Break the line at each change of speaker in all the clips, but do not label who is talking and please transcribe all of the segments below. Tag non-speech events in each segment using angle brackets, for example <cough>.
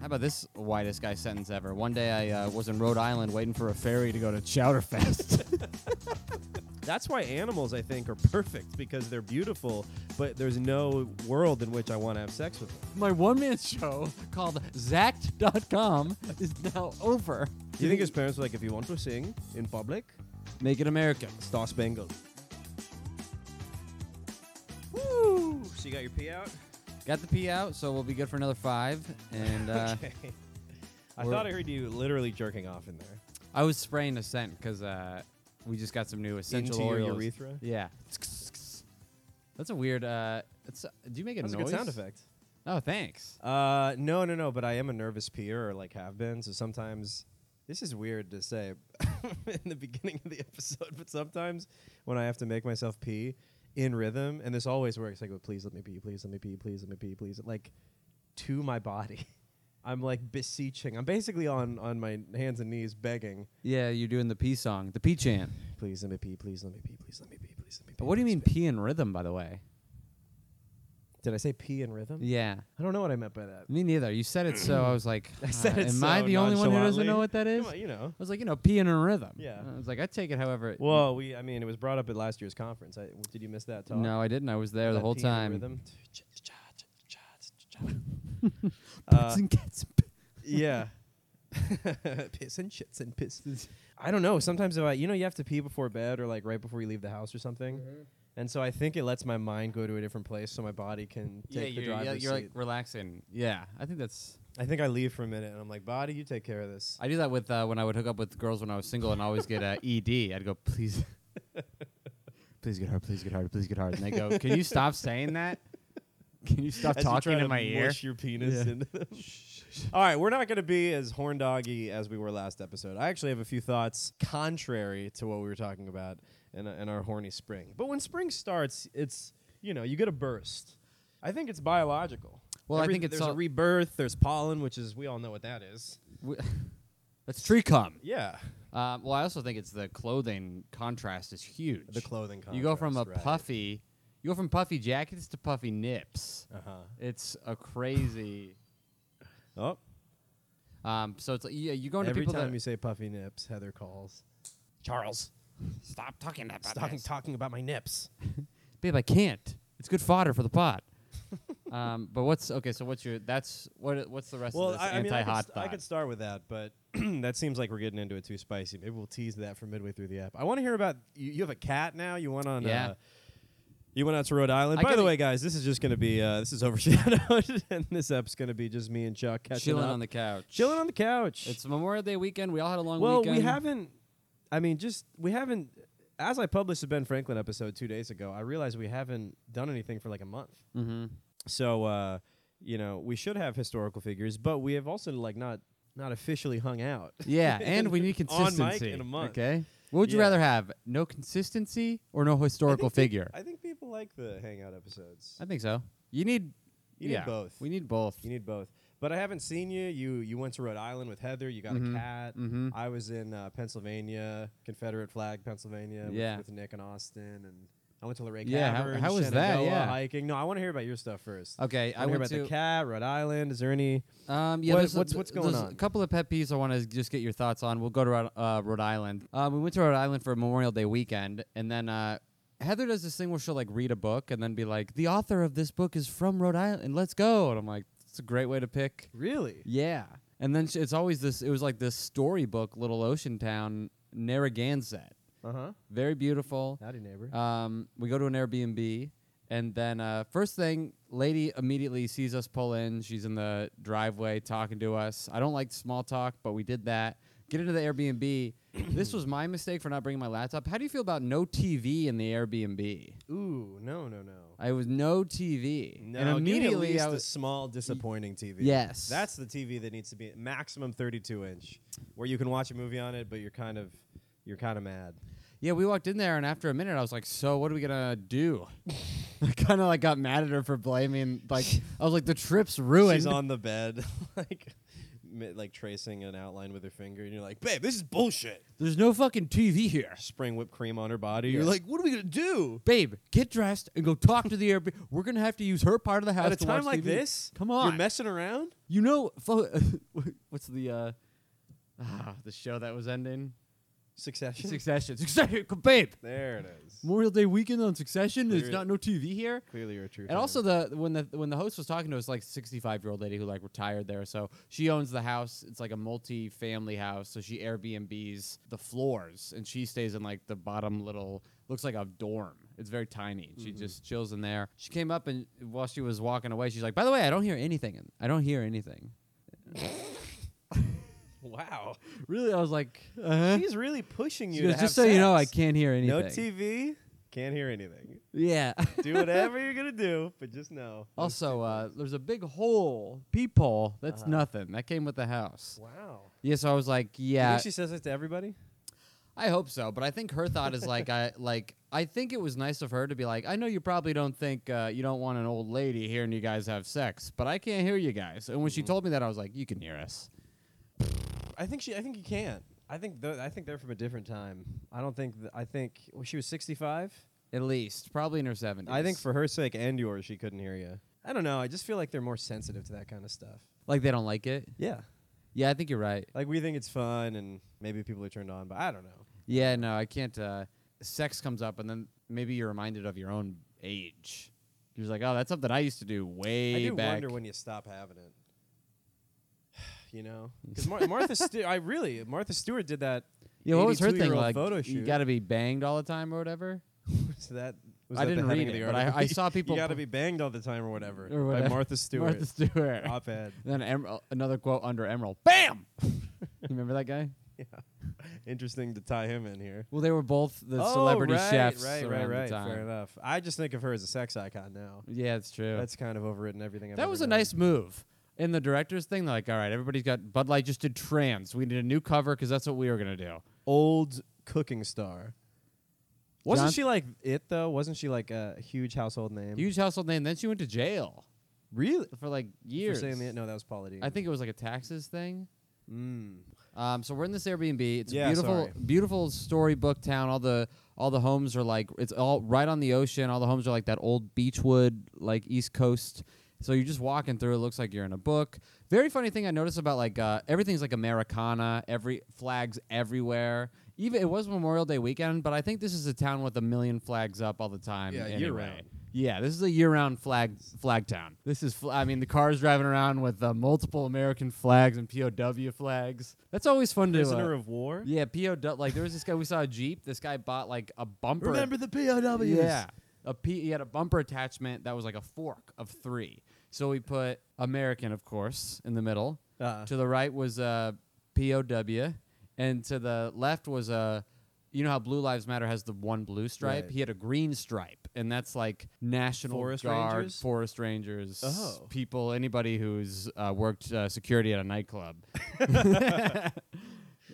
How about this whitest guy sentence ever? One day I uh, was in Rhode Island waiting for a ferry to go to <laughs> Chowderfest.
That's why animals, I think, are <laughs> perfect because they're beautiful, but there's no world in which I want to have sex with them.
My one man show called Zacked.com is now over.
Do you think his parents were like, if you want to sing in public,
Make it American.
Star Spangled? Woo! So you got your pee out?
Got the pee out, so we'll be good for another five. And uh,
<laughs> okay. I
we're-
thought I heard you literally jerking off in there.
I was spraying a scent because uh, we just got some new essential
Into your
oils.
urethra?
Yeah. That's a weird. Uh, it's, do you make a
That's a
noise?
good sound effect.
Oh, thanks.
Uh, no, no, no. But I am a nervous peer, or like have been. So sometimes, this is weird to say <laughs> in the beginning of the episode, but sometimes when I have to make myself pee in rhythm, and this always works. I go, please let me pee, please let me pee, please let me pee, please. Like to my body, <laughs> I'm like beseeching. I'm basically on on my hands and knees begging,
Yeah, you're doing the pee song, the pee chant.
please let me pee, please let me pee, please let me pee, please let me pee.
But what do you
please
mean
pee."
pee in rhythm, by the way?
Did I say pee in rhythm?
Yeah.
I don't know what I meant by that.
Me neither. You said it so. I was like,
<clears throat> I said
uh,
it
Am
so
I the only one who doesn't know
nonchalantly.
what that is?
Come on, you know.
I was like, you know, pee in a rhythm.
Yeah.
I was like, I take it however. It
Well, we I mean it was brought up at last year's conference. I, did you miss that talk?
No, I didn't. I was there the
That
whole
piano
<laughs> time.
rhythm? Uh, yeah. <laughs> piss and shits and pisses. I don't know. Sometimes if I, you know, you have to pee before bed or like right before you leave the house or something, and so I think it lets my mind go to a different place, so my body can take
yeah,
the
you're, yeah,
driver's
you're like
seat.
relaxing. Yeah, I think that's.
I think I leave for a minute and I'm like, body, you take care of this.
I do that with uh, when I would hook up with girls when I was single and always get
<laughs>
uh, ED. I'd go, please, please get hard, please get hard, please get hard, and they go, can you stop saying that? Can you stop
As you try
talking
to
in my ear?
mush your penis into them. <laughs> All right, we're not going to be as horn doggy as we were last episode. I actually have a few thoughts contrary to what we were talking about in, in our horny spring. But when spring starts, it's you know you get a burst. I think it's biological.
Well, I think it's
there's a
all-
rebirth. There's pollen, which is we all know what that is.
W- <laughs> That's tree cum.
Yeah,
Uh, well, I also think it's the clothing contrast is huge.
the clothing. Contrast,
you go from a
right.
puffy, you go from puffy jackets to puffy nips.
Uh huh.
It's a crazy.
Oh,
Um, so it's like, yeah, you go into
every
people that
time you say puffy nips, Heather calls. Charles,
stop talking about
stop talking about my nips.
babe. I can't. It's good fodder for the pot. <laughs> um, but what's okay? So what's your? That's what? What's the rest
Well,
of this
I, I mean, I could,
anti-hot
st- I
thought?
could start with that, but <clears throat> that seems like we're getting into it too spicy. Maybe we'll tease that for midway through the app. I want to hear about you, you. have a cat now. You went on.
Yeah.
Uh, you went out to Rhode Island.
I
By the
gotta-
way, guys, this is just going to be uh, this is overshadowed, <laughs> and this app's going to be just me and Chuck catching
Chilling
up.
on the couch.
chilling on the couch.
It's Memorial Day weekend. We all had a long
well,
weekend.
we haven't. I mean, just we haven't. As I published the Ben Franklin episode two days ago, I realized we haven't done anything for like a month.
Mm-hmm.
So uh, you know, we should have historical figures, but we have also like not not officially hung out. <laughs>
Yeah, and we need
On mic
consistency.
in a month.
Okay. What would you
Yeah.
rather have? No consistency or no historical
I think
figure?
I think people like the hangout episodes.
I think so. You need.
You need
yeah,
both.
We need both.
You need both. But I haven't seen you. You you went to Rhode Island with Heather. You got
Mhm.
a cat.
Mhm.
I was in uh, Pennsylvania, Confederate flag Pennsylvania, with-
Yeah.
with, Nick and Austin, and I went to Lorraine
Yeah, how-
Cavern,
how was that?
Shenandoah,
Yeah.
hiking. No, I want to hear about your stuff first.
Okay, I,
I, want
went
to hear
to
about the cat, Rhode Island. Is there any?
Um, yeah,
What-
there's a-
what's- what's going
there's A
on?
couple of pet peeves I want to just get your thoughts on. We'll go to Rhode, uh, Rhode Island. Um, we went to Rhode Island for Memorial Day weekend, and then uh, Heather does this thing where she'll like read a book and then be like, "The author of this book is from Rhode Island, and let's go." And I'm like, "It's a great way to pick."
Really?
Yeah, and then she, it's always this. It was like this storybook, little ocean town, Narragansett,
Uh huh.
very beautiful.
Howdy, neighbor.
Um, we go to an Airbnb, and then uh, first thing, lady immediately sees us pull in. She's in the driveway talking to us. I don't like small talk, but we did that. Get into the
<clears throat>
Airbnb. this was my mistake for not bringing my laptop. How do you feel about no TV in the Airbnb?
Ooh, no, no, no.
I was no TV,
No,
and immediately
give me at least
I
a
was
small disappointing TV.
Yes.
that's the TV that needs to be maximum 32 inch, where you can watch a movie on it, but you're kind of you're kind of mad.
yeah. We walked in there, and after a minute, I was like, "So what are we gonna do?" <laughs> I kind of like got mad at her for blaming. Like I was like, "The trip's ruined."
She's on the bed, <laughs> like mi- like tracing an outline with her finger, and you're like, "Babe, this is bullshit."
There's no fucking TV here.
Spraying whipped cream on her body.
Yeah.
You're like, "What are we gonna do?"
Babe, get dressed and go talk to the Airbnb. <laughs> We're gonna have to use her part of the house
At a
to watch
time like
TV.
this,
Come on,
you're messing around.
you know <laughs> fo- what's the uh, ah, the show that was ending?
Succession.
Succession. Succession, babe.
there it is.
Memorial Day weekend on Succession. There's
Clear-
not no TV here.
Clearly, you're a true.
And also the when the when the host was talking to us, like sixty five year old lady who like retired there, so she owns the house. It's like a multi family house, so she Airbnbs the floors, and she stays in like the bottom little looks like a dorm. It's very tiny. She just chills in there. She came up and while she was walking away, she's like, "By the way, I don't hear anything. I don't hear anything." <laughs>
wow,
Really, I was like, uh
she's really pushing you.
she goes,
to
"Just so
have
you know, I
sex.
can't hear anything."
No TV. Can't hear anything.
Yeah. <laughs>
Do whatever you're gonna do, but just know. those
also,
two
uh,
things.
there's a big hole peephole. That's
Uh-huh.
nothing. That came with the house.
wow.
Yeah, so I was like,
You
yeah.
think she says this to everybody.
I hope so, but I think her thought is like
<laughs>
I like I think it was nice of her to be like I know you probably don't think uh, you don't want an old lady hearing you guys have sex, but I can't hear you guys. And when
Mm-hmm.
she told me that, I was like, you can hear us.
I think she. I think you can't. I think. Th- I think they're from a different time. I don't think. Th- I think well, she was 65.
At least, probably in her seventies.
I think for her sake and yours, she couldn't hear you. I don't know. I just feel like they're more sensitive to that kind of stuff.
like they don't like it.
Yeah.
Yeah, I think you're right.
Like we think it's fun, and maybe people are turned on, but I don't know.
Yeah, no, I can't. Uh, sex comes up, and then maybe you're reminded of your own age. You're like, oh, that's something I used to do way
I do
back.
wonder when you stop having it. <sighs> You know, because Mar- Martha Stewart. I really Martha Stewart did that.
yeah, what was her thing
82-year-old
like?
Photo
You
shoot.
got to be banged all the time or whatever.
<laughs> so that was
I
that the
didn't
heading
read
of
it,
the
but I-
article?
I saw people
<laughs> You got to
pu-
be banged all the time or whatever,
Or whatever.
by Martha Stewart.
Martha Stewart.
<laughs> op-ed.
Then Emer- another quote under Emerald. Bam! <laughs> you remember that guy?
Yeah. Interesting to tie him in here.
Well, they were both the celebrity
Oh, right,
chefs
Right, right,
around
right.
the time.
Fair enough. I just think of her as a sex icon now.
Yeah, it's true.
That's kind of overwritten everything. I've
that
ever
was a
known.
nice move. In the director's thing, they're like, all right, everybody's got Bud Light just did trans. We need a new cover because that's what we were going to do.
old cooking star. Wasn't
John-
she like it though? Wasn't she like a huge household name?
Huge household name. Then she went to jail
really?
for like
For
years.
saying the, no, that was Paula Dean.
I think it was like a taxes thing.
Mm.
Um, so we're in this Airbnb. It's
Yeah,
a beautiful,
sorry.
beautiful storybook town. All the all the homes are like it's all right on the ocean. All the homes are like that old beechwood, like East Coast. So you're just walking through. It looks like you're in a book. Very funny thing I noticed about like uh, everything's like Americana. Every flags everywhere. Even it was Memorial Day weekend, but I think this is a town with a million flags up all the time.
Yeah,
anyway.
year-round.
Yeah, this is a year-round flag flag town. This is, fl- I mean, the cars driving around with uh, multiple American flags and POW flags. That's always fun to.
Prisoner
Uh,
of War.
yeah, POW. Like there was this guy we saw a Jeep. This guy bought like a bumper.
Remember the POWs?
Yeah, a P. He had a bumper attachment that was like a fork of three. So we put American, of course, in the middle.
Uh,
To the right was uh, POW, and to the left was Uh, you know how Blue Lives Matter has the one blue stripe?
Right.
He had a green stripe, and that's like National
Forest
Guard,
Rangers?
forest rangers,
Oh.
people, anybody who's uh, worked uh, security at a
<laughs>
nightclub.
That's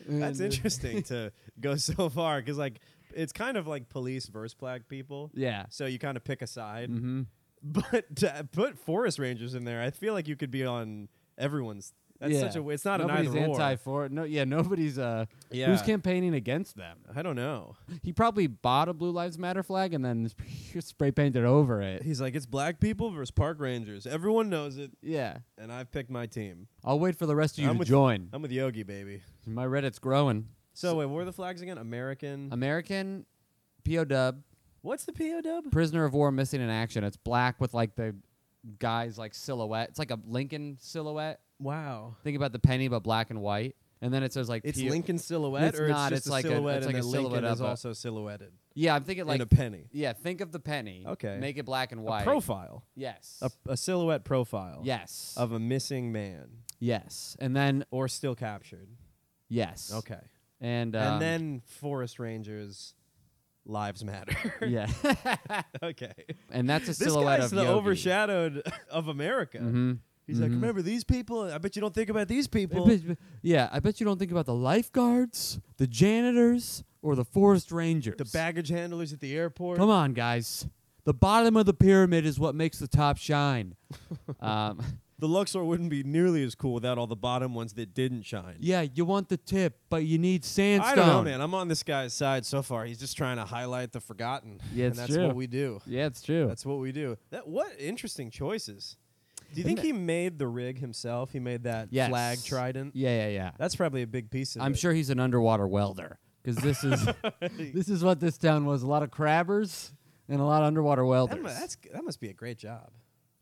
And, uh, <laughs>
interesting to go so far because like it's kind of like police versus black people.
Yeah.
So you kind of pick a side.
Mm-hmm.
<laughs> But to put forest rangers in there, I feel like you could be on everyone's. That's
yeah.
such a. It's not
nobody's
an either
anti
or.
for no yeah nobody's uh
Yeah.
who's campaigning against them.
I don't know.
He probably bought a Blue Lives Matter flag and then <laughs> spray painted over it.
He's like, it's black people versus park rangers. Everyone knows it,
Yeah,
and I've picked my team.
I'll wait for the rest of you
I'm
to
with-
join.
I'm with Yogi, baby.
My Reddit's growing.
So, wait, what were the flags again? American.
American POW
What's the POW?
prisoner of war missing in action. It's black with like the guy's like silhouette. It's like a Lincoln silhouette.
Wow.
Think about the penny, but black and white. And then it says like
It's
P-
Lincoln silhouette,
It's
or
not,
it's
it's
just a
like a-
silhouette,
it's
and
like a
then
silhouette
Lincoln is
of a-
also silhouetted.
Yeah, I'm thinking
Like
like
a penny.
Yeah, think of the penny.
Okay.
Make it black and
A
white.
profile.
Yes.
A, a silhouette profile.
yes.
Of a missing man
yes. And then
or still captured.
yes.
Okay.
And um,
and then forest rangers, lives matter.
<laughs> yeah.
<laughs> okay.
and that's a
This
silhouette
guy's
of
the
Yogi.
overshadowed <laughs> of America.
Mhm.
He's like,
Mhm.
remember these people? I bet you don't think about these
I
people.
bet- yeah, I bet you don't think about the lifeguards, the janitors, or the forest rangers.
The baggage handlers at the airport.
Come
<laughs>
on, guys. The bottom of the pyramid is what makes the top shine. um,
the Luxor wouldn't be nearly as cool without all the bottom ones that didn't shine.
Yeah, you want the tip, but you need sandstone.
I don't know, man. I'm on this guy's side so far. He's just trying to highlight the forgotten.
Yeah,
and
it's
that's
true.
what we do.
Yeah, it's true.
That's what we do. That what interesting choices. Do you
Isn't
think he made the rig himself? He made that
Yes.
flag trident.
yeah, yeah, yeah.
That's probably a big piece of it.
I'm sure he's an underwater welder because this
<laughs>
is this is what this town was. A lot of crabbers and a lot of underwater welders.
That, mu- that's, that must be a great job.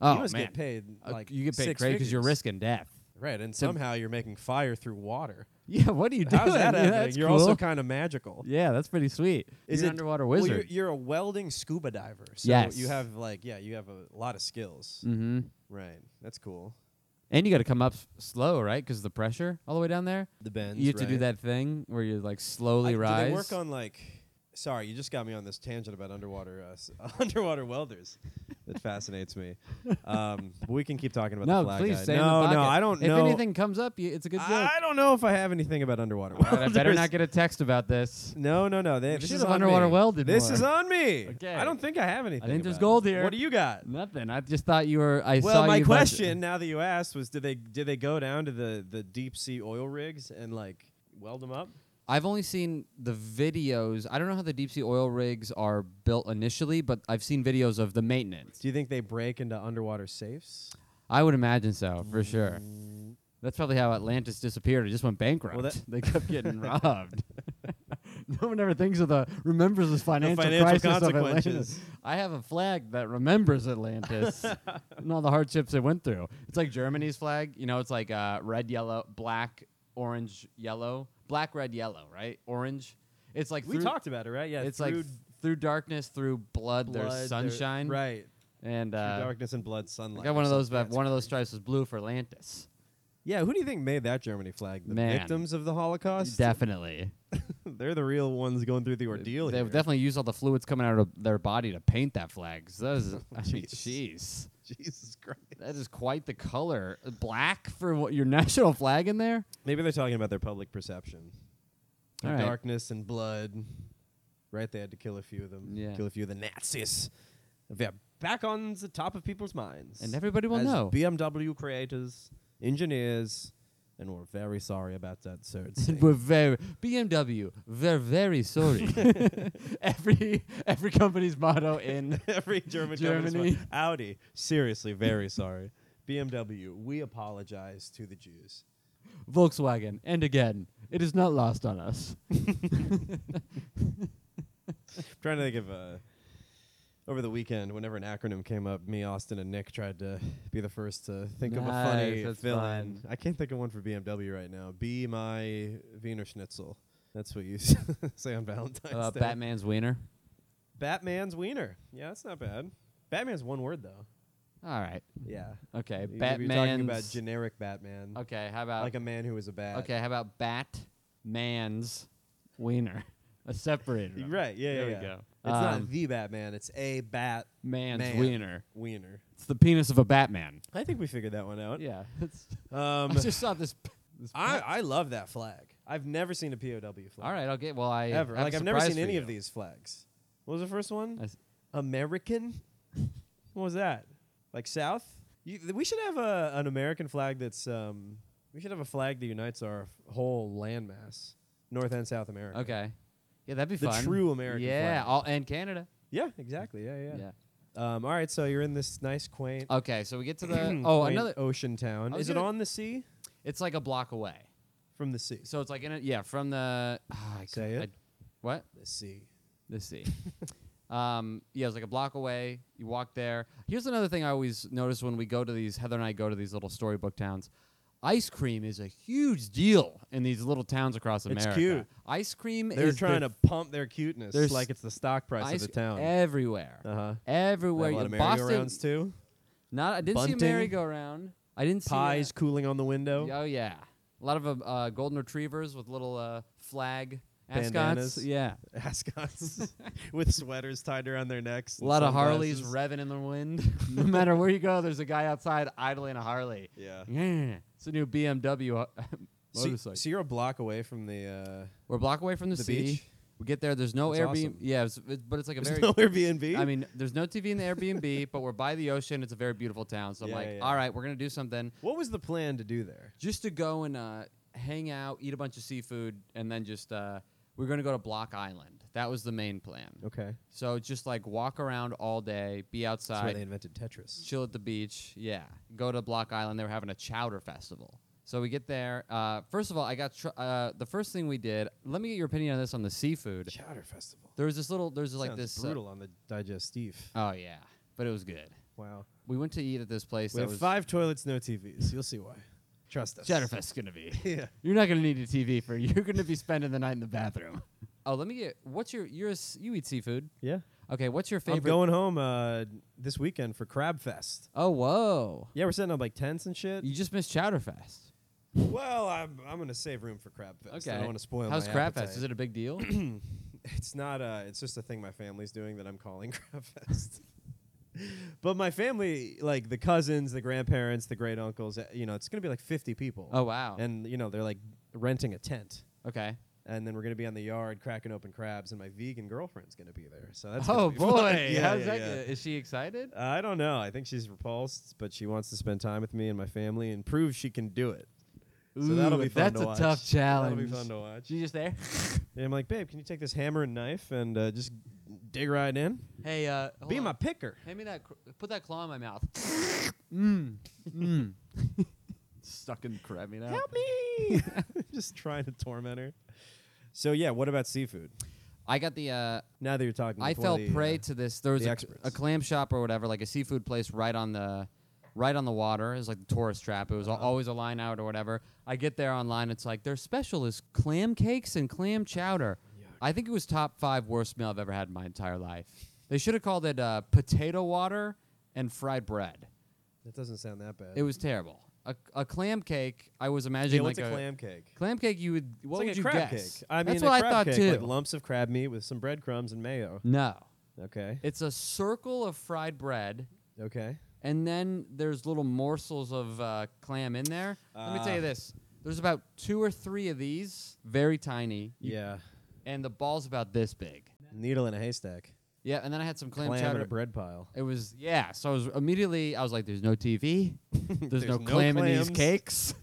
oh
you must
man,
get paid
Uh,
like
you get paid
six
great because you're
figures.
risking death. <laughs>
right, and somehow you're making fire through water.
Yeah, what are you doing?
How's that
Yeah,
happening?
that's
you're
cool.
also kind of magical.
yeah, that's pretty sweet.
Is
you're
it-
an underwater
well,
wizard?
you're, you're a welding scuba diver. So
Yes.
you have like yeah, you have a lot of skills.
mm-hmm.
Right, that's cool.
And you got to come up s- slow, right? Because the pressure all the way down there.
The bends.
you have to do
right?
that thing where you like slowly
I-
rise.
Do they work on like? Sorry, you just got me on this tangent about underwater uh, s- <laughs> underwater welders. that fascinates me. Um, <laughs> but we can keep talking about
no,
the flag
please
guy.
stay in the
no,
pocket.
no, I don't
if
know.
If anything comes up, you, it's a good <laughs> joke.
I don't know if I have anything about underwater
All right, I
welders.
better not get a text about this.
<laughs> No, no, no. They,
We
this
should've
is on
underwater
me.
welded
This
more.
is on me.
Okay.
I don't think I have anything.
there's
about
gold
it.
here.
What do you got?
Nothing. I just thought you were. I saw
well, my
you
question now that you asked was, did they did they go down to the the deep sea oil rigs and like weld them up?
I've only seen the videos. I don't know how the deep sea oil rigs are built initially, but I've seen videos of the maintenance.
Do you think they break into underwater safes?
I would imagine so, for sure. That's probably how Atlantis disappeared. It just went bankrupt.
that-
<laughs> they kept getting
<laughs>
robbed. <laughs> no one ever thinks of the remembers this financial,
financial
crisis of Atlantis.
consequences.
I have a flag that remembers
<laughs>
Atlantis and all the hardships it went through. It's like Germany's flag. You know, it's like uh, red, yellow, black, orange, yellow, black, red, yellow, right? Orange. It's like
We
through-
talked about it, right? Yeah,
It's
through
like through darkness, through blood,
blood, there-
there's sunshine,
right?
And
Through
uh,
darkness and blood, sunlight.
I got one
or
of those.
something.
But
That's
one of
crazy.
those stripes was blue for Atlantis.
Yeah, who do you think made that Germany flag? The
Man.
victims of the Holocaust.
Definitely.
<laughs> They're the real ones going through the ordeal.
They
here.
definitely used all the fluids coming out of their body to paint that flag. 'cause that
<laughs>
is, I mean, jeez,
Jeez. <laughs> Jesus Christ.
that is quite the color. Uh, Black for what, your <laughs> national flag in there?
Maybe they're talking about their public perception.
All
Of
right.
Darkness and blood. Right, they had to kill a few of them.
Yeah.
Kill a few of the Nazis. They're back on the top of people's minds.
And everybody will
as
know.
BMW creators, engineers, and we're very sorry about that, sir.
<laughs> We're very BMW. We're very sorry.
<laughs>
<laughs> every every company's motto
<laughs>
in
Every German company's
Germany.
one. Audi, seriously, very sorry. BMW, we apologize to the Jews.
Volkswagen, and again, it is not lost on us.
trying to think of uh, over the weekend, whenever an acronym came up, me, Austin, and Nick tried to be the first to think of a
Nice,
funny
that's
villain.
fun.
I can't think of one for BMW right now. Be my Wiener Schnitzel. That's what you <laughs> s- say on Valentine's
Uh,
Day.
Batman's wiener.
Batman's wiener. Yeah, that's not bad. Batman's one word though.
All right.
Yeah.
Okay.
You're gonna be talking
Batman.
about generic Batman,
okay. How about
like a man who is a bat.
Okay, how about Batman's wiener? <laughs> A separator.
You're Right. Yeah.
There
yeah,
we
yeah.
go.
It's
Um,
not the Batman. It's a bat
Man's
man.
wiener.
wiener.
It's the penis of a Batman.
I think we figured that one out.
Yeah. <laughs>
<laughs>
It's,
Um,
I just saw this. p- this
I, I love that flag. I've never seen a POW flag.
all right, I'll get. Well, I
Ever.
have
Like
a
I've never
surprise
seen
for
any
you.
of these flags. What was the first one?
I s- <laughs>
American? what was that? Like South? You, th- we should have a, an American flag that's um we should have a flag that unites our whole landmass. North and South America.
Okay. Yeah, that'd be
The
fun.
true American
Yeah,
flag.
all, and Canada.
Yeah, exactly. Yeah, yeah.
Yeah.
Um all right, so you're in this nice quaint
Okay, so we get to <clears throat>
<clears throat>
the. oh,
quaint
another.
ocean town.
I was
Is it
gonna-
on the sea?
It's like a block away.
From the sea.
So it's like in a Yeah, from the. <sighs> ah, I c-
Say it.
I- what?
The sea.
Let's see. um, yeah, it's like a block away. You walk there. Here's another thing I always notice when we go to these. Heather and I go to these little storybook towns. Ice cream is a huge deal in these little towns across
It's
America.
cute.
Ice cream
They're
is
trying
the
to pump their cuteness
there's
like it's the stock price
ice
of the town.
everywhere.
uh-huh.
Everywhere.
a lot
you-
of
Boston.
merry-go-rounds too.
Not. I didn't see
Bunting.
a merry-go-round. I didn't see
Pies cooling on the
A,
window.
oh yeah, a lot of uh, uh, golden retrievers with little uh, flag ascots.
Bandanas.
Yeah,
<laughs>
<laughs>
Ascots <laughs> with sweaters tied around their necks.
A
and
lot of Harleys
sunglasses.
revving in the wind. <laughs> no matter where you go, there's a guy outside idling a Harley.
Yeah.
Yeah. It's a new BMW uh, <laughs>
So,
motorcycle.
so you're a block away from the uh,
We're a block away from the,
the
sea.
beach.
We get there. There's no
That's
Airbnb.
awesome.
Yeah, it's, it, but it's
<laughs>
like a
There's
very.
no
<laughs>
Airbnb.
I mean, there's no TV in the Airbnb, <laughs> but we're by the ocean. It's a very beautiful town. So I'm
Yeah,
like,
yeah.
all right, we're gonna do something
what was the plan to do there?
just to go and uh, hang out, eat a bunch of seafood, and then just uh, we we're gonna go to Block Island. That was the main plan.
Okay,
So just like walk around all day, be
that's where they
outside,
invented Tetris.
chill at the beach. Yeah, go to Block Island. They were having a chowder festival. So we get there. Uh, first of all, I got tr- uh, the first thing we did. Let me get your opinion on this on the seafood.
Chowder festival.
There was this little. There's like
Sounds
this. uh,
brutal on the digestive.
oh yeah, but it was good.
Wow.
We went to eat at this place.
We
that
have
was
five toilets, no TVs. You'll see why. Trust us.
Chowder Fest's gonna be. <laughs>
<laughs> yeah.
You're not gonna need a TV for. <laughs> You're gonna be spending the night in the bathroom. Oh, let me get. What's your? You're a s you eat seafood.
Yeah.
Okay, what's your favorite?
I'm going home uh, this weekend for Crab Fest.
oh whoa!
Yeah, we're setting up like tents and shit.
You just missed Chowder Fest.
Well, I'm, I'm gonna save room for Crab Fest.
Okay.
I don't want to spoil.
How's
my
Crab
appetite.
Fest? Is it a big
<clears throat>
deal?
It's not. Uh, it's just a thing my family's doing that I'm calling <laughs> Crab Fest. but my family, like the cousins, the grandparents, the great uncles, uh, you know, it's gonna be like 50 people.
oh wow.
And you know, they're like renting a tent.
okay.
And then we're gonna be on the yard cracking open crabs, and my vegan girlfriend's gonna be there. So that's gonna
Oh
be fun.
boy.
<laughs> yeah,
How's
yeah,
that?
yeah.
gonna- Is she excited?
Uh, I don't know. I think she's repulsed, but she wants to spend time with me and my family and prove she can do it. So that'll
Ooh,
be fun
that's
to
a
watch.
tough
That'll be
challenge.
fun to watch.
She just there?
And I'm like, babe, can you take this hammer and knife and uh, just dig right in?
hey, uh, hold
be
on.
my picker.
Hand me that. Cr- put that claw in my <laughs> mouth. Mmm. Mmm. <laughs> Stuck in crab meat. Help <laughs>
me! <laughs> just trying to torment her. So yeah, what about seafood?
I got the. Uh,
Now that you're talking,
I
before
fell
the,
prey
uh,
to this. There was
the
a,
experts.
a clam shop or whatever, like a seafood place right on the right on the water. It was like the tourist trap. It was al-
Uh-huh.
always a line out or whatever. I get there online. It's like their special is clam cakes and clam chowder. I think it was top five worst meal I've ever had in my entire life. They should have called it uh, potato water and fried bread.
That doesn't sound that bad.
It was terrible. A, a clam cake. I was imagining
yeah,
like
what's
a
a clam cake?
clam cake. You would. What
it's like
would
a
you
crab
guess?
cake. I mean,
That's
a
what I
crab
thought
cake,
too.
Like lumps of crab meat with some breadcrumbs and mayo.
no,
Okay.
it's a circle of fried bread.
Okay.
and then there's little morsels of uh, clam in there. Let me tell you
Ah.
this: there's about two or three of these, very tiny, You-
Yeah.
and the ball's about this big.
Needle in a haystack.
Yeah, and then I had some clam,
clam in
chowder.
a bread pile.
<laughs> It was yeah. So I was immediately I was like, "There's no
<laughs>
TV. There's,
There's
no,
no
clam in these
clams. <laughs>
cakes."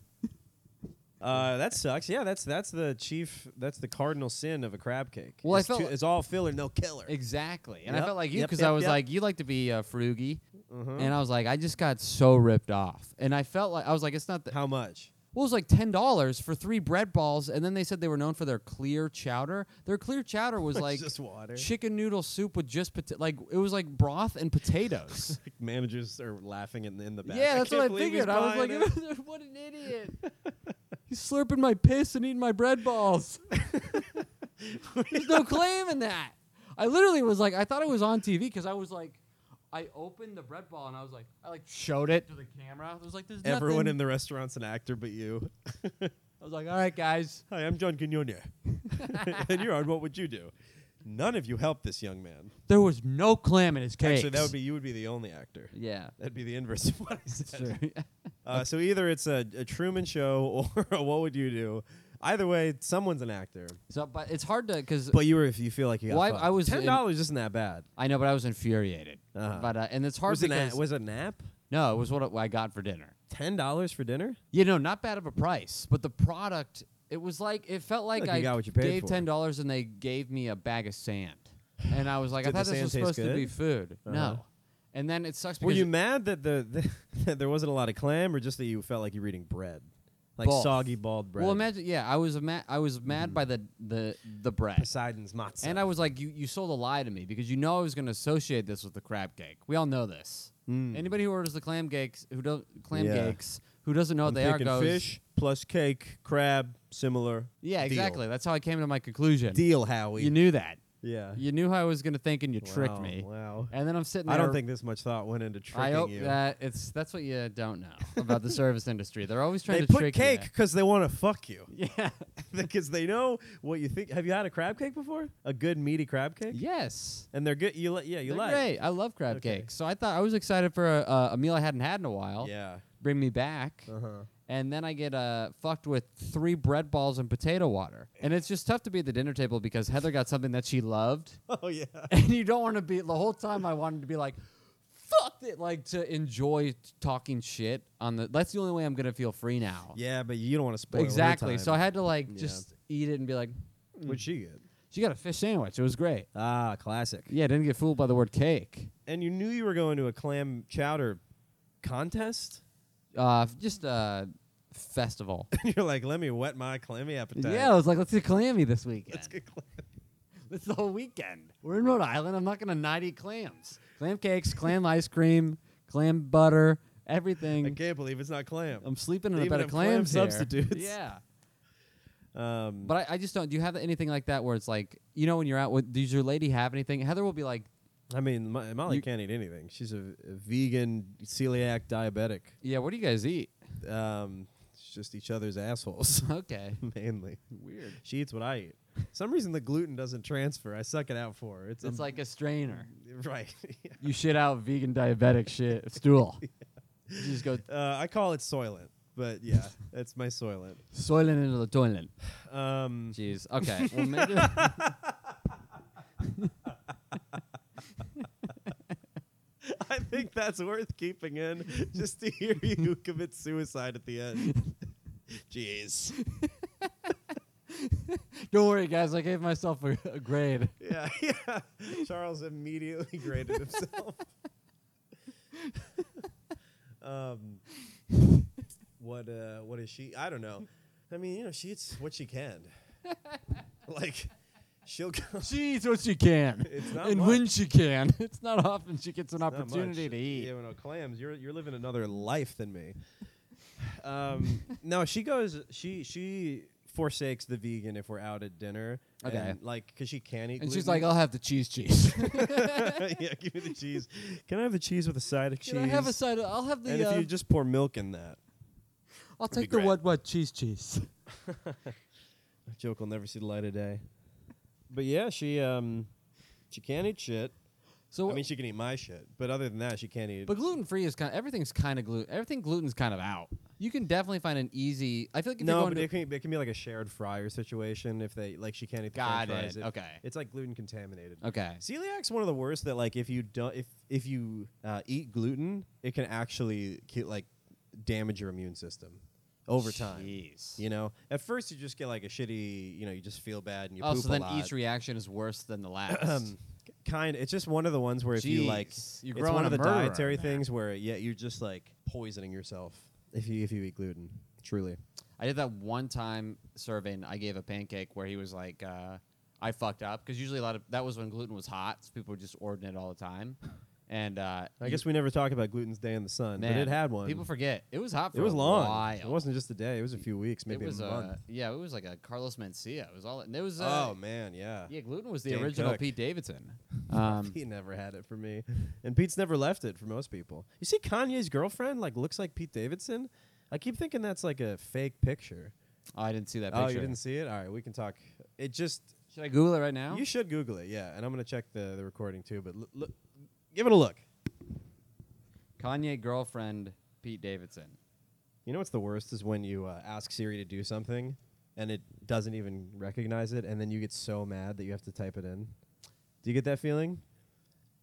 Uh, that sucks. Yeah, that's that's the chief. That's the cardinal sin of a crab cake.
Well, I
it's,
felt
too-
like-
it's all filler, no killer.
Exactly, and I
Yep,
felt like you
yep,
because
yep,
I was
yep.
like, "You like to be uh, froogie,"
Mhm.
and I was like, "I just got so ripped off," and I felt like I was like, "It's not that."
How much?
Well, it was like ten dollars for three bread balls, and then they said they were known for their clear chowder. Their clear chowder was like
<laughs> just water.
chicken noodle soup with just pota- like it was like broth and
<laughs>
potatoes.
Managers are laughing in, in the back.
yeah, that's
can't
what I
believe he's
figured. I was like,
buying it.
<laughs> what an
<laughs>
idiot! He's slurping my piss and eating my bread
<laughs>
balls. <laughs> There's no claim in that. I literally was like, I thought it was on TV because I was like, I opened the bread ball and I was like, I like showed it to the camera. I was like, there's
everyone
nothing.
in the restaurant's an actor, but you. <laughs>
I was like, all right, guys.
Hi, I'm John Quinone. <laughs> and you're on. What would you do? None of you helped this young man.
There was no clam in his cake.
Actually, that would be you. Would be the only actor.
Yeah.
That'd be the inverse of what I
That's
said.
true. <laughs>
Uh, so either it's a, a Truman Show or <laughs> a What Would You Do. Either way, someone's an actor.
so, but it's hard to because
But you were if you feel like you got
Well, I-
fucked.
I was
ten
in-
dollars isn't that bad.
I know, but I was infuriated.
Uh-huh.
But uh, and it's hard
was it
because
a, was it a nap?
no, it was what I got for dinner.
Ten dollars for dinner?
You know, not bad of a price, but the product. It was like it felt like,
Like you
I
got what you paid
gave
for.
ten dollars and they gave me a bag of sand, and I was like, I
Did the
thought this
sand
was
taste
supposed to be
good?
food.
Uh-huh.
No, and then it sucks
Were
because
you mad that the, <laughs> the that there wasn't a lot of clam, or just that you felt like you were eating bread, like
Both.
soggy bald bread?
well, imagine yeah, I was ma- I was
Mm-hmm.
mad by the the the bread.
Poseidon's matzah.
And I was like, you, you sold a lie to me because you know I was going to associate this with the crab cake. We all know this.
Mm.
Anybody who orders the clam cakes, who don't clam
Hmm. Yeah.
cakes, who doesn't know what
I'm
Oh, they are
thinking
goes.
fish plus cake, crab, similar.
Yeah,
deal.
exactly. That's how I came to my conclusion.
Deal, Howie.
You knew that.
yeah.
You knew how I was going to think, and you tricked
Wow,
me.
Wow.
And then I'm sitting. There,
I don't think this much thought went into
I
tricking
hope
you.
that it's that's what you don't
<laughs>
know about the service industry. They're always trying
they
to
put
trick
cake because they want to fuck you. <laughs>
you. Yeah.
because they know what you think. Have you had a crab cake before? A good meaty crab
<laughs>
cake?
yes.
And they're good. You li- yeah, you
They're
like.
great. I love crab
Okay.
cakes. So I thought I was excited for a, a meal I hadn't had in a while.
Yeah.
Bring me back.
Uh huh.
and then I get uh, fucked with three bread balls and potato water. And it's just tough to be at the dinner table because Heather got something that she loved,
<laughs>
<laughs>
Oh yeah.
and you don't want to be. The whole time I wanted to be like, "Fuck it!" Like to enjoy t- talking shit on the. That's the only way I'm gonna feel free now.
Yeah, but you don't want to spoil. her
exactly. So I
time.
had to like
Yeah.
just eat it and be like,
What'd she get?
"She got a fish sandwich. It was great."
Ah, classic.
Yeah, didn't get fooled by the word cake.
And you knew you were going to a clam chowder contest.
Uh, f- just a
<laughs>
festival.
And you're like, let me wet my clammy appetite.
yeah, I was like, let's get clammy this weekend.
Let's get clam.
<laughs> It's the whole weekend. We're in Rhode Island. I'm not gonna not eat clams. Clam cakes, <laughs> clam ice cream, clam butter,
I
everything.
can't believe it's not clam.
I'm sleeping in
They
a
even
bed of
have clam
clams here.
substitutes.
Yeah,
Um,
but I, I just don't. Do you have anything like that where it's like, you know, when you're out, with, does your lady have anything? Heather will be like,
I mean, Mo- Molly
You-
can't eat anything. She's a, a vegan, celiac, diabetic.
yeah, what do you guys eat? <laughs>
Um, it's just each other's assholes <laughs>
Okay,
mainly.
weird.
She eats what I eat. Some reason the gluten doesn't transfer. I suck it out for her. It's,
It's
um,
like a strainer.
<laughs> right. Yeah.
You shit out vegan diabetic shit <laughs> stool. You just go
uh, I call it soylent, but yeah, that's my soylent.
soiling into the toilet.
Um, <laughs>
Jeez. <laughs> Okay. Well, maybe
I think that's worth keeping in just to hear you <laughs> commit suicide at the end. <laughs> Jeez.
don't worry, guys. I gave myself a, a grade.
Yeah, <laughs> yeah. Charles immediately graded himself. <laughs> um, what uh, what is she? I don't know. I mean, you know, she eats what she can. like,
<laughs>
she'll go.
She eats what she can,
It's not
and
much.
when she can. <laughs> It's not often she gets an
Not much.
opportunity to eat.
Yeah, well, no, clams. You're you're living another life than me. Um, <laughs> no, she goes. She she forsakes the vegan if we're out at dinner.
Okay.
and, like, cause she can't eat.
And she's
gluten.
like, "I'll have the cheese, cheese. <laughs>
<laughs> yeah, give me the cheese. Can I have the cheese with a side of cheese?
Can I have a side? Of, I'll have
and
the. Uh,
if you just pour milk in that,
I'll
be
take the
great.
what what cheese, cheese. <laughs>
a joke will never see the light of day. But yeah, she um, she can't eat shit.
So,
I mean, she can eat my shit, but other than that, she can't eat.
but gluten free is kind. everything's kind of gluten. Everything gluten's kind of out. You can definitely find an easy. I feel like if
no,
you're going
but
to
it can, it can be like a shared fryer situation if they like she can't eat the
Got
french fries.
it. Okay.
it's like gluten contaminated.
okay,
Celiac's one of the worst that like if you don't if if you uh, eat gluten, it can actually ki- like damage your immune system over time.
Jeez.
You know, at first you just get like a shitty, you know, you just feel bad and you
Oh,
poop
so
a
then
lot.
each reaction is worse than the last.
<clears throat> kind. It's just one of the ones where if you like,
Jeez, you're
it's
growing
one of
a
the
murderer
dietary
in there.
things where yeah, you're just like poisoning yourself if you if you eat gluten. Truly,
I did that one time serving. I gave a pancake where he was like, uh, "I fucked up," because usually a lot of that was when gluten was hot, so people were just ordering it all the time. And uh,
<laughs> I
you-
guess we never talk about gluten's day in the sun,
man,
but it had one.
People forget it was hot. For
it was
a
long.
While.
It wasn't just a day. It was a few weeks,
It
maybe
was
a month.
uh, yeah. It was like a Carlos Mencia. It was all. And it was. Uh,
oh man, yeah.
yeah. Gluten was the
Dan
original
Cook.
Pete
<laughs>
Davidson. <laughs> Um,
He never had it for me, and Pete's never left it for most people. You see, Kanye's girlfriend like looks like Pete Davidson. I keep thinking that's like a fake picture.
oh, I didn't see that picture.
Oh, you didn't see it? All right, we can talk. It just
Should I Google it right now?
you should Google it, yeah. And I'm gonna check the, the recording too, but l- look, give it a look.
Kanye girlfriend Pete Davidson.
You know what's the worst is when you uh, ask Siri to do something and it doesn't even recognize it, and then you get so mad that you have to type it in. Do you get that feeling?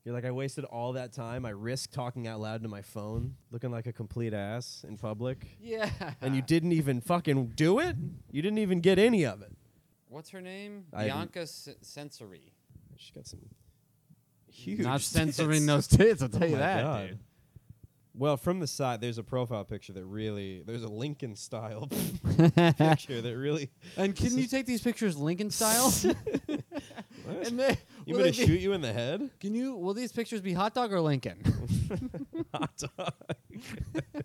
You're like, I wasted all that time. I risked talking out loud to my phone, looking like a complete ass in public,
<laughs> Yeah.
and you
Ah.
didn't even fucking do it. You didn't even get any of it.
What's her name?
I haven't-
Bianca S- Sensory.
She got some
<laughs>
huge.
Not censoring
tits.
those tits, I'll tell
Oh
you
my
that,
God.
dude.
Well, from the side, there's a profile picture that really, there's a Lincoln style <laughs>
<laughs>
picture that really.
And can you take these pictures Lincoln <laughs>
<laughs>
style? and they,
You
will
gonna
they be-
shoot you in the <laughs> head?
Can you? Will these pictures be hot dog or
<laughs>
Lincoln? <laughs>
Hot dog. <laughs>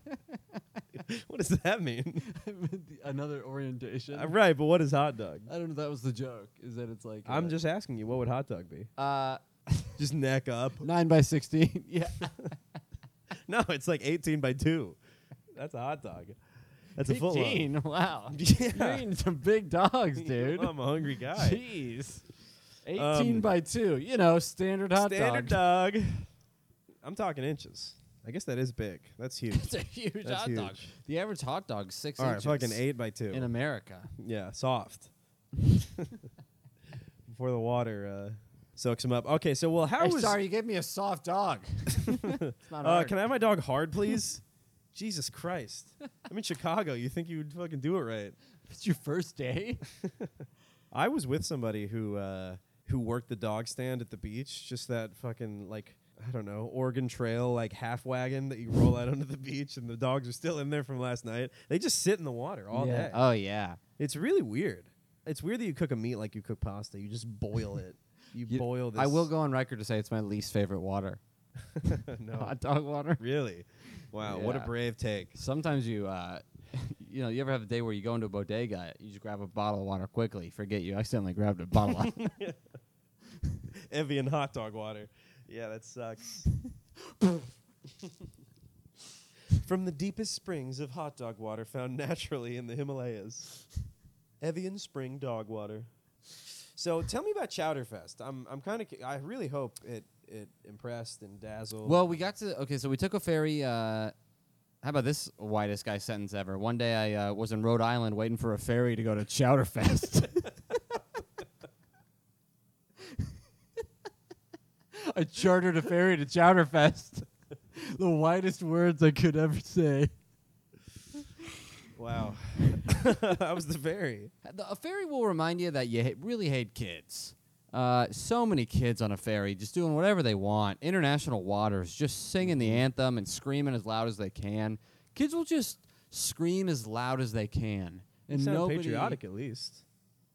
what does that mean?
Another orientation.
Uh, right, but what is hot dog?
I don't know. That was the joke. Is that it's like
I'm
uh,
just asking you, what would hot dog be?
uh,
Just neck up?
nine by sixteen. <laughs> yeah.
No, it's like 18 by 2. That's a hot dog. That's a foot long. <laughs>
Fifteen. Wow. You're
Yeah.
eating some big
<laughs>
dogs, dude.
I'm a hungry <laughs> guy.
Jeez. Eighteen
Um,
by two. You know, standard hot
Standard
dog.
dog. I'm talking inches. I guess that is big. That's
<laughs>
huge.
It's a huge
That's
hot dog.
huge.
The average hot dog's six
All right,
inches
fucking eight by two.
in America.
Yeah,
<laughs>
soft. <laughs> Before the water uh, soaks him up. Okay, so well, how
Hey,
was? <laughs>
sorry, <laughs> you gave me a soft dog. <laughs> it's not
uh,
hard.
can I have my dog
<laughs>
hard, please? Jesus Christ! I'm in Chicago. You think you would fucking do it right?
It's your first day.
I was with somebody who uh, who worked the dog stand at the beach. Just that fucking like I don't know Oregon Trail like half wagon that you roll out onto the beach, and the dogs are still in there from last night. They just sit in the water <laughs> all
Yeah.
day.
oh yeah.
It's really weird. It's weird that you cook a meat like you cook pasta. You just boil it. You,
You-
boil this.
I will go on record to say it's my least favorite water.
<laughs> no,
<laughs> Hot dog water.
really. Wow, what a
Yeah.
brave take.
Sometimes you, uh, <laughs> you know, you ever have a day where you go into a bodega, you just grab a bottle of water quickly, forget you accidentally grabbed a bottle. of
Evian hot dog water. Yeah, that sucks. From the deepest springs of hot dog water found naturally in the Himalayas. Evian spring dog water. So tell me about Chowderfest. I'm I'm kind of I really hope it it impressed and dazzled.
Well, we got to okay, so we took a ferry. Uh, how about this whitest guy sentence ever? One day I uh, was in Rhode Island waiting for a ferry to go to Chowderfest. <laughs> I chartered a ferry to Chowderfest. <laughs> the whitest words I could ever say.
wow, <laughs> I was the very
The, a ferry will remind you that you ha- really hate kids. Uh, so many kids on a ferry just doing whatever they want. International waters, just singing the
Mm-hmm.
anthem and screaming as loud as they can. Kids will just scream as loud as they can, and nobody.
patriotic at least.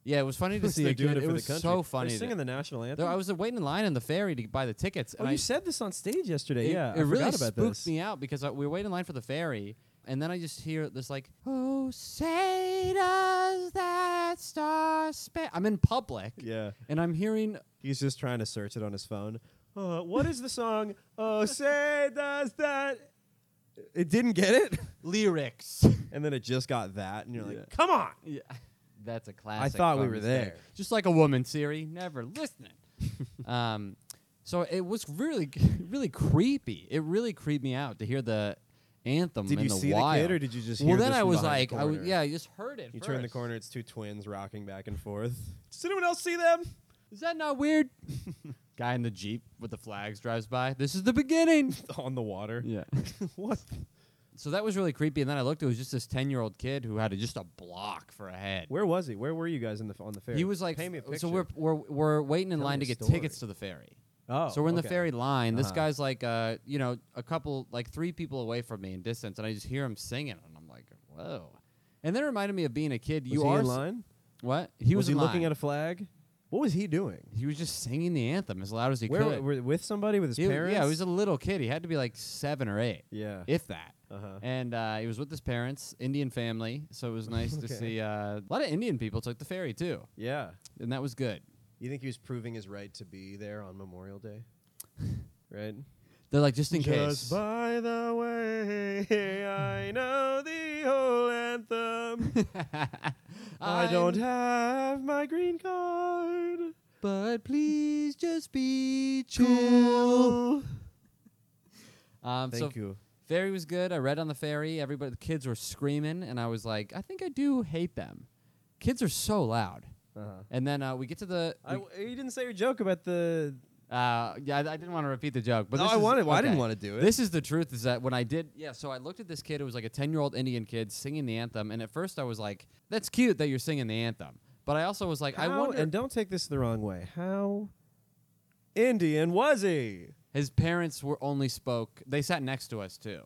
Yeah, it was
<laughs>
funny to see
They're
a
doing
kid.
it for
It
the
was
country.
so funny.
They're singing
to-
the national anthem.
Though I was waiting in line in the ferry to buy the tickets.
oh,
and
you
I,
said this on stage yesterday.
it,
yeah,
it
I
really
forgot about
spooked
this.
me out because I, we were waiting in line for the ferry, and then I just hear this like, "Oh, say does that star span?" I'm in public,
Yeah.
and I'm hearing
He's just trying to search it on his phone. Uh, what is the song? <laughs> Oh, say does that? It didn't get it, <laughs>
lyrics.
and then it just got that, and you're like,
Yeah.
"Come on!"
yeah, that's a classic.
thought we
from
were
this day.
there.
just like a woman, Siri, never
<laughs>
listening. um, so it was really, really creepy. It really creeped me out to hear the anthem.
Did
Mm, in
you
the
see
wild.
the kid, or did you just?
well,
hear
then
this
I
from
was
behind the
like, I was,
corner?
yeah, I just heard it.
You turn the
first.
corner, it's two twins rocking back and forth. Does anyone else see them? <laughs>
Is that not weird? <laughs> Guy in the Jeep with the flags drives by. This is the beginning.
on the water.
Yeah.
<laughs> what?
<laughs> So that was really creepy. And then I looked, it was just this 10 year old kid who had a, just a block for a head.
Where was he? Where were you guys in the on the ferry?
He was like,
Pay me a picture.
so we're, we're, we're waiting in
Tell
line
me
to
a
get
story.
tickets to the ferry.
oh,
so we're in the
okay.
ferry line. This
Uh-huh.
guy's like, uh, you know, a couple, like three people away from me in distance. And I just hear him singing. And I'm like, whoa. And that reminded me of being a kid.
Was
you
he
are
in
s-
line?
What? He was,
was he
in
looking
line.
at a flag? What was he doing?
He was just singing the anthem as loud as he
Where
could.
were with somebody with his
He-
parents?
yeah, he was a little kid. He had to be like seven or eight.
yeah.
if that.
Uh-huh.
And uh, he was with his parents, Indian family, so it
<laughs>
was nice to
Okay.
see uh, a lot of Indian people took the ferry too,
Yeah.
and that was good.
You think he was proving his right to be there on Memorial Day?
<laughs>
right?
They're like, just in case,
by the way, I know the
<laughs>
whole anthem. I don't
I'm-
have my green card.
but please just be cool. Um, so
Thank you.
ferry was good. I read on the ferry. Everybody, the kids were screaming, and I was like, I think I do hate them. Kids are so loud.
Uh-huh.
And then uh, we get to the.
I,
we-
you didn't say your joke about the.
Uh, yeah, I, I didn't want to repeat the joke, but
No,
this
I
is-
wanted- well, I didn't
okay.
wanna do it.
This is the truth: is that when I did, yeah. So I looked at this kid who was like a ten-year-old Indian kid singing the anthem, and at first I was like, "That's cute that you're singing the anthem," but I also was like, "I
How-
wonder."
And don't take this the wrong way. How Indian was he?
his parents were only spoke; they sat next to us too,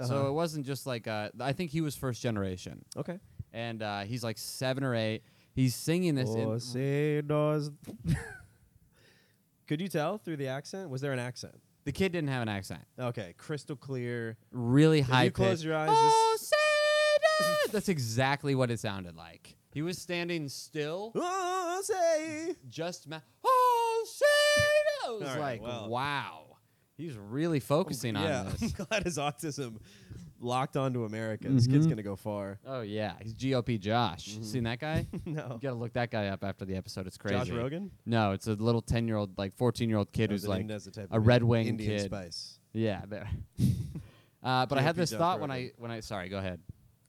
so
Uh-huh.
it wasn't just like uh, I think he was first generation,
Okay.
and uh, he's like seven or eight. He's singing this. in-
Oh, say does. Could you tell through the accent? Was there an accent?
the kid didn't have an accent.
Okay, crystal clear.
really
you
high.
close
pitch.
your eyes,
Oh, say that. That's exactly what it sounded like. He was standing still,
Oh, say.
just ma- oh, say that. I was like,
Alright, well.
wow. He's really focusing on
yeah,
this.
<laughs> I'm glad his autism locked onto America. This kid's gonna go far.
Oh yeah, he's GOP Josh. Seen that
<laughs>
guy?
No,
You gotta look that guy up after the episode. It's crazy.
Mm-hmm. Oh. Josh Rogan.
No, it's a little ten-year-old, like fourteen-year-old kid
No,
who's
the
like
name does the type
a
of
Red
Indian-
Wing
Indian
kid.
spice.
Yeah, there. <laughs> uh, but I had
GOP
this
Josh
thought when I
Rogan.
when I sorry, go ahead.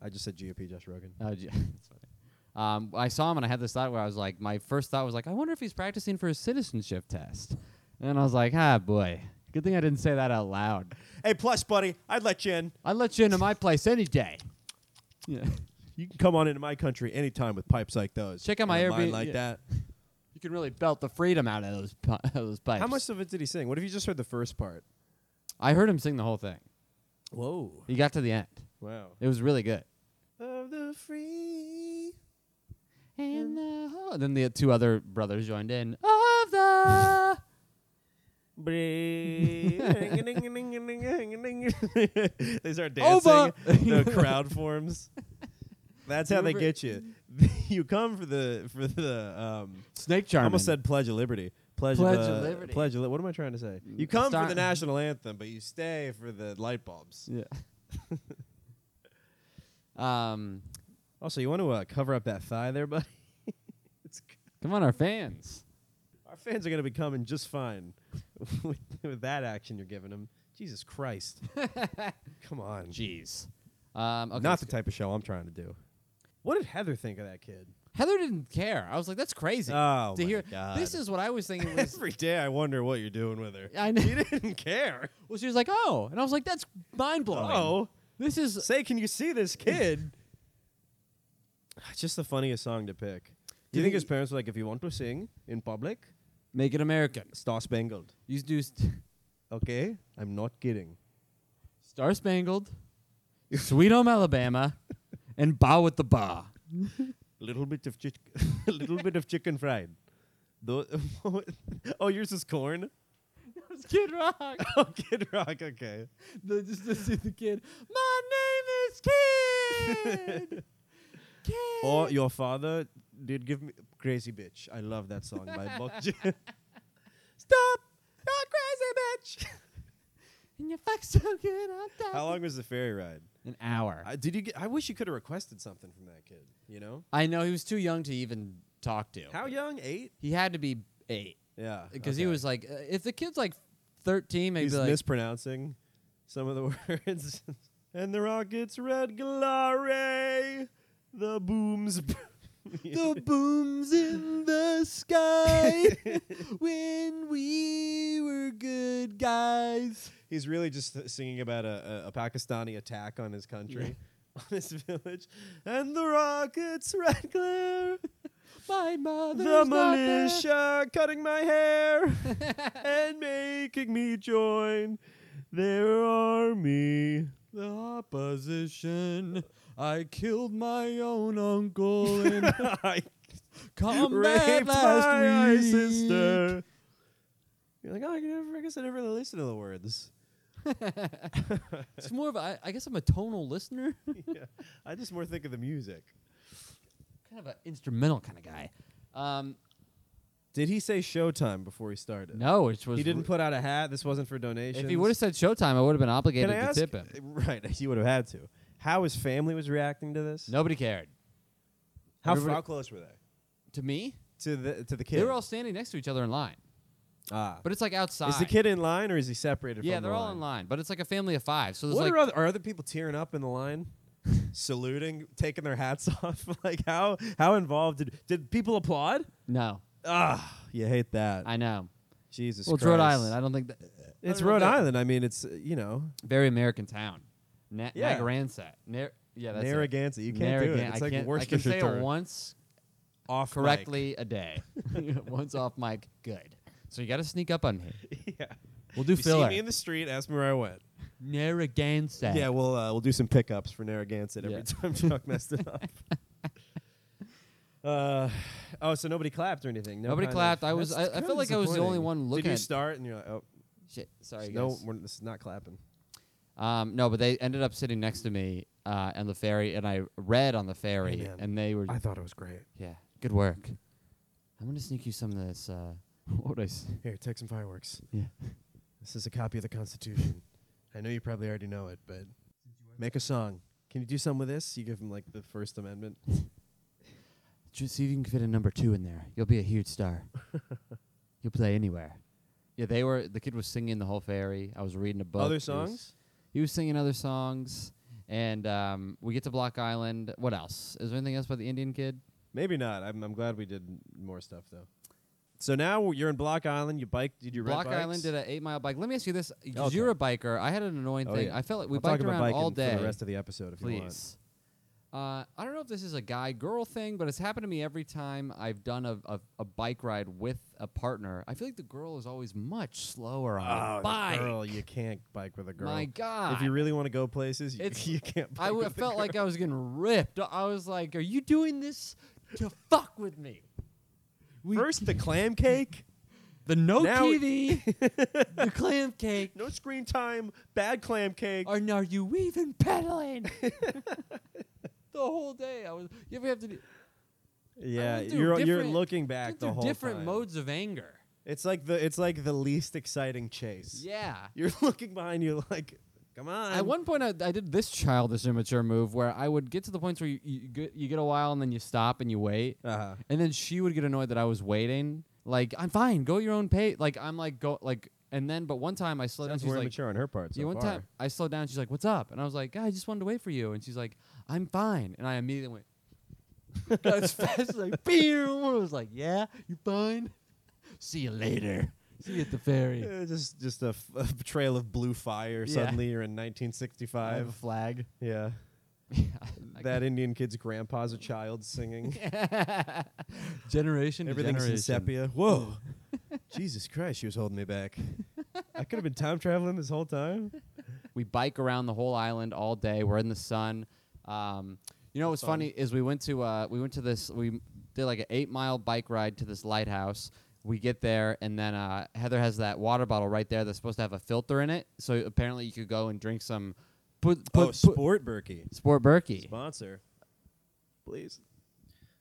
I just said GOP Josh Rogan.
Oh, <laughs> gee, that's funny. Um, I saw him and I had this thought where I was like, my first thought was like, I wonder if he's practicing for his citizenship test. And I was like, ah, boy, good thing I didn't say that out loud.
Hey, plus, buddy, I'd let you in.
I let you into my place any day. Yeah.
You can come on into my country anytime with pipes like those.
Check out my
And a line
Airbnb-
like
yeah.
that.
You can really belt the freedom out of those pi- <laughs> of those pipes.
How much of it did he sing? What if you just heard the first part?
I heard him sing the whole thing.
Whoa!
He got to the end.
Wow.
It was really good.
Of the free.
And the ho- then the two other brothers joined in. Of
<laughs>
the
they start dancing.
Over.
<laughs> The crowd forms. That's how they
Remember-
get you. <laughs> you come for the for the. Um,
snake
I
charmer.
almost said Pledge of Liberty. Pledge,
Pledge
of,
of
uh,
Liberty. Mm.
Pledge of Li- what am I trying to say? You come
Star-
for the national anthem, but you stay for the light bulbs. <laughs>
Yeah. um,
Also, you want to uh, cover up that thigh there, buddy? <laughs> it's, c-
come on, our fans.
our fans are going to be coming just fine <laughs> with, with that action you're giving them.
<laughs>
Jesus Christ. Come on.
Jeez. Um, okay,
Not
let's
the
go.
type of show I'm trying to do. What did Heather think of that kid?
Heather didn't care. I was like, that's crazy.
Oh,
to
my
hear
God.
this is what I was thinking was.
<laughs> Every day I wonder what you're doing with her.
I know.
She didn't <laughs> care.
Well, she was like, oh, and I was like, that's mind blowing.
Oh.
This is
Say, can you see this kid? It's <laughs> just the funniest song to pick. Do
Did
you think
he-
his parents were like, if you want to sing in public,
make it American.
Star Spangled?
You do st-
Okay, I'm not kidding.
Star Spangled, Sweet Home Alabama, and Bow with the Ba.
Little bit of chick, <laughs> a little bit of chicken fried. Tho- <laughs> oh, yours is corn. <laughs>
Kid <laughs> Rock.
Oh, Kid Rock. Okay.
the, just to see the kid. My name is
<laughs>
Kid. kid.
Or your father did give me crazy bitch. I love that song by
<laughs>
Buck. J- Stop, you're crazy bitch.
and you fuck so good. I'll die.
How long was the ferry ride?
An hour.
I, did you get? I wish you could have requested something from that kid. You know.
I know he was too young to even talk to.
How young? Eight?
He had to be eight
Yeah.
because he
okay.
was like, uh, if the kid's like thirteen, maybe
He's
like
mispronouncing some of the <laughs> words. and the rockets red glory, the booms. <laughs>
the booms in the
<laughs>
sky when we were good guys.
He's really just uh, singing about a, a, a Pakistani attack on his country, <laughs> on his village. And the rockets red glare, <laughs>
My mother.
the militia cutting my hair <laughs>
<laughs>
and making me join their army.
The
<laughs>
opposition. I killed my own uncle
<laughs>
in
I
combat last week.
You're like, oh, I, could never, I guess I never really listened to the words.
It's more of a, I, I guess I'm a tonal listener, <laughs>
yeah. I just more think of the music.
kind of an instrumental kind of guy. Um,
Did he say Showtime before he started?
no, which was
He didn't
r-
put out a hat. This wasn't for donations.
If he would have said Showtime, I would have been
Can
obligated
I
to
ask?
tip him.
<laughs> Right, he would have had to. How his family was reacting to this?
Nobody cared.
How,
everybody-
how close were they
To me,
to the to the kid?
they were all standing next to each other in line,
ah.
but it's like outside.
Is the kid in line or is he separated?
Yeah,
from
they're
the
all
line?
in line, but it's like a family of five. So there's
What
like
are other, are other people tearing up in the line, <laughs> saluting, taking their hats <laughs> off? like how how involved did did people applaud?
no,
Ah, you hate that.
I know.
Jesus.
Well, it's Rhode Island. I don't think that
it's
I don't
Rhode
know that-
Island. I mean, it's uh, you know
Very American town. Na-
Yeah.
Narragansett. Nar- yeah, that's it.
Narragansett. You can't do it.
Narragansett.
It's
I
like
can't- I
Worcestershire.
can say it once
off mic.
correctly a day. <laughs> once off mic, good. So you got to sneak up on me.
<laughs> yeah.
We'll do
If you see
filler.
me in the street, ask me where I went.
Narragansett.
Yeah, we'll uh, we'll do some pickups for Narragansett every
Yeah.
time Chuck messed
<laughs>
it up. Uh, oh, so nobody clapped or anything. No
Nobody
kind of-
clapped. I was-
That's
I- I
kinda
felt like I was the only
disappointing.
one
Did
looking.
you start and you're like, oh,
Shit. Sorry,
There's No,
guys.
we're, this is not clapping.
Um, no, but they ended up sitting next to me uh, on the ferry, and I read on the ferry,
man.
and they were,
thought it was great.
yeah, good work. I'm gonna sneak you some of this.
<laughs>
Uh, what would I say?
Here, take some fireworks.
Yeah.
This is a copy of the Constitution. I know you probably already know it, but make a song. Can you do something with this? You give him like the First Amendment. <laughs>
Just see if you can fit a number two in there. You'll be a huge star. You'll play anywhere. Yeah, they were. The kid was singing the whole fairy. I was reading a book.
Other
It was-
songs?
He was, singing other songs, and um, we get to Block Island. What else? Is there anything else about the Indian kid?
Maybe not. I'm, I'm glad we did more stuff though. So now you're in Block Island. You bike? Did you
Block
rent bikes?
Island did an eight mile bike. Let me ask you this: 'cause
Okay.
you're a biker. I had an annoying
Oh,
thing.
yeah.
I felt like we
I'll talk
biked
about
around
biking
all day.
for the rest of the episode if you want.
please. Uh, I don't know if this is a guy girl thing, but it's happened to me every time I've done a, a, a bike ride with a partner. I feel like the girl is always much slower on
Oh,
a
the
bike.
girl, you can't bike with a girl.
My God.
If you really want to go places, you,
It's-
<laughs> you can't. Bike
I w-
with a
felt
girl.
like I was getting ripped. I was like, "Are you doing this to fuck with me?" We,
first the
<laughs>
clam cake,
the no
now- <laughs>
TV, the clam cake.
no screen time, bad clam cake.
Are, are you even
<laughs>
pedaling? the whole day, I was. You ever have to do,
yeah,
went through
you're you're
different-
looking
went
back the
through
whole
different
time.
modes of anger?
It's like the it's like the least exciting chase.
Yeah.
You're <laughs> looking behind you like, come on.
At one point, I, I did this childish, immature move where I would get to the points where you, you, get, you get a while and then you stop and you wait,
Uh-huh.
and then she would get annoyed that I was waiting. Like, I'm fine, go your own pace. Like, I'm like go like, and then but one time I slowed
Sounds
down. She's
more
like,
immature on her part. So
yeah, one
far.
time I slowed down. She's like, "What's up?" And I was like, "God, "I just wanted to wait for you." And she's like, "I'm fine." And I immediately went <laughs> as fast as I pew. I was like, "Yeah, you fine? See you later. See you at the <laughs> ferry."
Uh, just just a, f- <laughs> a trail of blue fire.
Yeah.
Suddenly you're in
I have a <laughs>
1965.
flag.
Yeah. That Indian kid's grandpa's a
<laughs>
child singing.
generation. to
Everything's in
generation.
sepia.
<laughs>
Whoa. Jesus Christ, she was holding me back. I could have been time traveling this whole time.
We bike around the whole island all day. We're in the sun. Um, you know what's
Fun.
funny is we went to uh, we went to this we did like an eight mile bike ride to this lighthouse. We get there and then uh, Heather has that water bottle right there that's supposed to have a filter in it. So apparently you could go and drink some put, put,
oh,
put-
Sport Berkey.
sport Berkey.
Sponsor. Please.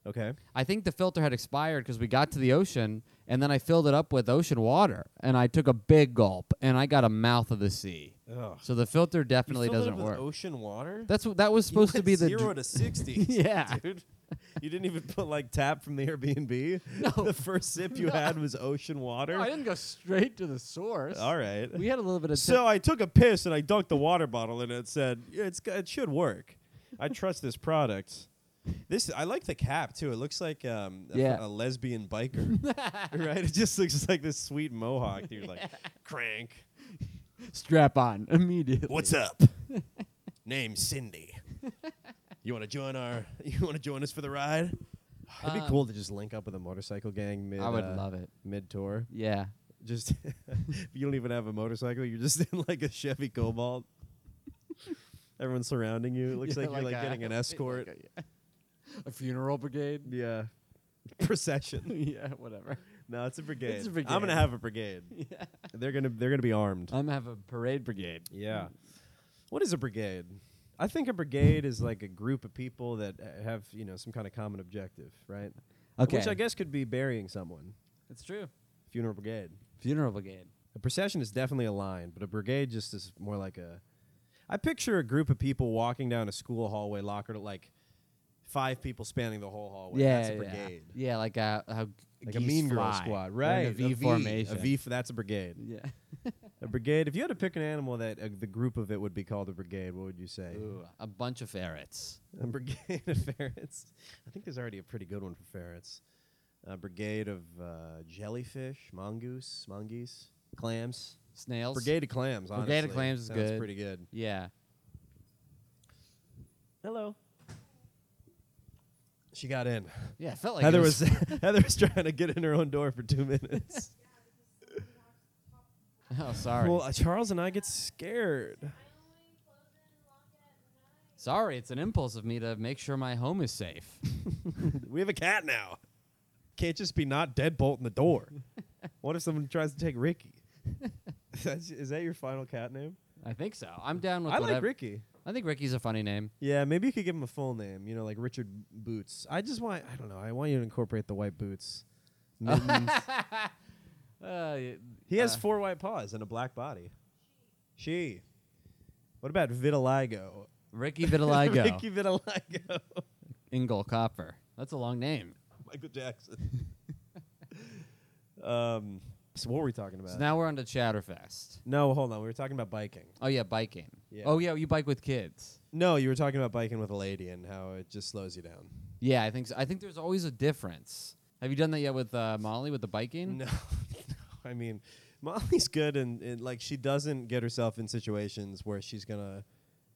Okay.
I think the filter had expired because we got to the ocean and then I filled it up with ocean water and I took a big gulp and I got a mouth of the sea.
Oh.
So the filter definitely doesn't work.
Ocean water?
That's what that was supposed to be the
zero
dr- <laughs>
to sixty.
Yeah.
dude. You didn't even put like tap from the Airbnb.
Oh. <laughs> No.
The first sip you had was ocean water.
No, I didn't go straight to the source.
All right.
We had a little bit of
So I took a piss and I dunked the water bottle in it. and Said yeah, it's g- it should work. I trust this product. This I like the cap too. It looks like um, a,
Yeah.
a lesbian
<laughs>
biker, right? It just looks like this sweet mohawk. Dude, like crank.
strap on <laughs> immediately. <laughs>
What's up? Name Cindy. You want to join our? <laughs> You want to join us for the ride? It'd be
Um,
cool to just link up with a motorcycle gang mid.
I would
uh,
love it.
mid tour.
Yeah.
Just you don't even have a motorcycle. You're just <laughs> in like a Chevy Cobalt. Everyone's surrounding you. It <laughs> looks
Yeah,
like, you're like
a-
getting an
<laughs>
escort.
like a, a funeral brigade.
yeah, <laughs> procession.
<laughs> yeah, whatever.
No, it's a brigade.
It's a
I'm
brigade. Uh,
gonna have a brigade. They're gonna they're gonna be armed.
I'm gonna have a parade brigade.
Yeah. What is a brigade? I think a brigade is like a group of people that uh, have you know some kind of common objective, right? Which
Okay.
I guess could be burying someone.
It's true.
Funeral brigade.
Funeral brigade.
A procession is definitely a line, but a brigade just is more like a. I picture a group of people walking down a school hallway locker to like five people spanning the whole hallway.
yeah,
that's a
yeah.
brigade.
Yeah, like a how
Like a
geese
mean girl
fly.
squad,
They're in
right?
A V formation. <laughs>
A V. f- That's a brigade.
Yeah.
A brigade. If you had to pick an animal that uh, the group of it would be called a brigade, what would you say?
Ooh, a bunch of ferrets.
A brigade <laughs> of ferrets. I think there's already a pretty good one for ferrets. A brigade of uh, jellyfish, mongoose, mongoose, clams.
Snails.
Brigade of clams. Honestly.
Brigade of clams is
Sounds
good.
Pretty good.
Yeah.
Hello. She got in.
Yeah, it felt like it
Heather <laughs> was Heather was trying to get in her own door for two <laughs> minutes.
<laughs> Oh, sorry.
Well, uh, Charles and I get scared.
sorry, it's an impulse of me to make sure my home is safe.
We have a cat now. Can't just be not deadbolting the door. <laughs> what if someone tries to take Ricky? <laughs> That's- is that your final cat name?
I think so. I'm down with
I
whatever.
like Ricky.
I think Ricky's a funny
<laughs>
name.
Yeah, maybe you could give him a full name. You know, like Richard Boots. I just want. I don't know. I want you to incorporate the white <laughs> boots. Mittens.
Uh, y-
He has
Uh,
four white paws and a black body. She. What about vitiligo?
<laughs> Ricky
<laughs>
Vitiligo.
Ricky Vitiligo.
Ingle Copper. That's a long name.
Michael Jackson. <laughs> um, So what were we talking about?
So now we're on to Chatterfest.
no, hold on. We were talking about biking.
Oh yeah, biking.
Yeah.
Oh yeah, you bike with kids.
No, you were talking about biking with a lady and how it just slows you down.
Yeah, I think so. I think there's always a difference. Have you done that yet with uh, Molly with the <laughs> biking?
No, <laughs> I mean, Molly's good and, and like she doesn't get herself in situations where she's gonna,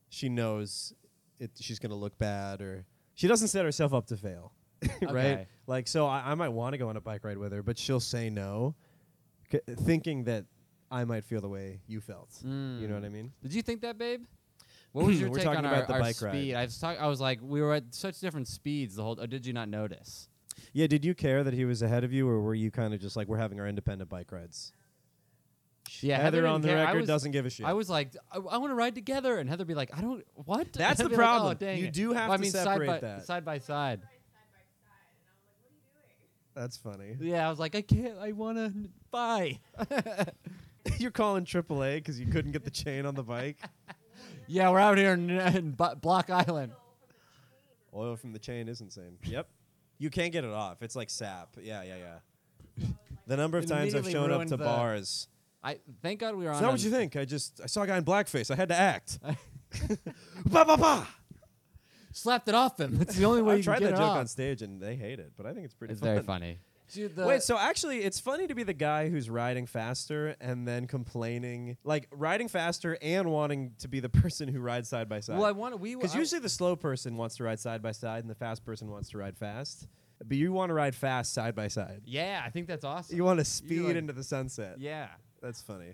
she knows it. She's gonna look bad or she doesn't set herself up to fail, <laughs> right?
Okay.
Like so, I, I might want to go on a bike ride with her, but she'll say no, c- thinking that I might feel the way you felt. You know what I mean?
Did you think that, babe? What
<clears throat>
was your
We're
take
talking
on
about
our,
the
our
bike ride.
speed? I was talk- I was like, we were at such different speeds. The whole. Or did you not notice?
Yeah. Did you care that he was ahead of you, or were you kind of just like we're having our independent bike rides?
Yeah,
Heather,
didn't
on the
care. I
record
was-
doesn't give a shit.
I was like, I, want to ride together, and Heather be like, I don't. What?
That's
I'd
the
be
problem.
Like, oh, dang
You
it."
do have
Well, I
to
mean,
separate
side by,
that.
Side by side.
That's funny.
Yeah, I was like, I can't. I want to buy.
<laughs> You're calling AAA because you couldn't get the chain on the <laughs> bike.
Yeah, we're out here in, in Bu- Block Island.
Oil from the chain is insane. Yep. You can't get it off. It's like sap. Yeah, yeah, yeah. The number of times I've
Immediately
shown up
ruined
to
the-
bars.
I thank God we were on.
It's not
a-
what you think. I just I saw a guy in blackface. I had
<laughs>
to act. ba ba ba.
Slapped it off him. That's the
<laughs>
only way
I
you can
tried
get
that
it
joke
off.
on stage and they hate it, but I think it's pretty
It's
fun.
very funny. Dude, the-
Wait, so actually, it's funny to be the guy who's riding faster and then complaining, like riding faster and wanting to be the <laughs> person who rides side by side.
well, I want we
Because
I-
usually the slow person wants to ride side by side and the fast person wants to ride fast. But you want to ride fast side by side.
Yeah, I think that's awesome.
You want to speed
like-
into the sunset.
yeah.
That's funny.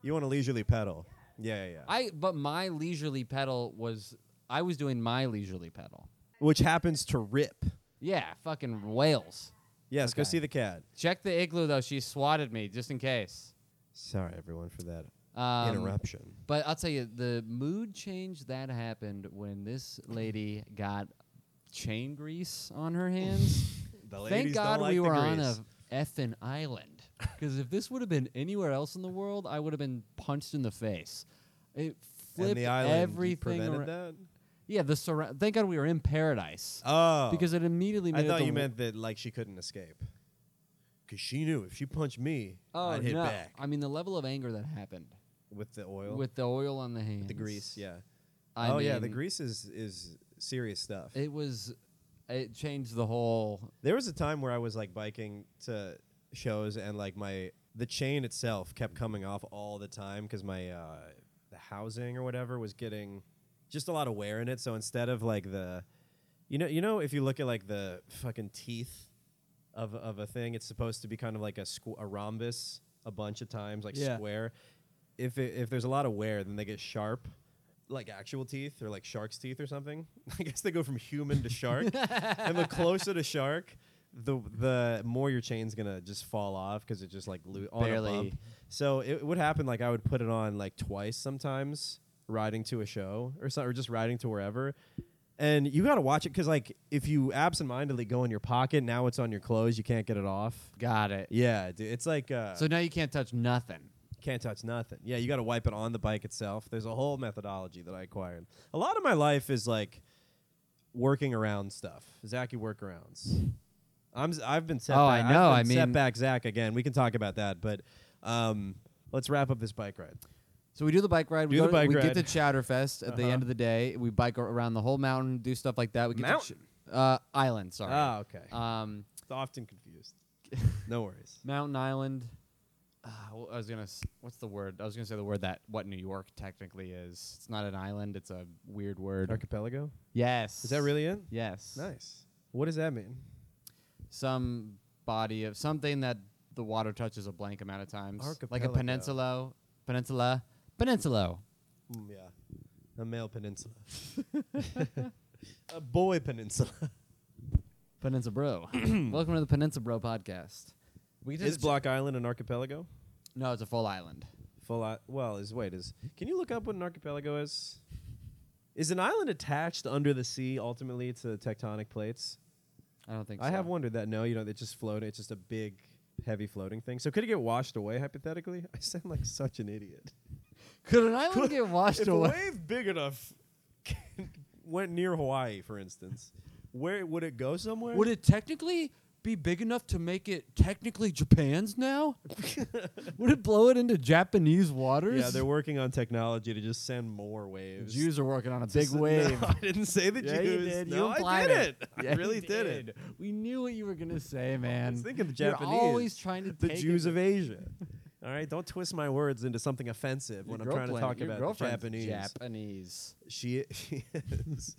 You want to leisurely pedal. Yeah, yeah, yeah.
I but my leisurely pedal was I was doing my leisurely pedal.
Which happens to rip.
Yeah, fucking whales.
Yes, go
Okay.
see the cat.
Check the igloo though. She swatted me just in case.
Sorry, everyone, for that
Um,
interruption.
But I'll tell you, the mood change that happened when this lady got chain grease on her hands.
<laughs> The
Thank God we were on a effing island. Because if this would have been anywhere else in the world, I would have been punched in the face. It flipped
and the island
everything.
prevented
arou-
that.
Yeah, the surround. Thank God we were in paradise.
Oh,
because it immediately
I
made it
thought
the
you
wo-
meant that like she couldn't escape. Cause she knew if she punched me,
Oh
I'd hit
no!
back
I mean, the level of anger that happened
with the oil,
with the oil on the hands,
the grease. Yeah.
I
oh yeah, the
mean,
grease is is serious stuff.
It was. It changed the whole.
there was a time where I was like biking to shows and like my the chain itself kept coming off all the time because my uh, the housing or whatever was getting just a lot of wear in it. So instead of like the you know you know if you look at like the fucking teeth of of a thing, it's supposed to be kind of like a squ- a rhombus a bunch of times, like
Yeah.
square. If it, if there's a lot of wear, then they get sharp, like actual teeth or like shark's teeth or something. <laughs> I guess they go from human to shark, <laughs> and the closer to shark, the the more your chain's gonna just fall off because it just like lo- on a
Barely.
bump. So it would happen like I would put it on like twice sometimes riding to a show or something or just riding to wherever. And you got to watch it cuz like if you absentmindedly go in your pocket, now it's on your clothes, you can't get it off.
Got it.
Yeah, dude, it's like uh
So now you can't touch nothing.
can't touch nothing. Yeah, you got to wipe it on the bike itself. There's a whole methodology that I acquired. A lot of my life is like working around stuff. Zachy workarounds. I'm s- I've been set
Oh,
back-
I know.
I've been
I
set
mean-
back Zach again. We can talk about that, but um, let's wrap up this bike ride.
So we do the bike ride. We,
Do
go
the
to-
bike
we get
ride.
to Chatterfest at the
Uh-huh.
end of the day. We bike ar- around the whole mountain, do stuff like that. We get to Ch-
Mountain?
uh, island. Sorry.
Ah, okay.
Um,
It's often
<laughs>
confused. no worries.
Mountain Island. Uh, I was gonna. s- What's the word? I was gonna say the word that what New York technically is. It's not an island. It's a weird word.
Archipelago.
Yes.
Is that really it?
Yes.
Nice. What does that mean?
Some body of something that the water touches a blank amount of times, like a
Archipelago.
peninsula, peninsula, peninsula.
Mm, yeah, a male
<laughs>
peninsula, <laughs> a boy peninsula.
<clears throat>
Peninsula <clears throat> Bro. Welcome to the Peninsula Bro podcast. We
Is Block Island an archipelago?
No, it's a full island.
Full I- well is wait is can you look up what an archipelago is? Is an island attached under the sea ultimately to tectonic plates?
I don't think
I
so.
have wondered that. No, you know, it's just floating. It's just a big, heavy floating thing. So could it get washed away hypothetically? <laughs> I sound like such an idiot.
Could an island get washed
if a
away?
wave big enough went near Hawaii, for instance, where would it go somewhere?
Would it technically
be big enough to make it technically Japan's now?
<laughs>
Would it blow it into Japanese waters?
<laughs> Yeah, they're working on technology to just send more waves.
Jews are working on a
Just-
big <laughs> wave.
No, <laughs> I didn't say the
Yeah,
Jews.
you did.
No,
you
I
implied
did it.
Yeah,
I
you
really did
did.
it.
We knew what you were gonna say, man.
I was thinking the
You're
Japanese.
always trying to
the
take
Jews
it-
of Asia. <laughs> All right, don't twist my words into something offensive when
Your
I'm trying to
girlfriend-
talk
your
about the
girlfriend's Japanese.
Japanese. She, <laughs> she is.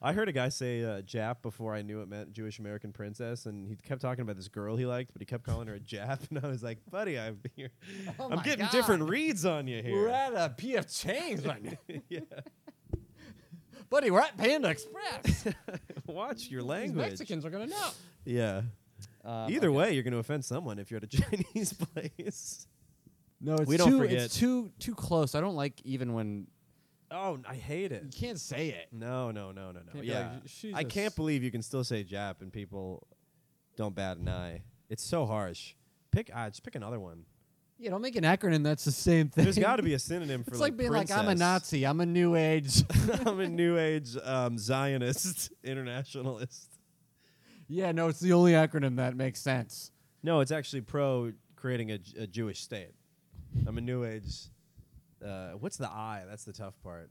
I heard a guy say uh, Jap before I knew it meant Jewish American princess, and he kept talking about this girl he liked, but he kept calling her a Jap, <laughs> and I was like, buddy, I'm, <laughs> here.
<laughs> Oh
I'm
my
getting
God.
different reads on you
We're
here.
at a PF Chang's right now,
<laughs> yeah.
<laughs> buddy. We're at Panda
<laughs>
Express.
<laughs> Watch your
These Uh,
language. uh,
Mexicans are gonna know.
Yeah.
Um,
Either
okay.
way, you're going to offend someone if you're at a <laughs> Chinese place.
No, it's
We don't
too.
forget.
It's too.
too too close. I don't like even when
Oh, I hate
You
it.
can't say it.
No, no, no, no, no.
Can't be
Yeah,
like, "She's
I
a
can't
s-
believe you can still say Jap and people don't bat an eye. It's so harsh. Pick, ah, just pick another one.
Yeah, don't make an acronym that's the same thing.
There's got
<laughs>
to be a synonym for
It's like, being like, I'm a
princess.
Nazi. I'm a New Age. <laughs>
<laughs> I'm a New Age um, Zionist <laughs> internationalist.
yeah, no, it's the only acronym that makes sense.
No, it's actually pro creating a, J- a Jewish state. I'm a New Age. Uh, what's the I? That's the tough part.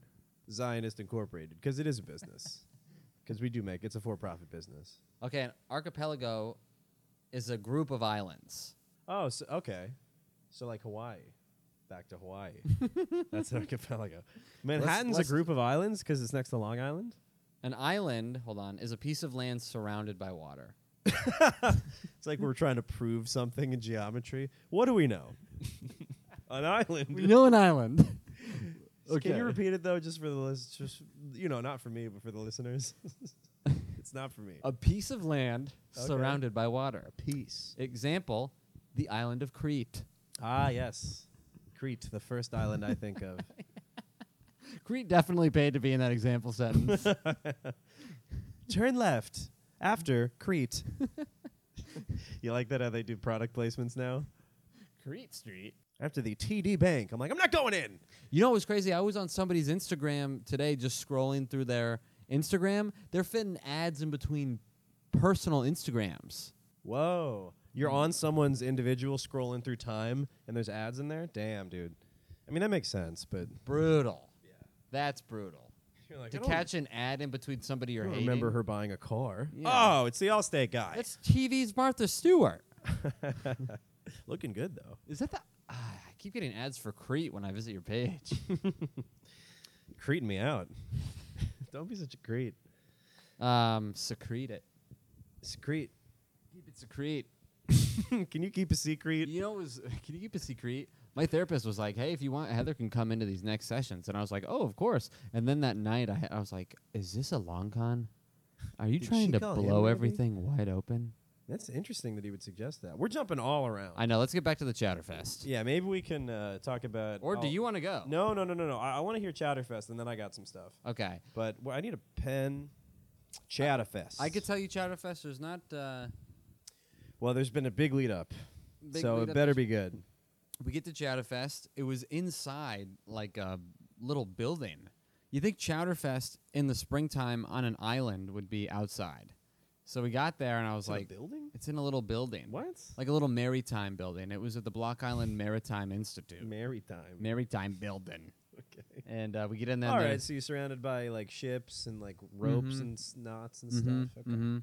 Zionist Incorporated, because it is a business. Because we do make it's a for-profit business.
okay, an archipelago is a group of islands.
Oh, so, okay. So like Hawaii. Back
<laughs>
to Hawaii. That's <laughs> an archipelago. Manhattan's
let's-
a group of islands because it's next to Long Island.
An island, hold on, is a piece of land surrounded by water.
It's like we're trying to prove something in geometry. What do
<laughs>
we know? an island.
<laughs> We know an island.
Can
Okay.
you repeat it though, just for the list? Just you know, not for me, but for
<laughs>
the listeners. it's not for me.
A piece of <laughs> land.
Okay.
Surrounded by water.
piece.
Example, the island of Crete.
Ah, yes, Crete, the first island I think
<laughs>
of.
Crete definitely paid to be in that example
<laughs>
sentence.
Turn left after
<laughs>
Crete. you like that how they do product placements now?
Crete Street.
After the TD Bank, I'm like, I'm not going in.
You know what was crazy? I was on somebody's Instagram today just scrolling through their Instagram. They're fitting ads in between personal Instagrams.
Whoa, you're on someone's individual scrolling through time, and there's ads in there. Damn, dude. I mean, that makes sense, but
Brutal. That's brutal.
you're like,
to
I don't-
catch an ad in between somebody
I
you're
don't
hating.
remember her buying a car.
Yeah.
Oh, it's the Allstate guy.
That's TV's Martha Stewart.
Looking good though.
Is that the? Ah, I keep getting ads for Crete when I visit your
<laughs>
page.
Creeting me out. <laughs> Don't be such a creep.
um, secrete it.
Secrete.
Keep it secrete.
<laughs> Can you keep a secret?
You know, it was <laughs> can you keep it secret? My therapist was like, "Hey, if you want, Heather can come into these next sessions," and I was like, "Oh, of course." And then that night, I ha- I was like, "Is this a long con? Are you
Did she
trying to
call him
blow
maybe?
everything wide open?"
That's interesting that he would suggest that. We're jumping all around.
I know. Let's get back to the Chatterfest.
yeah, maybe we can uh, talk about.
Or do
all-
you want to go?
No, no, no, no, no. I, I want to hear Chatterfest, and then I got some stuff.
Okay.
But well, I need a pen. Chatterfest.
I could tell you, Chatterfest. There's not. Uh,
well, there's been a big lead up,
Big
so
lead
it
up
better
to-
be good.
we get to Chowderfest. It was inside like a little building. You think Chowderfest in the springtime on an island would be outside? So we got there and I was
in a
like,
building?
It's in a little building.
What?
Like a little maritime building. It was at the Block Island Maritime Institute.
Maritime.
maritime building.
<laughs> okay.
And uh, we get in there.
All
and
right.
there's-
So you're surrounded by like ships and like ropes
Mhm.
and s- knots and
Mhm,
stuff. Okay.
mhm.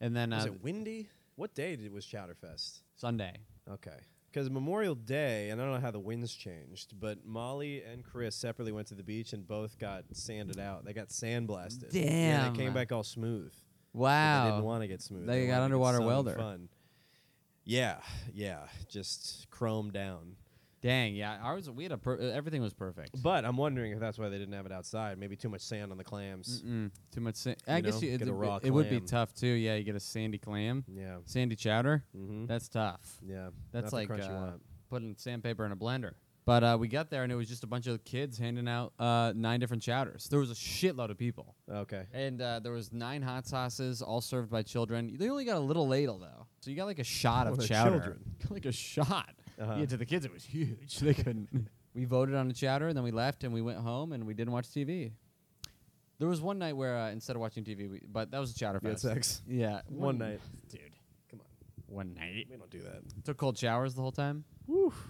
And then
Was
uh,
it windy? What day did, was Chowderfest?
Sunday.
Okay. Because Memorial Day, and I don't know how the winds changed, but Molly and Chris separately went to the beach and both got sanded out. They got sandblasted. And
Damn.
they came back all smooth. But they didn't
Wow.
want to get
They
smooth.
got
wanted to get
underwater
sun and
welder.
Fun. Yeah, yeah, just chrome down.
Dang. Yeah. Ours. We had a. Per- uh, everything was perfect.
But I'm wondering if that's why they didn't have it outside. Maybe too much sand on the clams.
Mm-mm, too much sand. I
You
guess
know,
you,
get
it,
a raw
it would be
clam.
tough too. Yeah, you get a sandy clam,
Yeah,
sandy chowder.
mm-hmm.
That's tough.
yeah.
That's
not the
like
crunch you
uh,
want.
putting sandpaper in a blender. But uh, we got there and it was just a bunch of kids handing out uh, nine different chowders. There was a shitload of people,
okay.
and uh, there was nine hot sauces, all served by children. They only got a little ladle though, so you got like a shot
<laughs> Well,
of
they're
chowder,
children.
<laughs> like a shot.
Uh-huh.
Yeah, to the kids, it was
<laughs>
huge. They couldn't.
We voted on the chowder, and then we left, and we went home, and we didn't watch TV. There was one night where uh, instead of watching TV, we, but that was a chowder
We had
fest.
sex
Yeah, <laughs>
one night.
dude. one night.
We don't do that.
Took cold showers the whole time.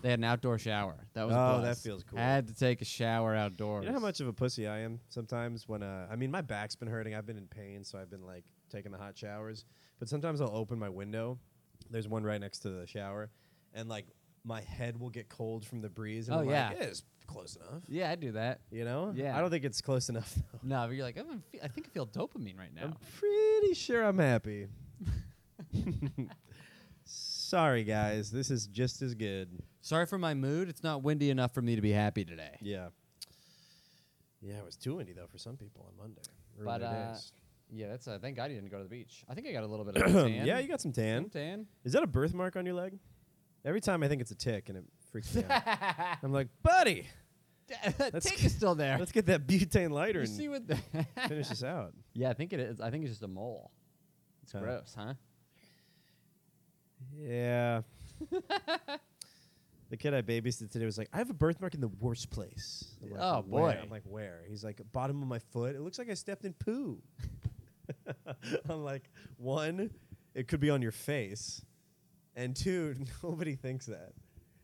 They had an outdoor shower. That was a
Oh, that
blast.
feels cool.
Had to take a shower outdoors.
You know how much of a pussy I am sometimes when uh, I mean my back's been hurting. I've been in pain, so I've been like taking the hot showers. But sometimes I'll open my window. There's one right next to the shower, and like my head will get cold from the breeze. And
Oh,
I'm
yeah.
like, "Eh, it's close enough.
Yeah, I do that.
You know?
Yeah.
I don't think it's close enough though.
No, but you're like, I'm, fe- I think I feel dopamine right now.
I'm pretty sure I'm happy. <laughs> Sorry guys, this is just as good.
Sorry for my mood. It's not windy enough for me to be happy today.
Yeah. Yeah, it was too windy though for some people on Monday. Ruined
But,
their
uh,
days.
Yeah, that's. Uh, thank God you didn't go to the beach. I think I got a little
<clears throat>
bit of a tan.
yeah, you got some tan.
Some tan.
Is that a birthmark on your leg? Every time I think it's a tick and it freaks me
<laughs>
out. I'm like, buddy,
that tick is still there.
let's get that butane lighter
You
and
see what? The <laughs>
finish this out.
yeah, I think it is. I think it's just a mole. It's
Huh.
gross, huh?
Yeah. the kid I babysit today was like, I have a birthmark in the worst place. I'm like,
Oh,
"Where?"
boy.
I'm like, where? He's like, bottom of my foot. It looks like I stepped in poo. <laughs> I'm like, one, it could be on your face. And two, <laughs> nobody thinks that.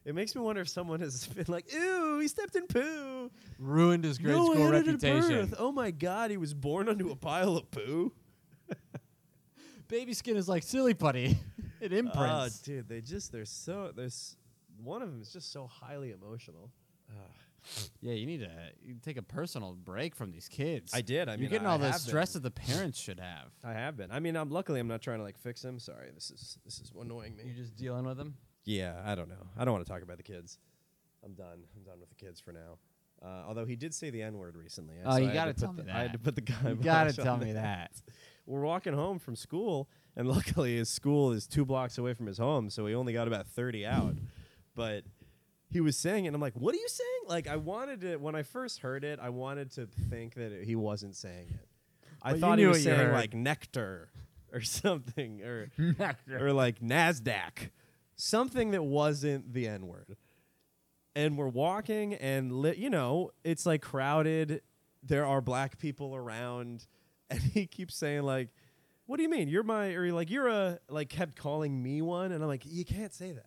It makes me wonder if someone has <laughs> been like, ew, he stepped in poo.
Ruined his grade
no,
school
I had it at
reputation.
birth. Oh my god, he was born onto a pile of poo.
Baby skin is like silly putty. <laughs> it
Oh,
imprints.
dude, they just they're so there's one of them is just so highly emotional.
yeah, you need to you take a personal break from these kids.
I did. I
You're
mean,
getting
I
all the
have
stress
been. <laughs>
that the parents should have.
I have been. I mean, I'm luckily I'm not trying to like fix him. Sorry, this is this is annoying
You're
me.
just dealing with them.
Yeah, I don't know. I don't want to talk about the kids. I'm done. I'm done with the kids for now. Uh, although he did say the N word recently.
Oh,
so
you
I had
gotta
to put
tell me
the- I had
that.
to put the guy. <laughs>
You gotta
watch on
tell me
<laughs>
that.
we're walking home from school, and <laughs> luckily his school is two blocks away from his home, so he only got about 30 out. but he was saying it, and I'm like, what are you saying? Like, I wanted to, when I first heard it, I wanted to think that it- he wasn't saying it. I
Well, you
thought he
knew
was
what you
saying,
heard.
like, nectar or <laughs> something, or, or like NASDAQ, something that wasn't the N word and we're walking and li- you know it's like crowded there are black people around <laughs> and he keeps saying like what do you mean you're my or like you're a like kept calling me one and i'm like you can't say that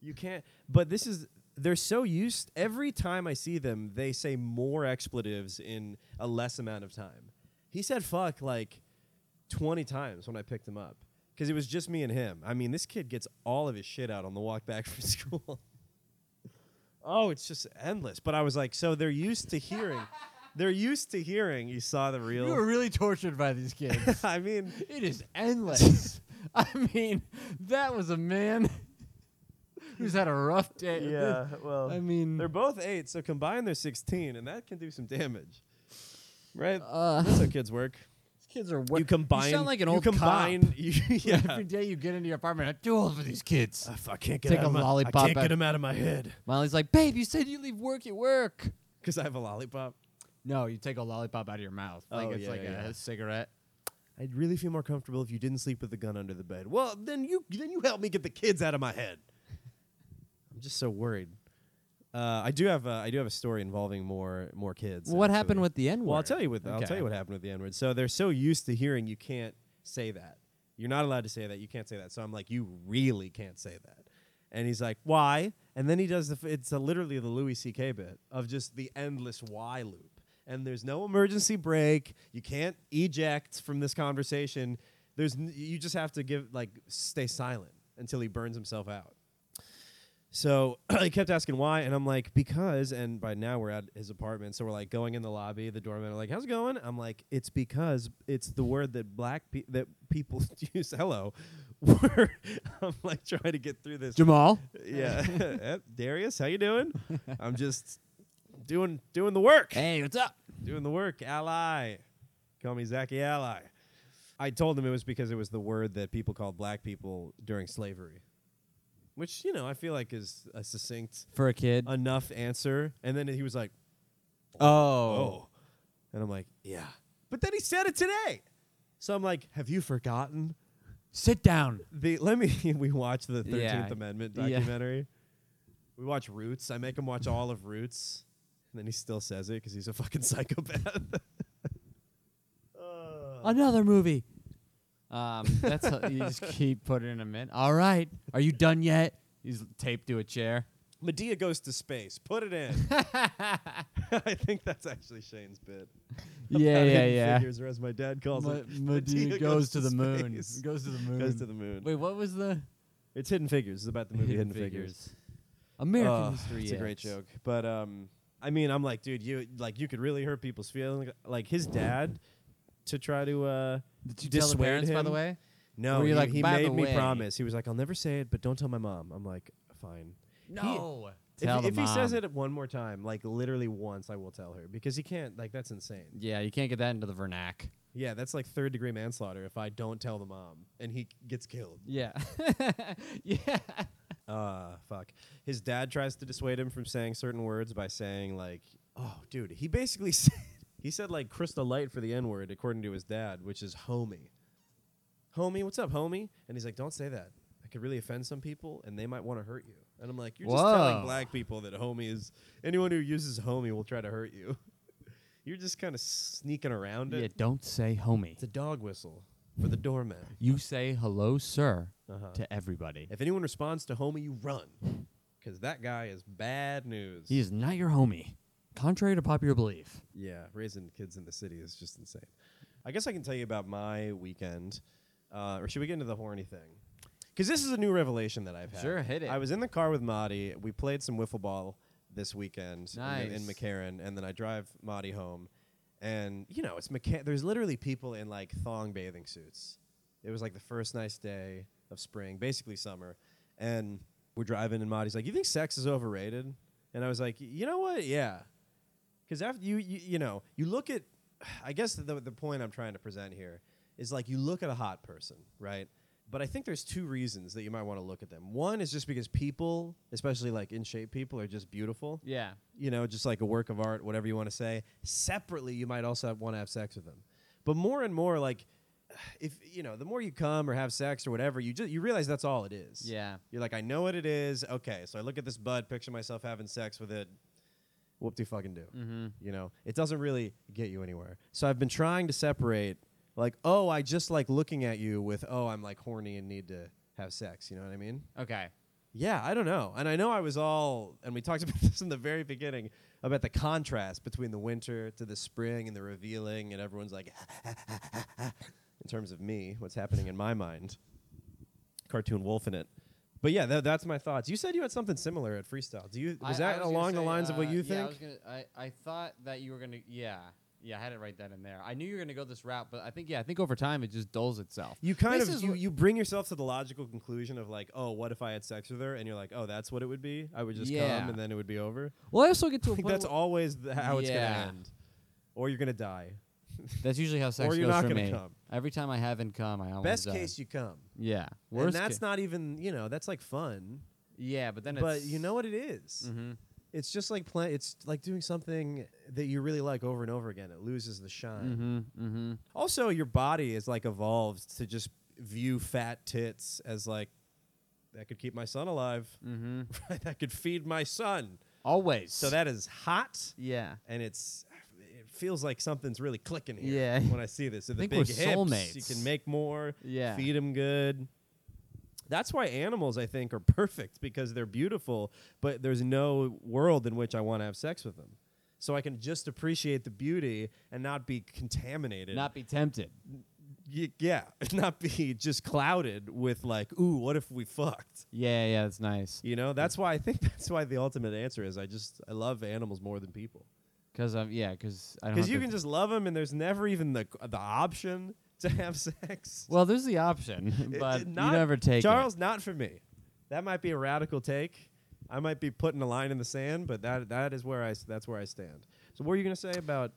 you can't but this is they're so used every time i see them they say more expletives in a less amount of time he said fuck like 20 times when i picked him up because it was just me and him i mean this kid gets all of his shit out on the walk back from <laughs> school Oh, it's just endless. But I was like, so they're used to hearing. they're used to hearing. You saw the
You were
<laughs> real.
really tortured by these
<laughs>
kids.
I mean,
It is endless. <laughs> I mean, that was a man <laughs> who's had a rough day.
yeah. Well,
I mean,
they're both eight, so combined they're sixteen, and that can do some damage, right?
uh,
That's how kids work.
these kids are.
You combine.
sound like an old
you
cop.
combine, <laughs> You, yeah.
<laughs>
Uh.
Every day you get into your apartment, I'm too old for these kids.
If I can't get
Take
out
a
of my,
lollipop
I can't
out-
get him out of my head
Molly's like, babe, you said you leave work at work.
because I have a lollipop.
No, you take a lollipop out of your mouth. Like
Oh,
it's
yeah,
like
yeah.
a cigarette.
I'd really feel more comfortable if you didn't sleep with the gun under the bed. Well, then you then you help me get the kids out of my head. <laughs> I'm just so worried. Uh, I do have a, I do have a story involving more more kids.
what
actually.
happened with the N word?
Well, I'll tell you what I'll
Okay.
tell you what happened with the N word. So they're so used to hearing you can't say that. You're not allowed to say that. You can't say that. So I'm like, you really can't say that. And he's like, why? And then he does the. f- It's a, literally the Louis C.K. bit of just the endless why loop. And there's no emergency break. You can't eject from this conversation. There's n- you just have to give like stay silent until he burns himself out. So <clears throat> he kept asking why, and I'm like, because. And by now we're at his apartment, so we're like going in the lobby. The doorman are like, "How's it going?" I'm like, "It's because it's the word that black pe- that people <laughs> use." Hello, We're- I'm like trying to get through this.
Jamal.
yeah, <laughs> Eh, Darius, how you doing? I'm just doing doing the work
Hey, what's up?
doing the work, ally. Call me Zachy Ally. I told him it was because it was the word that people called black people during slavery, which you know I feel like is a succinct
For a kid.
enough answer. And then he was like,
oh.
"Oh," and I'm like, "Yeah," but then he said it today, so I'm like, "Have you forgotten?"
Sit down.
The let me <laughs> we watched the Thirteenth
Yeah.
Amendment
Yeah.
documentary. We watch Roots. I make him watch all of Roots, and then he still says it because he's <laughs> a fucking psychopath. Oh.
Another movie. Um, that's how- you <laughs> just keep putting him in. All right, are you done yet? He's taped to a <laughs> chair.
Medea goes to space. Put it in. <laughs> I think that's actually Shane's bit.
yeah,
About
yeah,
hidden
yeah.
Figures, or as my dad calls
Ma-
it, <laughs>
Medea goes to the moon.
space.
Goes to the moon.
Goes to the moon.
Wait, what was the
It's Hidden Figures. It's about the movie Hidden, Figures.
American
Ugh,
history.
It's a great
X.
joke, but um, I mean, I'm like, dude, you like you could really hurt people's feelings. Like his dad, to try to uh,
Did you tell the
dissuade
parents, by the
him?
way?
No,
Were you
he,
like,
he
"By the
made me
way?"
promise. He was like, I'll never say it, but don't tell my mom. I'm like, fine.
No.
If-
tell
if
the
he says
mom.
it one more time, like literally once, I will tell her because he can't. Like that's insane.
Yeah, you can't get that into the vernac.
Yeah, that's like third degree manslaughter if I don't tell the mom and he gets killed.
Yeah. <laughs> yeah.
Uh fuck. His dad tries to dissuade him from saying certain words by saying like, "Oh, dude, he basically <laughs> said he said like crystal light for the N word according to his dad, which is homie. Homie, what's up, homie? And he's like, "Don't say that. That could really offend some people and they might want to hurt you." And I'm like, "You're just
Whoa.
telling black people that homie is anyone who uses homie will try to hurt you. <laughs> You're just kind of sneaking around it.
Yeah, don't say homie.
It's a dog whistle for the doorman.
You say hello, sir,
Uh-huh.
to everybody.
If anyone responds to homie, you run. Because that guy is bad news.
He is not your homie, contrary to popular belief.
yeah, raising kids in the city is just insane. I guess I can tell you about my weekend. Uh, or should we get into the horny thing? Because this is a new revelation that I've had.
Sure, hit it.
I was in the car with Madi. We played some wiffle ball this weekend in, in
Nice.
McCarran, and then I drive Madi home. And you know, it's McCarran. There's literally people in like thong bathing suits. It was like the first nice day of spring, basically summer. And we're driving, and Madi's like, "You think sex is overrated?" And I was like, "You know what? Yeah." Because after you, you, you know, you look at, I guess the, the point I'm trying to present here is like you look at a hot person, right? But I think there's two reasons that you might want to look at them. One is just because people, especially like in shape people, are just beautiful,
Yeah.
you know, just like a work of art, whatever you want to say. Separately, you might also want to have sex with them. But more and more, like, if, you know, the more you come or have sex or whatever, you just, you realize that's all it is.
Yeah.
You're like, I know what it is. Okay, so I look at this bud, picture myself having sex with it. Whoop de fucking do. You know, it doesn't really get you anywhere. So I've been trying to separate, like, oh, I just like looking at you with, oh, I'm like horny and need to have sex. You know what I mean?
Okay.
Yeah, I don't know. And I know I was all, and we talked <laughs> about this in the very beginning about the contrast between the winter to the spring and the revealing, and everyone's like, <laughs> in terms of me, what's happening in my mind. Cartoon Wolf in it. But yeah, tha- that's my thoughts. You said you had something similar at freestyle. Do you was that along the lines of what you
uh, I,
think?
was gonna, I, I thought that you were going to, yeah. Yeah, I had it right then and there. I knew you were going to go this route, but I think, yeah, I think over time it just dulls itself.
you kind
This
of
is
you,
wh-
you bring yourself to the logical conclusion of like, oh, what if I had sex with her? And you're like, oh, that's what it would be. I would just
Yeah.
come and then it would be over.
<laughs> Well, I also get to a
I think that's always th- how it's
Yeah.
gonna end, or you're gonna die.
That's usually how sex
you're
goes
not
for
gonna
me.
come.
Every time I haven't come, I almost
Best
die.
case, you come.
yeah. Worst.
and that's
ca-
not even you know that's like fun,
Yeah, but then it's.
but you know what it is?
Mm-hmm.
It's just like play. It's like doing something that you really like over and over again. It loses the shine.
Mm-hmm. Mm-hmm.
Also, your body is like evolved to just view fat tits as like that could keep my son alive.
Mm-hmm.
Right? <laughs> That could feed my son.
Always.
So that is hot,
Yeah.
and it's it feels like something's really clicking here.
Yeah.
When I see this, so the
think
big
we're
hips, you
soulmates.
can make more.
Yeah.
feed them good. That's why animals, I think, are perfect because they're beautiful, but there's no world in which I want to have sex with them. So I can just appreciate the beauty and not be contaminated.
Not be tempted.
Y- yeah, <laughs> not be just clouded with like, ooh, what if we fucked?
Yeah. Yeah. That's nice.
You know, that's why I think <laughs> that's why the ultimate answer is I just I love animals more than people
Because I'm. Yeah. Because I don't.
because
have
you
to-
can just love them and there's never even the the option to have sex.
<laughs> Well, there's the option,
<laughs> It-
but
it- not-
you never take
Charles. Not for me. That might be a radical take. I might be putting a line in the sand, but that that is where I s- that's where I stand. So what are you gonna say about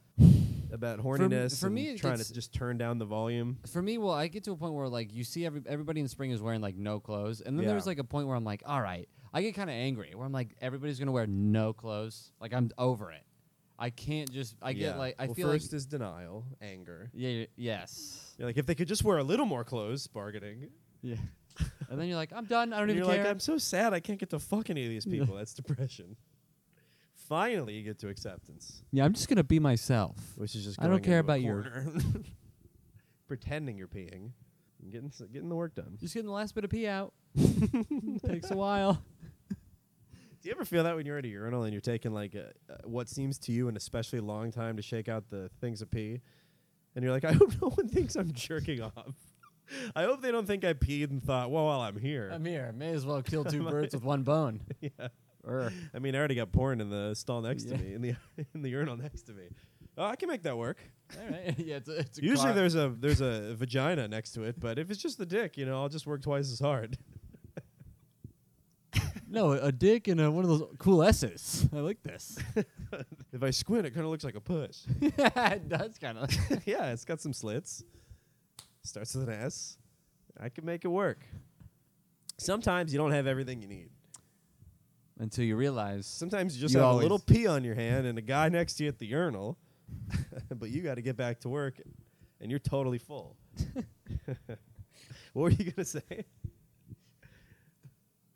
about horniness?
for
and
me, it
trying
gets-
to just turn down the volume.
it. For me, well, I get to a point where like you see every everybody in spring is wearing like no clothes, and then
Yeah.
there's like a point where I'm like, all right, I get kind of angry where I'm like, everybody's gonna wear no clothes. Like I'm over it. I can't just. I get like I
well,
feel
first
like.
is denial, anger.
Yeah. Yes.
You're like if they could just wear a little more clothes, bargaining. <laughs>
Yeah. and then you're like, I'm done. I don't
And
even
you're
care.
like, I'm so sad. I can't get to fuck any of
<laughs>
these people. That's depression. Finally, you get to acceptance.
yeah, I'm just gonna be myself.
which is just
I don't
going
care <laughs>
<laughs> into a
about your-
corner. pretending you're peeing. Getting s- getting the
<laughs>
work done.
Just getting the last bit of pee out. Takes a while.
Do you ever feel that when you're at a urinal and you're taking like a, uh, what seems to you an especially long time to shake out the things of pee, and you're like, <laughs> I hope no one thinks I'm jerking off. <laughs> I hope they don't think I peed and thought, well, while I'm here.
I'm here. May as well <laughs> kill two birds with one bone.
<laughs> yeah.
Er. <laughs>
I mean, I already got porn in the stall next
Yeah.
to me, in the <laughs> in the urinal next to me. Oh, I can make that work.
All right. <laughs> yeah, it's a, it's a
Usually
car-
there's a there's a vagina next to it, but if it's just the dick, you know, I'll just work twice as hard.
no a dick and a, one of those cool S's. I like <laughs> this.
if I squint, it kind of looks like a push.
yeah, it does kind of.
<laughs> yeah, it's got some slits. Starts with an S. I can make it work. Sometimes you don't have everything you need.
<laughs> Until you realize
Sometimes you just
You
have a
always-
little pee on your hand and a guy next to you at the urinal, <laughs> but you got to get back to work and you're totally full. <laughs> what were you going to say?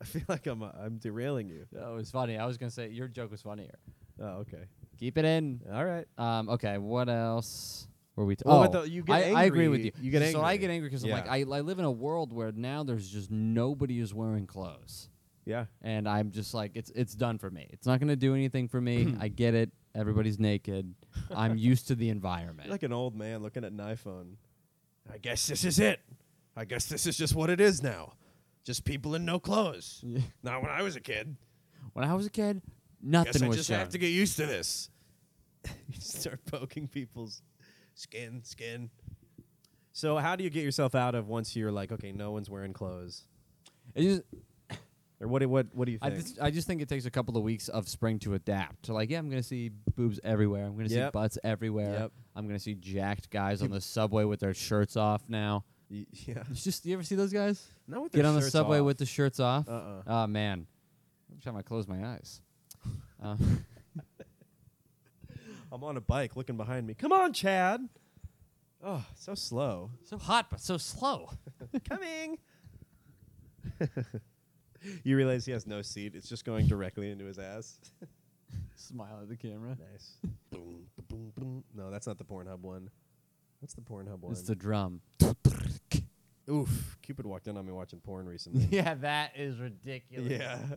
I feel like I'm, uh, I'm derailing you.
oh, it was funny. I was gonna say your joke was funnier.
Oh, okay.
Keep it in.
All right.
Um, okay, what else were we? T-
Well,
oh,
but the- you get
I, I agree
angry-
with you.
you get
So I
angry.
get angry because I'm like, I, I live in a world where now there's just nobody is wearing clothes,
Yeah.
and I'm just like, it's it's done for me. It's not gonna do anything for
<clears throat>
me. I get it. Everybody's naked.
<laughs>
I'm used to the environment.
You're like an old man looking at an iPhone. I guess this is it. I guess this is just what it is now. Just people in no clothes.
<laughs>
Not when I was a kid.
when I was a kid,
Guess
nothing
I
was
just
shown.
have to get used to
<laughs>
this. you start poking people's skin, skin. So how do you get yourself out of once you're like, okay, no one's wearing clothes,
It just-
or what? do- What? What do you
I
think?
just, I just think it takes a couple of weeks of spring to adapt. To like, yeah, I'm gonna see boobs everywhere. I'm gonna see
Yep.
butts everywhere.
Yep.
I'm gonna see jacked guys on the subway with their shirts off now.
Y-
<laughs>
yeah.
It's just you ever see those guys
Not with
get
their
on the
shirts
subway
off.
with the shirts off?
Uh-uh.
Oh man, every time I close my
<laughs>
eyes. Uh,
I'm on a bike, looking behind me. Come on, Chad. Oh, so slow.
so hot but so slow.
Coming. <laughs> you realize he has no seat. It's just going directly into his ass.
<laughs> Smile at the camera.
nice. <laughs> boom, boom, boom. No, that's not the Pornhub one. That's the Pornhub one.
It's the
<laughs>
drum.
Oof. Cupid walked in on me watching porn recently.
<laughs> yeah, that is ridiculous.
yeah.
<laughs>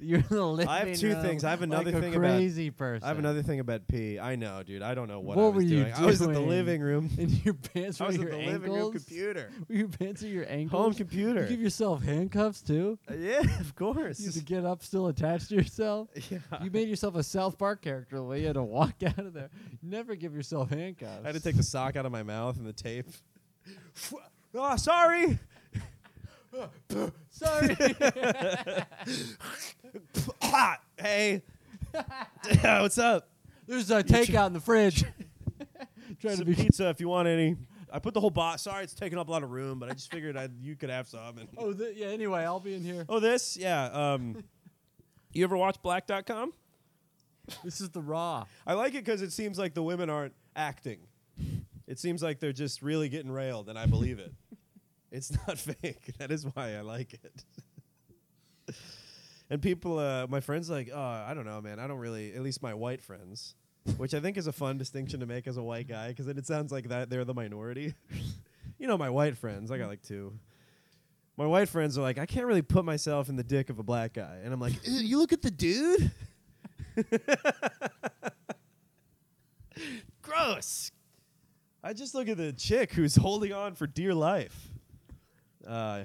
you're in the living
I have two
room
things. I have
like
another
a
thing about-
crazy person.
I
<laughs>
have another thing about pee. I know, dude. I don't know what, I
What
was
were you
doing. I was at the
doing?
living
<laughs>
room.
In your pants
I
were
was at
your
the
ankles.
living room computer.
Were your pants at your ankles?
Home
You
computer.
give yourself handcuffs too.
Uh, <laughs> yeah, of course.
You
<laughs>
had to get up still attached to yourself.
yeah.
You made yourself a South Park character the way you had to walk <laughs> out of there. Never give yourself handcuffs.
I had to take the sock out of my mouth and the tape. <laughs> oh, sorry. <laughs>
Sorry. <laughs>
hey. What's up?
<laughs> There's a takeout in the fridge. <laughs> Trying to
Some
be.
pizza if you want any. I put the whole box. Sorry, it's taking up a lot of room, but I just figured I you could have some.
<laughs>
And
Oh th- yeah. Anyway, I'll be in here.
Oh, this? Yeah. Um, you ever watch Black.com?
This is the raw.
I like it because it seems like the women aren't acting. It seems like they're just really getting railed, and I believe it. it's not <laughs> fake. That is why I like it. <laughs> and people, uh, my friends, like, oh, I don't know, man. I don't really, at least my white friends, which I think is a fun distinction to make as a white guy because then it sounds like that they're the minority. <laughs> you know, my white friends, I got like two. My white friends are like, I can't really put myself in the dick of a black guy. And I'm like, "Ew, you look at the dude? Gross. I just look at the chick who's holding on for dear life. Uh,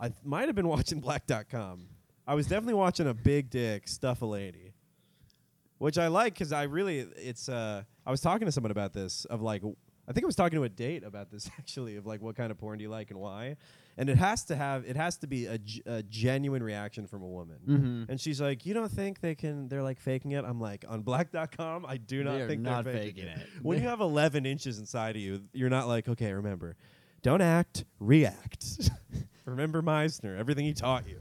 I th- might have been watching Black.com. I was definitely watching a big dick stuff a lady, which I like because I really it's. Uh, I was talking to someone about this of like, w- I think I was talking to a date about this <laughs> actually of like what kind of porn do you like and why, and it has to have it has to be a, g- a genuine reaction from a woman.
Mm-hmm.
And she's like, you don't think they can? They're like faking it. I'm like on Black.com. I do not
They're
think
not
they're faking,
faking it.
When
<laughs>
you have 11 inches inside of you, you're not like, okay, remember, don't act,
<laughs>
react. remember Meisner, everything he taught you.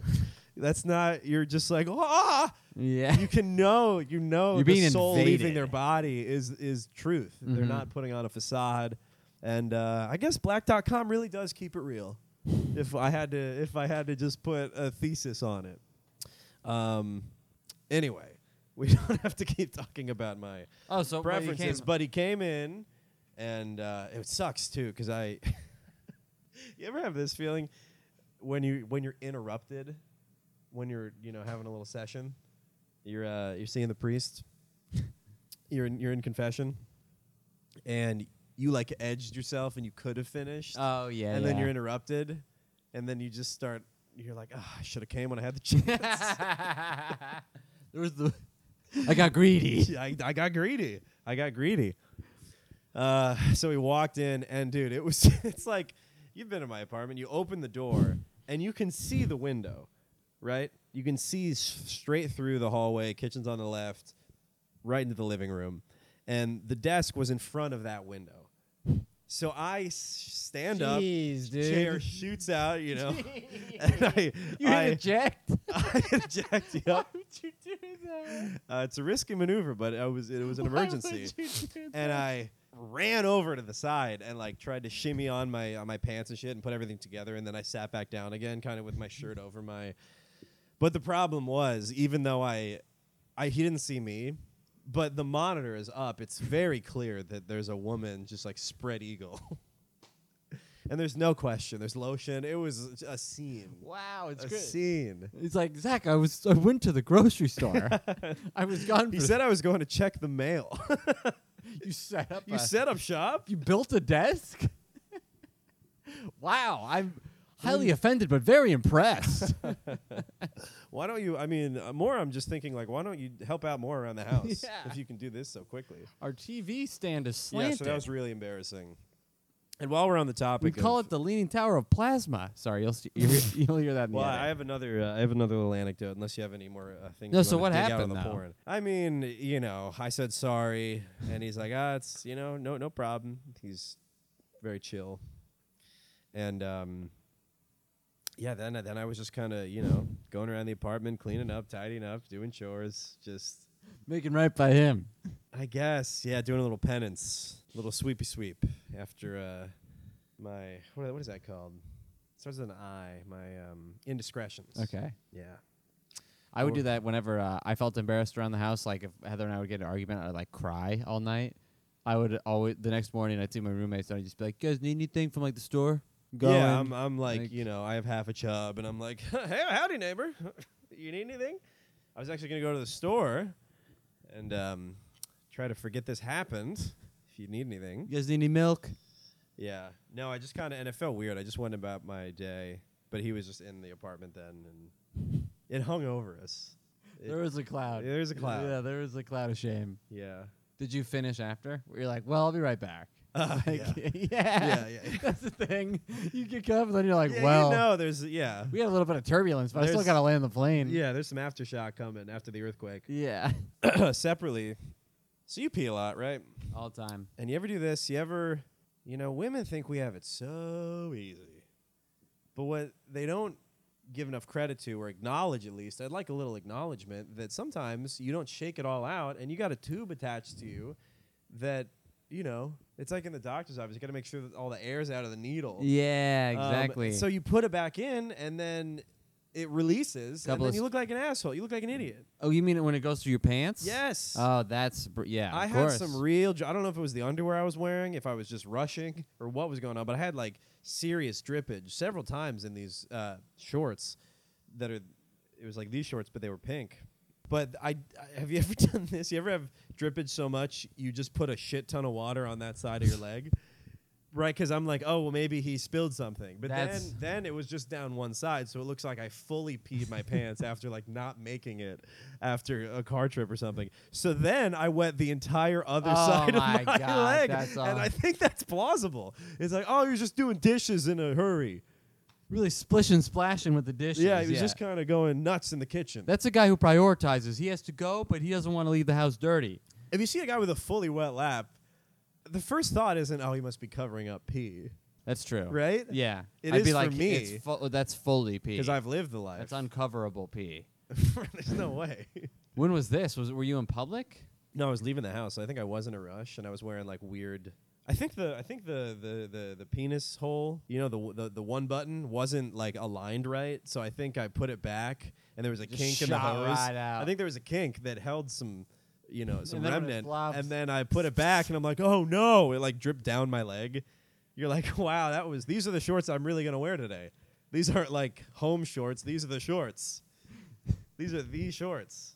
That's not. You're just like, ah.
Yeah. <laughs>
You can know. You know.
You're
the
being
soul leaving
invaded. Mm-hmm.
their body is is truth. They're not putting on a facade. And uh, I guess Black.com really does keep it real. if I had to, if I had to just put a thesis on it. Um. Anyway, we <laughs> don't have to keep talking about my
Oh, so wait, you
preferences,
came-
but he came in, and uh, it sucks too because I <laughs> You ever have this feeling when you when you're interrupted, when you're you know having a little session, you're uh, you're seeing the priest, you're in, you're in confession, and you like edged yourself and you could have finished,
Oh yeah.
and then you're interrupted, and then you just start. You're like, ah, I should have came when I had
<laughs>
the <laughs> chance.
there was the. I got greedy.
<laughs> I, I got greedy. I got greedy. Uh, so we walked in, and dude, it was <laughs> it's like you've been in my apartment. You open the door, and you can see the window, right? You can see s- straight through the hallway. Kitchen's on the left, right into the living room, and the desk was in front of that window. So I s- stand
Jeez,
up,
dude.
chair shoots out, you know, <laughs> and I
<laughs> You
I, <laughs>
interject. <laughs>
I eject, yep.
would you do that?
Uh, it's a risky maneuver, but I was it
<laughs>
was an emergency, and I ran over to the side and like tried to shimmy on my on my pants and shit and put everything together, and then I sat back down again, kind of with my shirt
<laughs>
over my. But the problem was, even though I, I he didn't see me, but the monitor is up. It's very clear that there's a woman just like spread eagle. <laughs> And there's no question. There's lotion. It was a scene.
Wow, it's
a
good.
scene.
He's like Zach. I was. I went to the grocery
<laughs>
store. I was <laughs> gone.
He
for-
said I was going to check the mail.
<laughs>
<laughs>
you set up.
you
a-
set up shop?
You built a desk. <laughs> wow, I'm highly offended, but very
<laughs>
impressed.
Why don't you? I mean, uh, more. I'm just thinking like, why don't you help out
<laughs>
more around the house
Yeah.
if you can do this so quickly?
Our TV stand is
Yeah,
slanted.
so that was really embarrassing. And while we're on the
we
topic,
call
of-
it the Leaning Tower of Plasma. Sorry, you'll st- you'll, hear- <laughs> you'll hear that. In
Well,
the edit.
I have another. Uh, I have another little anecdote. Unless you have any more uh, things.
No,
you
so
wanna
what
dig out of
happened,
the
though?
porn. I mean, you know, I said sorry, and he's like, ah, it's you know, no, no problem. He's very chill, and um, yeah. Then then I was just kind of you know going around the apartment, cleaning up, tidying up, doing chores, just
making right by him.
I guess, yeah, doing a little penance, little sweepy sweep after uh, my what, what is that called? starts with an I. My um, indiscretions.
Okay.
Yeah.
I would
Or-
do that whenever uh, I felt embarrassed around the house. Like if Heather and I would get in an argument, I'd like cry all night. I would always the next morning I'd see my roommates and I'd just be like, "You guys need anything from like the store?" Going.
Yeah, I'm, I'm like,
like-
you know, I have half a chub, and I'm like, <laughs> hey, howdy, neighbor. <laughs> you need anything? I was actually going to go to the store and um, try to forget this happened if you need anything.
you guys need any milk?
Yeah. No, I just kind of, and it felt weird. I just went about my day, but he was just in the apartment then, and it hung over us. It-
There was a cloud.
There was a cloud.
Yeah, there was a cloud of shame.
yeah.
Did you finish after? Where You're like, well, I'll be right back.
Uh,
<laughs> Like,
<laughs>
<laughs>
yeah.
yeah.
Yeah, yeah, yeah.
<laughs> That's the thing. You get up and then you're like,
Yeah,
well,
you know, there's,
<laughs>
yeah.
we had a little bit of turbulence, but I still
There's-
got to land the plane.
Yeah, there's some aftershock coming after the earthquake. <clears throat>
Yeah.
Separately, so you pee a lot, right?
<laughs> All time.
And you ever do this? You ever, you know, women think we have it so easy. But what they don't give enough credit to or acknowledge at least, I'd like a little acknowledgement that sometimes you don't shake it all out and you got a tube attached to you that, you know, it's like in the doctor's office, you got to make sure that all the air's out of the needle.
Yeah,
Um,
exactly.
so you put it back in and then it releases
Couple
and
of
then you
s-
look like an asshole. You look like an idiot.
oh, you mean it when it goes through your pants?
Yes.
Oh, that's br- yeah.
I
of
had
course.
some real. dr- I don't know if it was the underwear I was wearing, if I was just rushing, or what was going on, but I had like serious drippage several times in these uh, shorts that are. It was like these shorts, but they were pink. But I, I have you <laughs> ever done this? You ever have drippage so much you just put a shit ton of water on that side of your leg, right? Because I'm like, oh well, maybe he spilled something, but
That's-
then then it was just down one side, so it looks like I fully peed my pants after like not making it after a car trip or something. So then I wet the entire other
Oh
side
my
of my
God,
leg,
that's
and I
awful.
think that's plausible. It's like, oh, you're just doing dishes in a hurry.
really splishing, splashing with the dishes.
yeah, he was just kind of going nuts in the kitchen.
That's a guy who prioritizes. He has to go, but he doesn't want to leave the house dirty.
if you see a guy with a fully wet lap, the first thought isn't, oh, he must be covering up pee,
That's true.
right?
Yeah.
It
I'd
is
be
for
like,
me.
It's fu- oh, that's fully pee.
because I've lived the life.
That's uncoverable pee.
<laughs> There's no way.
When was this? Was were you in public?
No, I was leaving the house. I think I was in a rush, and I was wearing like weird. I think the I think the the the, the penis hole, you know, the, the the one button wasn't like aligned right, so I think I put it back, and there was a
Just
kink in the
shot
hose.
right out.
I think there was a kink that held some, you know, some
then when it
remnant,
flops-
and then I put it back, and I'm like, oh no! It like dripped down my leg, you're like, <laughs> wow, that was. These are the shorts I'm really gonna wear today. These aren't like home shorts. These are the shorts. these are the shorts.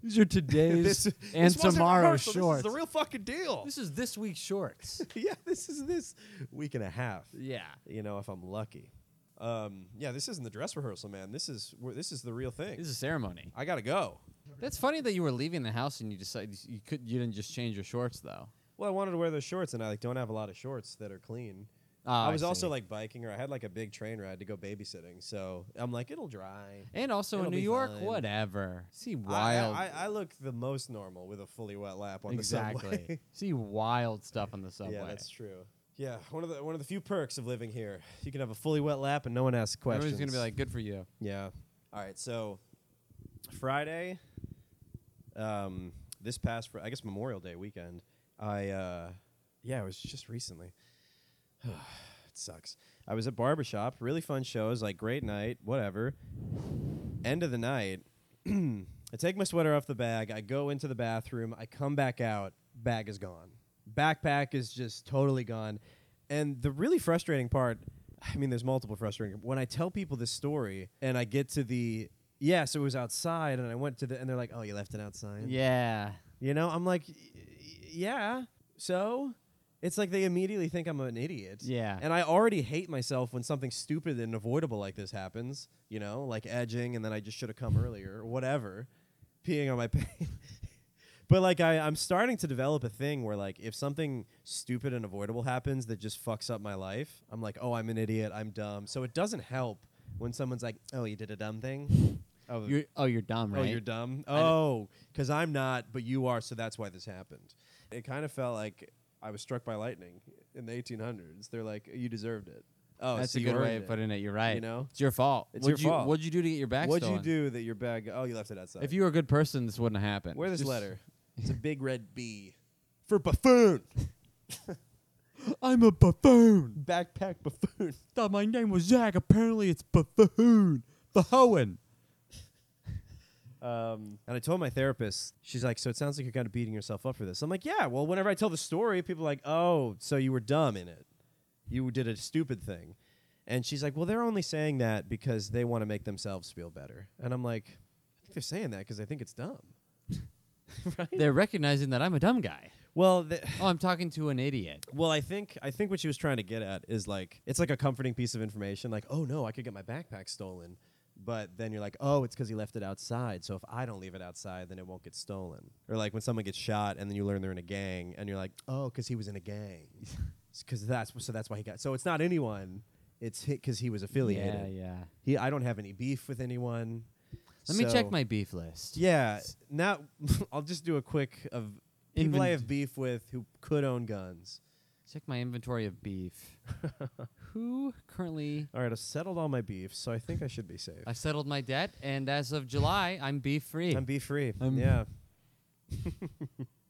These are today's
<laughs>
and
wasn't
tomorrow's
rehearsal.
shorts.
This <laughs> is the real fucking deal.
This is this week's
<laughs>
shorts.
yeah, this is this week and a half.
yeah.
You know, if I'm lucky. Um, yeah, this isn't the dress rehearsal, man. This is we're, this is the real thing.
This is a ceremony.
I gotta go.
That's funny that you were leaving the house and you decided you could you didn't just change your shorts though.
Well, I wanted to wear those shorts, and I like don't have a lot of shorts that are clean.
Ah,
I was
see.
also like biking, or I had like a big train ride to go babysitting, so I'm like, it'll dry.
and also
It'll
in New
be
York,
fine.
whatever. See
I-
wild,
I, I, I look the most normal with a fully wet lap on the subway. <laughs>
exactly. See wild stuff on the subway.
yeah, that's true. Yeah, one of the one of the few perks of living here, you can have a fully wet lap and no one asks questions.
Everyone's gonna be like, "Good for you."
Yeah. All right. So Friday, um, this past Fri I guess Memorial Day weekend, I uh, yeah, it was just recently. <sighs> it sucks. I was at barbershop. Really fun shows. Like great night. Whatever. End of the night. <clears throat> I take my sweater off the bag. I go into the bathroom. I come back out. Bag is gone. Backpack is just totally gone. And the really frustrating part, I mean, there's multiple frustrating. When I tell people this story and I get to the yes, it was outside, and I went to the and they're like, oh, you left it outside.
Yeah.
You know, I'm like, y- y- yeah. So it's like they immediately think I'm an idiot.
Yeah.
And I already hate myself when something stupid and avoidable like this happens, you know, like edging and then I just should have come earlier or whatever, peeing on my <laughs> pants. but like I, I'm starting to develop a thing where like if something stupid and avoidable happens that just fucks up my life, I'm like, oh, I'm an idiot. I'm dumb. So it doesn't help when someone's like, oh, you did a dumb thing. Oh,
You're, oh, you're dumb, right?
Oh, you're dumb. Oh, because I'm not, but you are, so that's why this happened. It kind of felt like I was struck by lightning in the 1800s. They're like, you deserved it. Oh,
That's
so
a
you
good way
earned
of putting it. You're right.
You know?
it's your fault.
It's
what'd
your
you,
fault.
What'd you do to get your back?
What'd you
stolen?
do that your bag? Oh, you left it outside.
If you were a good person, this wouldn't have happened.
wear this
Just- <laughs>
letter, it's a big red B for buffoon.
"Oh,
I'm a buffoon.
Backpack
<laughs>
buffoon.
Thought my name was Zach. Apparently it's buffoon. Fahoen.
Um, and I told my therapist, she's like, so it sounds like you're kind of beating yourself up for this. I'm like, yeah. Well, whenever I tell the story, people are like, oh, so you were dumb in it. You did a stupid thing. And she's like, well, they're only saying that because they want to make themselves feel better. And I'm like, I think they're saying that because they think it's dumb. right?
They're recognizing that I'm a dumb guy.
Well, th-
Oh, I'm talking to an idiot.
well, I think I think what she was trying to get at is like it's like a comforting piece of information. Like, oh no, I could get my backpack stolen, but then you're like, oh, it's because he left it outside. So if I don't leave it outside, then it won't get stolen. Or like when someone gets shot and then you learn they're in a gang, and you're like, oh, because he was in a gang.
<laughs>
Because that's so that's why he got. So it's not anyone. It's hit because he was affiliated.
Yeah, yeah.
He, I don't have any beef with anyone.
Let me check
So-
my beef list.
yeah. Now <laughs> I'll just do a quick of people
Invent-
I have beef with who could own guns.
Check my inventory of
<laughs>
beef. Who currently?
All right, I've settled all my beef, so I think I should be safe.
I settled my debt, and as of July, I'm beef free.
I'm beef free.
I'm-
yeah.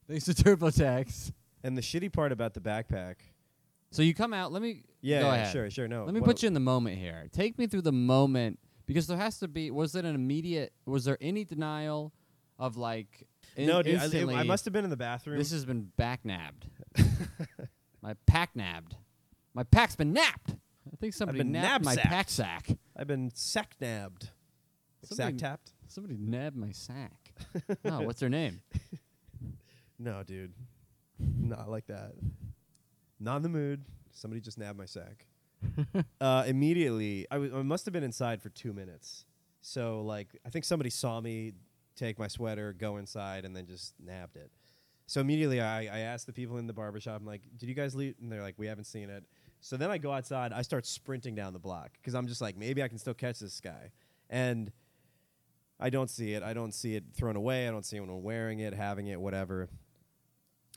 Thanks to TurboTax.
And the shitty part about the backpack.
so you come out. Let me.
Yeah,
go
yeah,
ahead.
sure, sure. No.
Let me put you in the moment here. Take me through the moment because there has to be. Was it an immediate? Was there any denial of like? in-
no, dude. I- it-
instantly,
I, must have been in the bathroom.
This has been back
<laughs>
nabbed. my pack nabbed. My pack's been napped. I think somebody
been
nabbed my
knapsacked.
pack sack.
I've been sack nabbed. Sack
Somebody-
tapped?
Somebody nabbed my
<laughs>
sack. oh, what's their name?
No, dude. Not like that. Not in the mood. Somebody just nabbed my sack. uh, immediately, I was- I must have been inside for two minutes. So, like, I think somebody saw me take my sweater, go inside, and then just nabbed it. So immediately, I, I asked the people in the barbershop, I'm like, did you guys leave? And they're like, we haven't seen it. So then I go outside. I start sprinting down the block because I'm just like, maybe I can still catch this guy. And I don't see it. I don't see it thrown away. I don't see anyone wearing it, having it, whatever.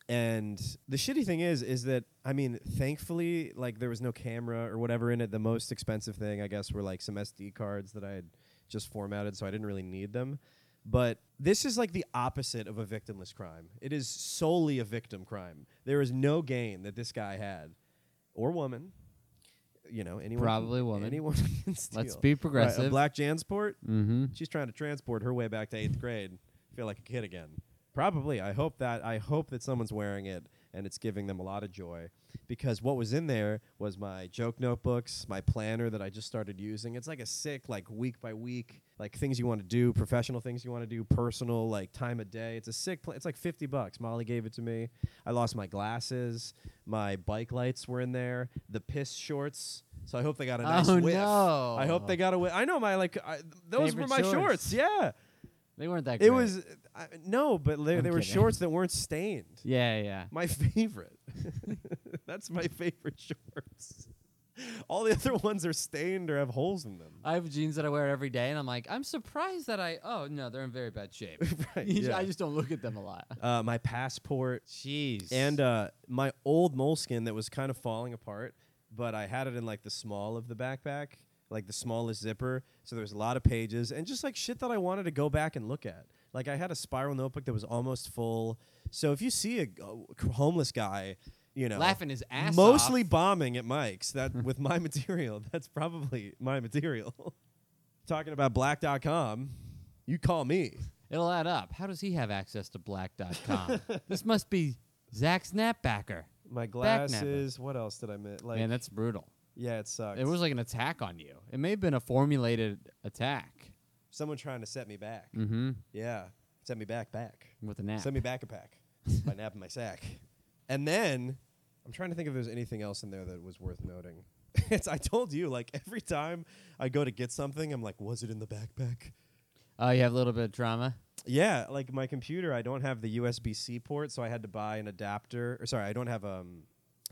And the shitty thing is, is that I mean, thankfully, like there was no camera or whatever in it. The most expensive thing, I guess, were like some SD cards that I had just formatted, so I didn't really need them. But this is like the opposite of a victimless crime. It is solely a victim crime. There is no gain that this guy had, or woman. You know, anyone
Probably
can,
woman.
Anyone <laughs> can steal.
Let's be
Right, a
progressive.
black Jansport.
Mm-hmm.
She's trying to transport her way back to eighth grade. Feel like a kid again. Probably. I hope that. I hope that someone's wearing it and it's giving them a lot of joy because what was in there was my joke notebooks, my planner that I just started using. It's like a sick, like week by week, like things you want to do, professional things you want to do, personal, like time of day. It's a sick. Pl- it's like fifty bucks. Molly gave it to me. I lost my glasses. My bike lights were in there. The piss shorts. So I hope they got a nice
Oh,
whiff.
no.
I hope they got a whiff. I know my like. I, those
Favorite
were my
shorts.
shorts. Yeah.
They weren't that.
It
great.
was I, no, but they,
I'm
they were
kidding.
shorts that weren't stained.
Yeah, yeah.
My <laughs> favorite. That's my favorite shorts. All the other ones are stained or have holes in them. <laughs>
I have jeans that I wear every day, and I'm like, I'm surprised that I. Oh no, they're in very bad shape.
<laughs>
<laughs>
Right,
You-
yeah.
I just don't look at them a lot.
Uh, my passport
Jeez.
and uh, my old moleskin that was kind of falling apart, but I had it in like the small of the backpack, like the smallest zipper. So there was a lot of pages and just like shit that I wanted to go back and look at. Like I had a spiral notebook that was almost full. So if you see a g- oh, homeless guy, you
<laughs>
know,
Laughing his ass
uh, mostly
off.
bombing at Mike's that <laughs> with my material. That's probably my material. <laughs> Talking about black.com, you call me.
it'll add up. How does he have access to black.com?
<laughs>
this must be Zach Snapbacker.
My
Back napper.
glasses. What else did I miss? Like,
Man, that's brutal.
yeah, it sucks.
It was like an attack on you. It may have been a formulated attack.
someone trying to set me back.
Mm-hmm.
Yeah, set me back, back.
With a nap.
Set me back a pack by <laughs> napping my sack. And then I'm trying to think if there's anything else in there that was worth noting. <laughs> it's I told you like every time I go to get something, I'm like, was it in the backpack?
Oh, you have a little bit of trauma.
Yeah, like my computer, I don't have the USB C port, so I had to buy an adapter. Or sorry, I don't have um,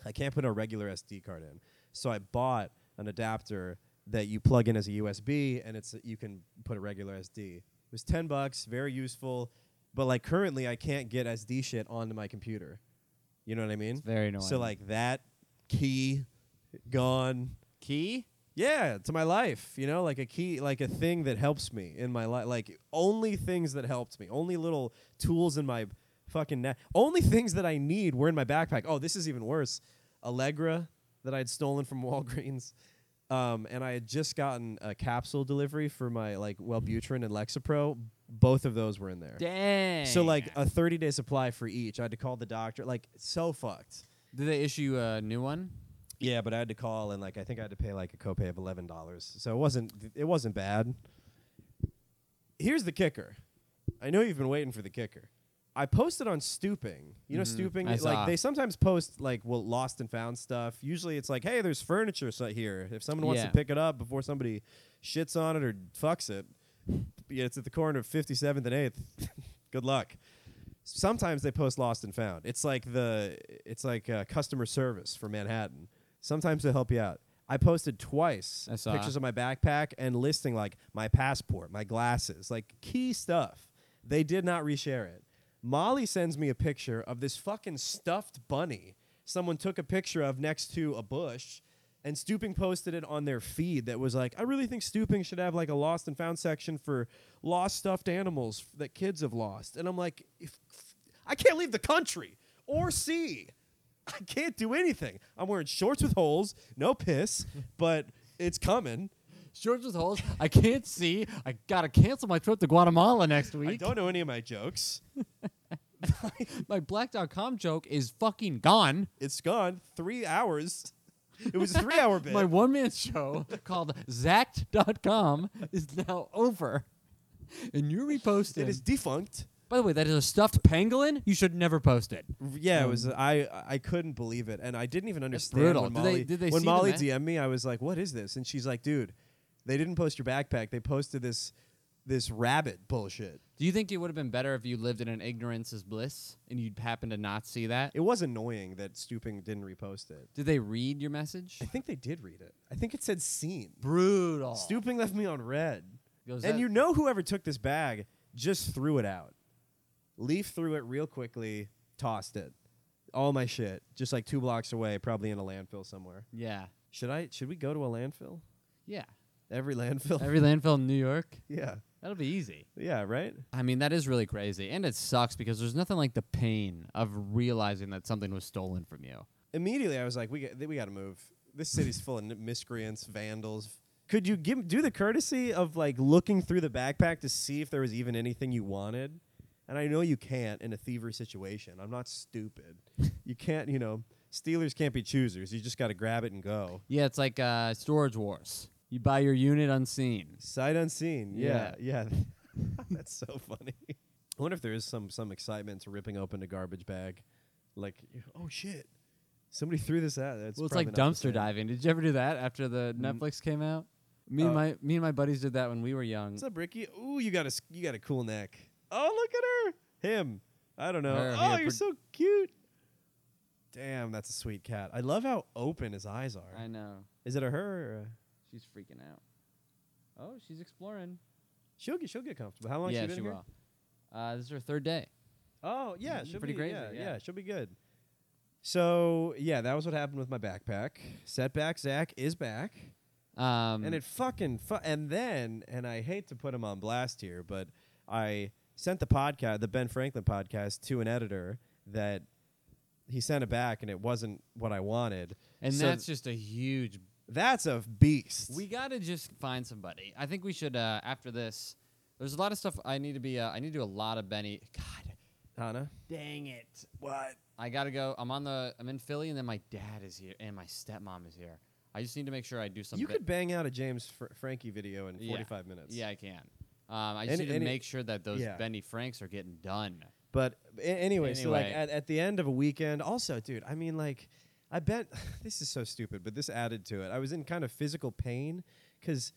I can't put a regular SD card in, so I bought an adapter that you plug in as a USB, and it's you can put a regular SD. It was ten bucks, very useful, but like currently I can't get SD shit onto my computer. You know what I mean?
very annoying.
So like that key gone.
Key?
Yeah, to my life, you know, like a key, like a thing that helps me in my life. Like only things that helped me, only little tools in my fucking neck, only things that I need were in my backpack. Oh, this is even worse. Allegra that I had stolen from <laughs> Walgreens, um, and I had just gotten a capsule delivery for my like Wellbutrin and Lexapro. Both of those were in there.
Dang.
So like uh a thirty day supply for each. I had to call the doctor. Like so fucked.
did they issue a new one?
Yeah, but I had to call and like I think I had to pay like a copay of eleven dollars. So it wasn't it wasn't bad. Here's the kicker. I know you've been waiting for the kicker. I posted on Stooping. You know Stooping?
Mm-hmm. I
like
saw.
they sometimes post like well lost and found stuff. Usually it's like, hey, there's furniture so- here. If someone wants
Yeah.
to pick it up before somebody shits on it or fucks it, yeah, it's at the corner of 57th and 8th. <laughs> Good luck. Sometimes they post lost and found. It's like the it's like uh, customer service for Manhattan. Sometimes they help you out. I posted twice
I saw.
pictures of my backpack and listing like my passport, my glasses, like key stuff. They did not reshare it. Molly sends me a picture of this fucking stuffed bunny someone took a picture of next to a bush and Stooping posted it on their feed that was like, I really think Stooping should have like a lost and found section for lost stuffed animals f- that kids have lost. And I'm like, if I can't leave the country or sea. <laughs> I can't do anything. I'm wearing shorts with holes, no <laughs> piss, but it's coming.
Shorts with holes. I can't see. I gotta cancel my trip to Guatemala next
I
week.
don't <laughs> know any of my jokes.
<laughs> My black.com joke is fucking gone.
It's gone. Three hours. <laughs> It was a three hour <laughs> bit.
My one man show <laughs> called Zacked.com is now over. And you're reposting.
it is defunct.
By the way, that is a stuffed pangolin. You should never post it.
Yeah, it was. I I couldn't believe it, and I didn't even understand.
brutal.
When
Did they-
Molly,
did they
when
see them,
Molly
eh?
DM'd me, I was like, "What is this?" And she's like, "Dude, they didn't post your backpack. They posted this this rabbit bullshit.
Do you think it would have been better if you lived in an ignorance is bliss and you'd happen to not see that?
It was annoying that Stooping didn't repost it.
Did they read your message?
I think they did read it. I think it said seen.
<laughs> Brutal.
Stooping left me on red,
Goes
and
that-
you know whoever took this bag just threw it out. Leaf threw it real quickly, tossed it. All my shit, just like two blocks away, probably in a landfill somewhere.
Yeah.
Should I? Should we go to a landfill?
<laughs> Yeah.
Every landfill.
Every landfill in New York.
<laughs> yeah.
That'll be easy.
Yeah, right?
I mean, that is really crazy. And it sucks because there's nothing like the pain of realizing that something was stolen from you.
Immediately I was like, we got, we got to move. This city's full of n- miscreants, vandals. Could you give do the courtesy of like looking through the backpack to see if there was even anything you wanted? And I know you can't in a thievery situation. I'm not stupid. you can't, you know, Steelers can't be choosers. You just got to grab it and go.
Yeah, it's like uh, Storage Wars. You buy your unit unseen.
Sight unseen. Yeah, yeah. <laughs> That's so funny. I wonder if there is some some excitement to ripping open a garbage bag, like oh shit, somebody threw this out. That's
well, it's like
probably not the
dumpster
same.
diving. Did you ever do that after the Netflix came out? Me
Uh,
and my me and my buddies did that when we were young.
What's up, Ricky? Ooh, you got a s- you got a cool neck. Oh, look at her. Him. I don't know.
Her,
oh,
yeah,
you're
pr-
so cute. Damn, that's a sweet cat. I love how open his eyes are.
I know.
Is it a her? Or a
She's freaking out. Oh, she's exploring.
she'll get she'll get comfortable. How long
yeah,
she been
she
here?
will. Uh, this is her third day.
Oh yeah,
Mhm.
she'll
Pretty
be
crazy,
Yeah,
yeah.
yeah, she'll be good. So yeah, that was what happened with my backpack. Setback Zach is back,
Um,
and it fucking fu- and then and I hate to put him on blast here, but I sent the podcast, the Ben Franklin podcast, to an editor that he sent it back, and it wasn't what I wanted.
and
so
that's just a huge.
That's a beast.
We gotta just find somebody. I think we should uh, after this. There's a lot of stuff I need to be. Uh, I need to do a lot of Benny. God
Hannah.
dang it!
What?
I gotta go. I'm on the. I'm in Philly, and then my dad is here, and my stepmom is here. I just need to make sure I do something.
You could bang out a James Fr- Frankie video in
Yeah.
45 minutes.
Yeah, I can. Um, I just
Any-
need to
any-
make sure that those
yeah.
Benny Franks are getting done.
But a- anyway, so like
Anyway.
at, at the end of a weekend, also, dude, I mean, like, I bet <sighs> this is so stupid, but this added to it. I was in kind of physical pain because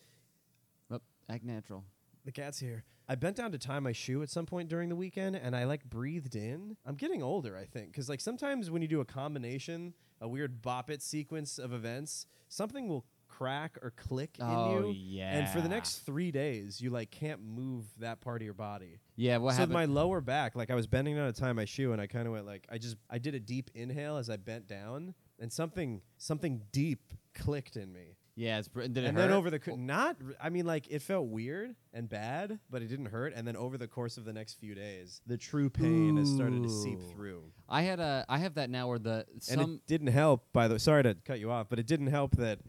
Oh, act natural.
the cat's here. I bent down to tie my shoe at some point during the weekend and I like breathed in. I'm getting older, I think, because like sometimes when you do a combination, a weird bop it sequence of events, something will crack or click
Oh,
in you. And for the
yeah.
next three days, you like can't move that part of your body
Yeah, what
so
happened?
my lower back, like I was bending down to tie my shoe, and I kind of went like I just I did a deep inhale as I bent down, and something something deep clicked in me.
yeah, it's, pr- did it
and
hurt?
then over the co- not r- I mean like it felt weird and bad, but it didn't hurt. And then over the course of the next few days, the true pain has started to seep
Ooh.
through.
I had a. I have that now where the
And
some.
it didn't help. By the way, sorry to cut you off, but it didn't help that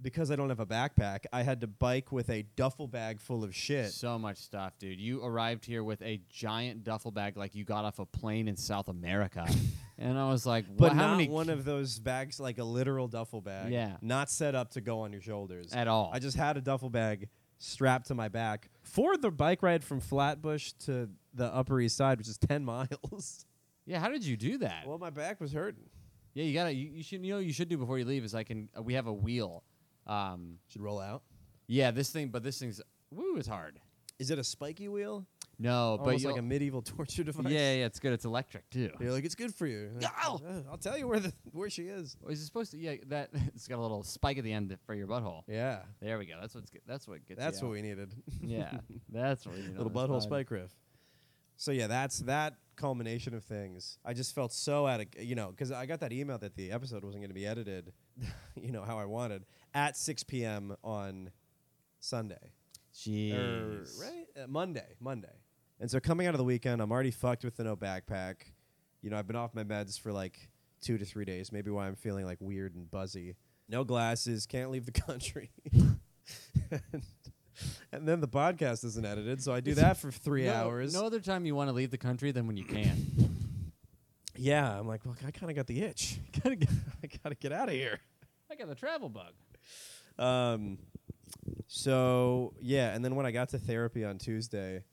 because I don't have a backpack, I had to bike with a duffel bag full of shit.
So much stuff, dude. You arrived here with a giant duffel bag like you got off a plane in South America.
<laughs>
and I was like,
But
"Wha- how
not
many
one of those bags, like a literal duffel bag.
Yeah.
Not set up to go on your shoulders.
At all.
I just had a duffel bag strapped to my back for the bike ride from Flatbush to the Upper East Side, which is 10 <laughs> miles.
Yeah, how did you do that?
well, my back was hurting.
yeah, you gotta. You, you should. You know, what you should do before you leave is I can. Uh, we have a wheel. Um,
Should roll out.
yeah, this thing, but this thing's woo is hard.
Is it a spiky wheel?
No,
Almost
but
like a medieval <laughs> torture device.
<laughs> yeah, yeah, it's good. It's electric too.
You're like, it's good for you. Like,
Ow!
"Uh, I'll tell you where the where she is.
Oh, Is it supposed to? Yeah, that <laughs> it's got a little spike at the end for your butthole.
Yeah.
There we go. That's what's. Get, that's what gets.
That's
you
what we needed. <laughs>
we. Yeah, that's what we. need on
little
this
butthole
pod.
spike riff. So yeah, that's that culmination of things. I just felt so out of you know because I got that email that the episode wasn't going to be edited, <laughs> you know how I wanted at 6 p.m. on Sunday
Jeez.
or right Uh, Monday, Monday. And so coming out of the weekend, I'm already fucked with the no backpack. You know, I've been off my meds for like two to three days. Maybe why I'm feeling like weird and buzzy. No glasses, can't leave the <laughs> country. and, and then the podcast isn't edited, so I do that for three
<laughs> no,
hours.
No other time you want to leave the country than when you can.
Yeah, I'm like, well, I kind of got the itch. <laughs> gotta get, I gotta get out of here.
<laughs> I got the travel bug.
Um, so yeah, and then when I got to therapy on Tuesday,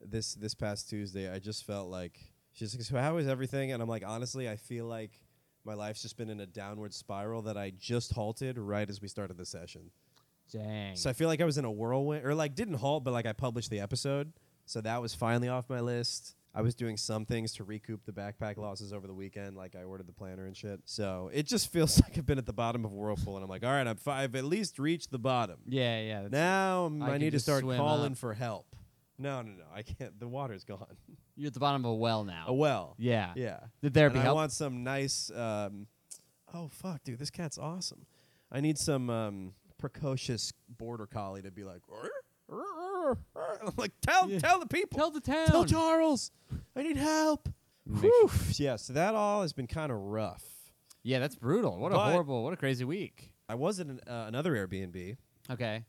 this this past Tuesday, I just felt like she's like, "So how is everything?" And I'm like, honestly, I feel like my life's just been in a downward spiral that I just halted right as we started the session.
Dang.
So I feel like I was in a whirlwind, or like didn't halt, but like I published the episode, so that was finally off my list. I was doing some things to recoup the backpack losses over the weekend, like I ordered the planner and shit. So it just feels <laughs> like I've been at the bottom of a whirlpool, and I'm like, all right, I'm fi- I've at least reached the bottom.
yeah, yeah. that's-
Now m-
I
I,
could
need to
just
start
swim
calling
up.
for help. No, no, no, I can't. The water's <laughs> gone.
You're at the bottom of a well now.
A well.
Yeah.
Yeah.
The therapy
And I
help.
want some nice. Um, oh fuck, dude, this cat's awesome. I need some um, precocious border collie to be like. "Rrr, rrr, rrr, rrr." <laughs> I'm like, tell
Yeah.
tell the people.
Tell the town.
Tell Charles. I need help.
Make sure-
Whew. Yeah. So that all has been kind of rough.
yeah, that's brutal. What a
But-
horrible. What a crazy week.
I was at an, uh, another Airbnb.
Okay.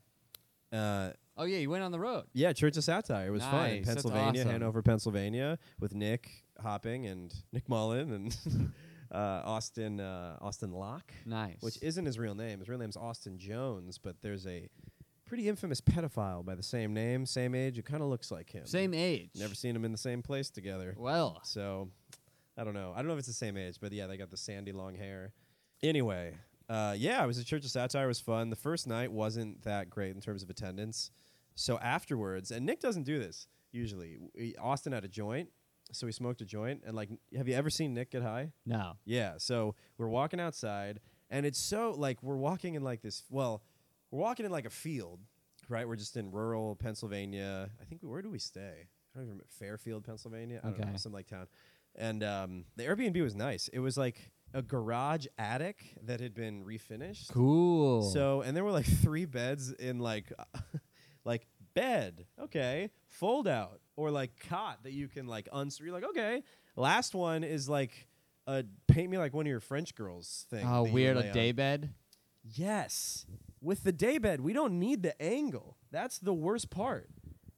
Uh,
Oh yeah, you went on the road.
yeah, Church of Satire. It was fun. In
Nice, that's
Pennsylvania,
awesome.
Hanover, Pennsylvania, with Nick Hopping and <laughs> Nick Mullen and <laughs> uh, Austin uh, Austin Locke,
Nice.
which isn't his real name. His real name's Austin Jones, but there's a pretty infamous pedophile by the same name, same age. It kind of looks like him.
same age.
Never seen him in the same place together.
Well,
So I don't know. I don't know if it's the same age, but yeah, they got the sandy long hair. Anyway, uh, yeah, I was at Church of Satire. It was fun. The first night wasn't that great in terms of attendance. So afterwards, and Nick doesn't do this usually. We- Austin had a joint, so he smoked a joint. And like, have you ever seen Nick get high?
no.
Yeah. So we're walking outside, and it's so like we're walking in like this. Well, we're walking in like a field, right? We're just in rural Pennsylvania. I think where do we stay? I don't even remember. Fairfield, Pennsylvania. I don't know
Okay.
some like town. And um, the Airbnb was nice. It was like a garage attic that had been refinished.
Cool.
So and there were like three beds in like <laughs> like bed, okay, fold out or like cot that you can like uns. You're like okay. Last one is like a paint me like one of your French girls thing.
oh,
that you
weird.
lay
A
on.
day bed.
Yes, with the day bed, we don't need the angle. That's the worst part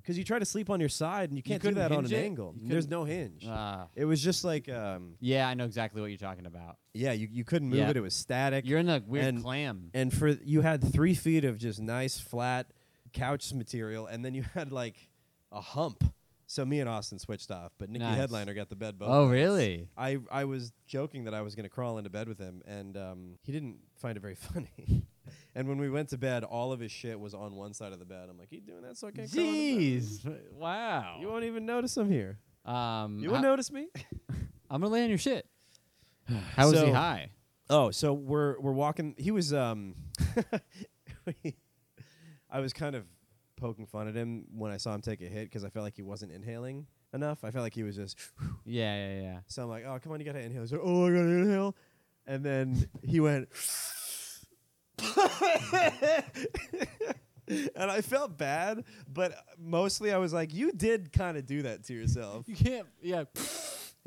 because you try to sleep on your side and you can't do
couldn't
that on
hinge
an
it?
angle.
You
There's
couldn't-
no hinge.
Ah.
it was just like um,
yeah, I know exactly what you're talking about.
yeah, you, you couldn't move
Yeah.
it. It was static.
You're in a weird
And-
clam.
and for you had three feet of just nice flat couch material, and then you <laughs> had like a hump. So me and Austin switched off, but Nikki
Nice.
Headliner got the bed bug.
Oh, really?
I I was joking that I was gonna crawl into bed with him, and um, he didn't find it very <laughs> funny. and when we went to bed, all of his shit was on one side of the bed. I'm like, you doing that so I can't crawl into bed?
Jeez. Wow.
You won't even notice I'm here.
um,
You won't
I,
notice me.
I'm gonna lay on your
<sighs>
shit. How was he
So-
high?
Oh, so we're we're walking. He was um, <laughs> I was kind of poking fun at him when I saw him take a hit because I felt like he wasn't inhaling enough. I felt like he was just. <sighs>
Yeah, yeah, yeah.
So I'm like, oh come on, you gotta inhale. He's like, oh I gotta inhale, and then he went. <laughs> and I felt bad, but mostly I was like, you did kind of do that to yourself.
You can't. Yeah. <laughs>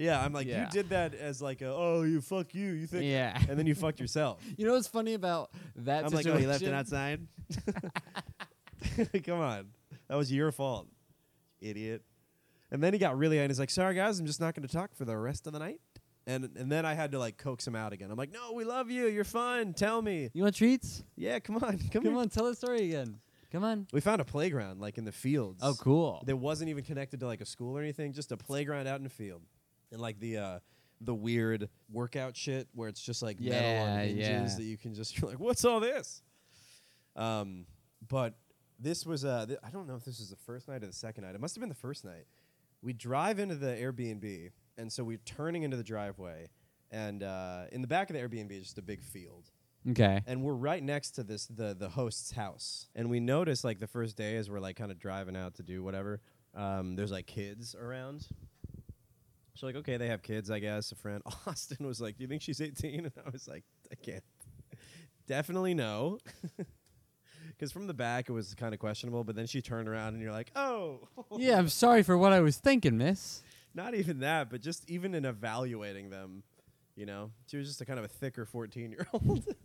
Yeah, I'm like, you
Yeah.
did that as like a, oh you fuck you, you think,
Yeah.
and then you fucked yourself.
You know what's funny about that
I'm like,
situation? <laughs>
oh, you left it outside. <laughs> Come on, that was your fault, idiot. And then he got really angry. He's like, "Sorry guys, I'm just not going to talk for the rest of the night." And and then I had to like coax him out again. I'm like, "No, we love you. You're fun. Tell me.
You want treats?
Yeah, come on,
Come,
come, here."
on, tell the story again. Come on.
We found a playground like in the fields.
Oh, cool.
That wasn't even connected to like a school or anything. Just a playground out in the field, and like the uh, the weird workout shit where it's just like metal on
Yeah,
hinges
yeah.
that you can just <laughs> you're like, what's all this? Um, but this was uh, th- I don't know if this was the first night or the second night. It must have been the first night. We drive into the Airbnb, and so we're turning into the driveway, and uh, in the back of the Airbnb is just a big field
Okay.
and we're right next to this the the host's house and we notice like the first day as we're like kind of driving out to do whatever um, there's like kids around so like okay they have kids i guess a friend <laughs> austin was like do you think she's 18 and i was like i can't definitely no <laughs> because from the back it was kind of questionable but then she turned around and you're like oh <laughs>
Yeah, I'm sorry for what I was thinking, miss.
not even that but just even in evaluating them you know she was just a kind of a thicker 14 year old <laughs>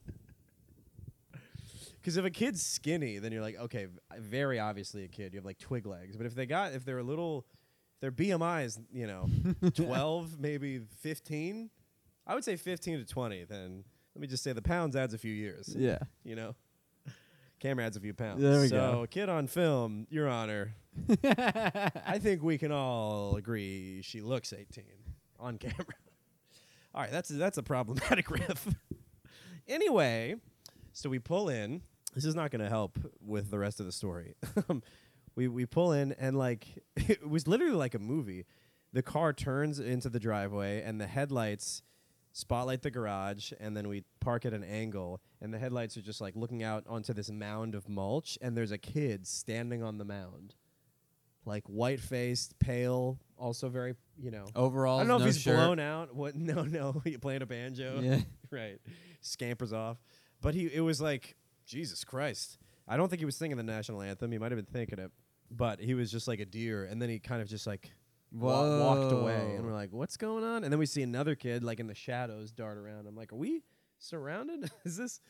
Because if a kid's skinny, then you're like, okay, v- very obviously a kid. You have like twig legs. But if they got, if they're a little, their BMI is,
<laughs>
you know, 12, maybe 15. I would say 15 to 20. Then let me just say the pounds adds a few years.
<laughs> Yeah.
You know, camera adds a few pounds.
There we
so
go.
a kid on film, Your Honor, I think we can all agree she looks 18 on camera. All right, that's that's a problematic <laughs> riff. anyway, so we pull in. This is not going to help with the rest of the story. <laughs> Um, we we pull in and like <laughs> it was literally like a movie. The car turns into the driveway and the headlights spotlight the garage and then we park at an angle and the headlights are just like looking out onto this mound of mulch and there's a kid standing on the mound. Like white faced, pale, also very, you know,
Overall,
I don't know
no
if he's
shirt.
blown out. What? <laughs> No, no. He playing a banjo.
Yeah.
<laughs> right. Scampers off. But he, it was like Jesus Christ. I don't think he was singing the national anthem. He might have been thinking it, but he was just like a deer, and then he kind of just like wa- walked away, and
Whoa.
we're like, "What's going on?" And then we see another kid like in the shadows <laughs> dart around. I'm like, "Are we surrounded? Is this?"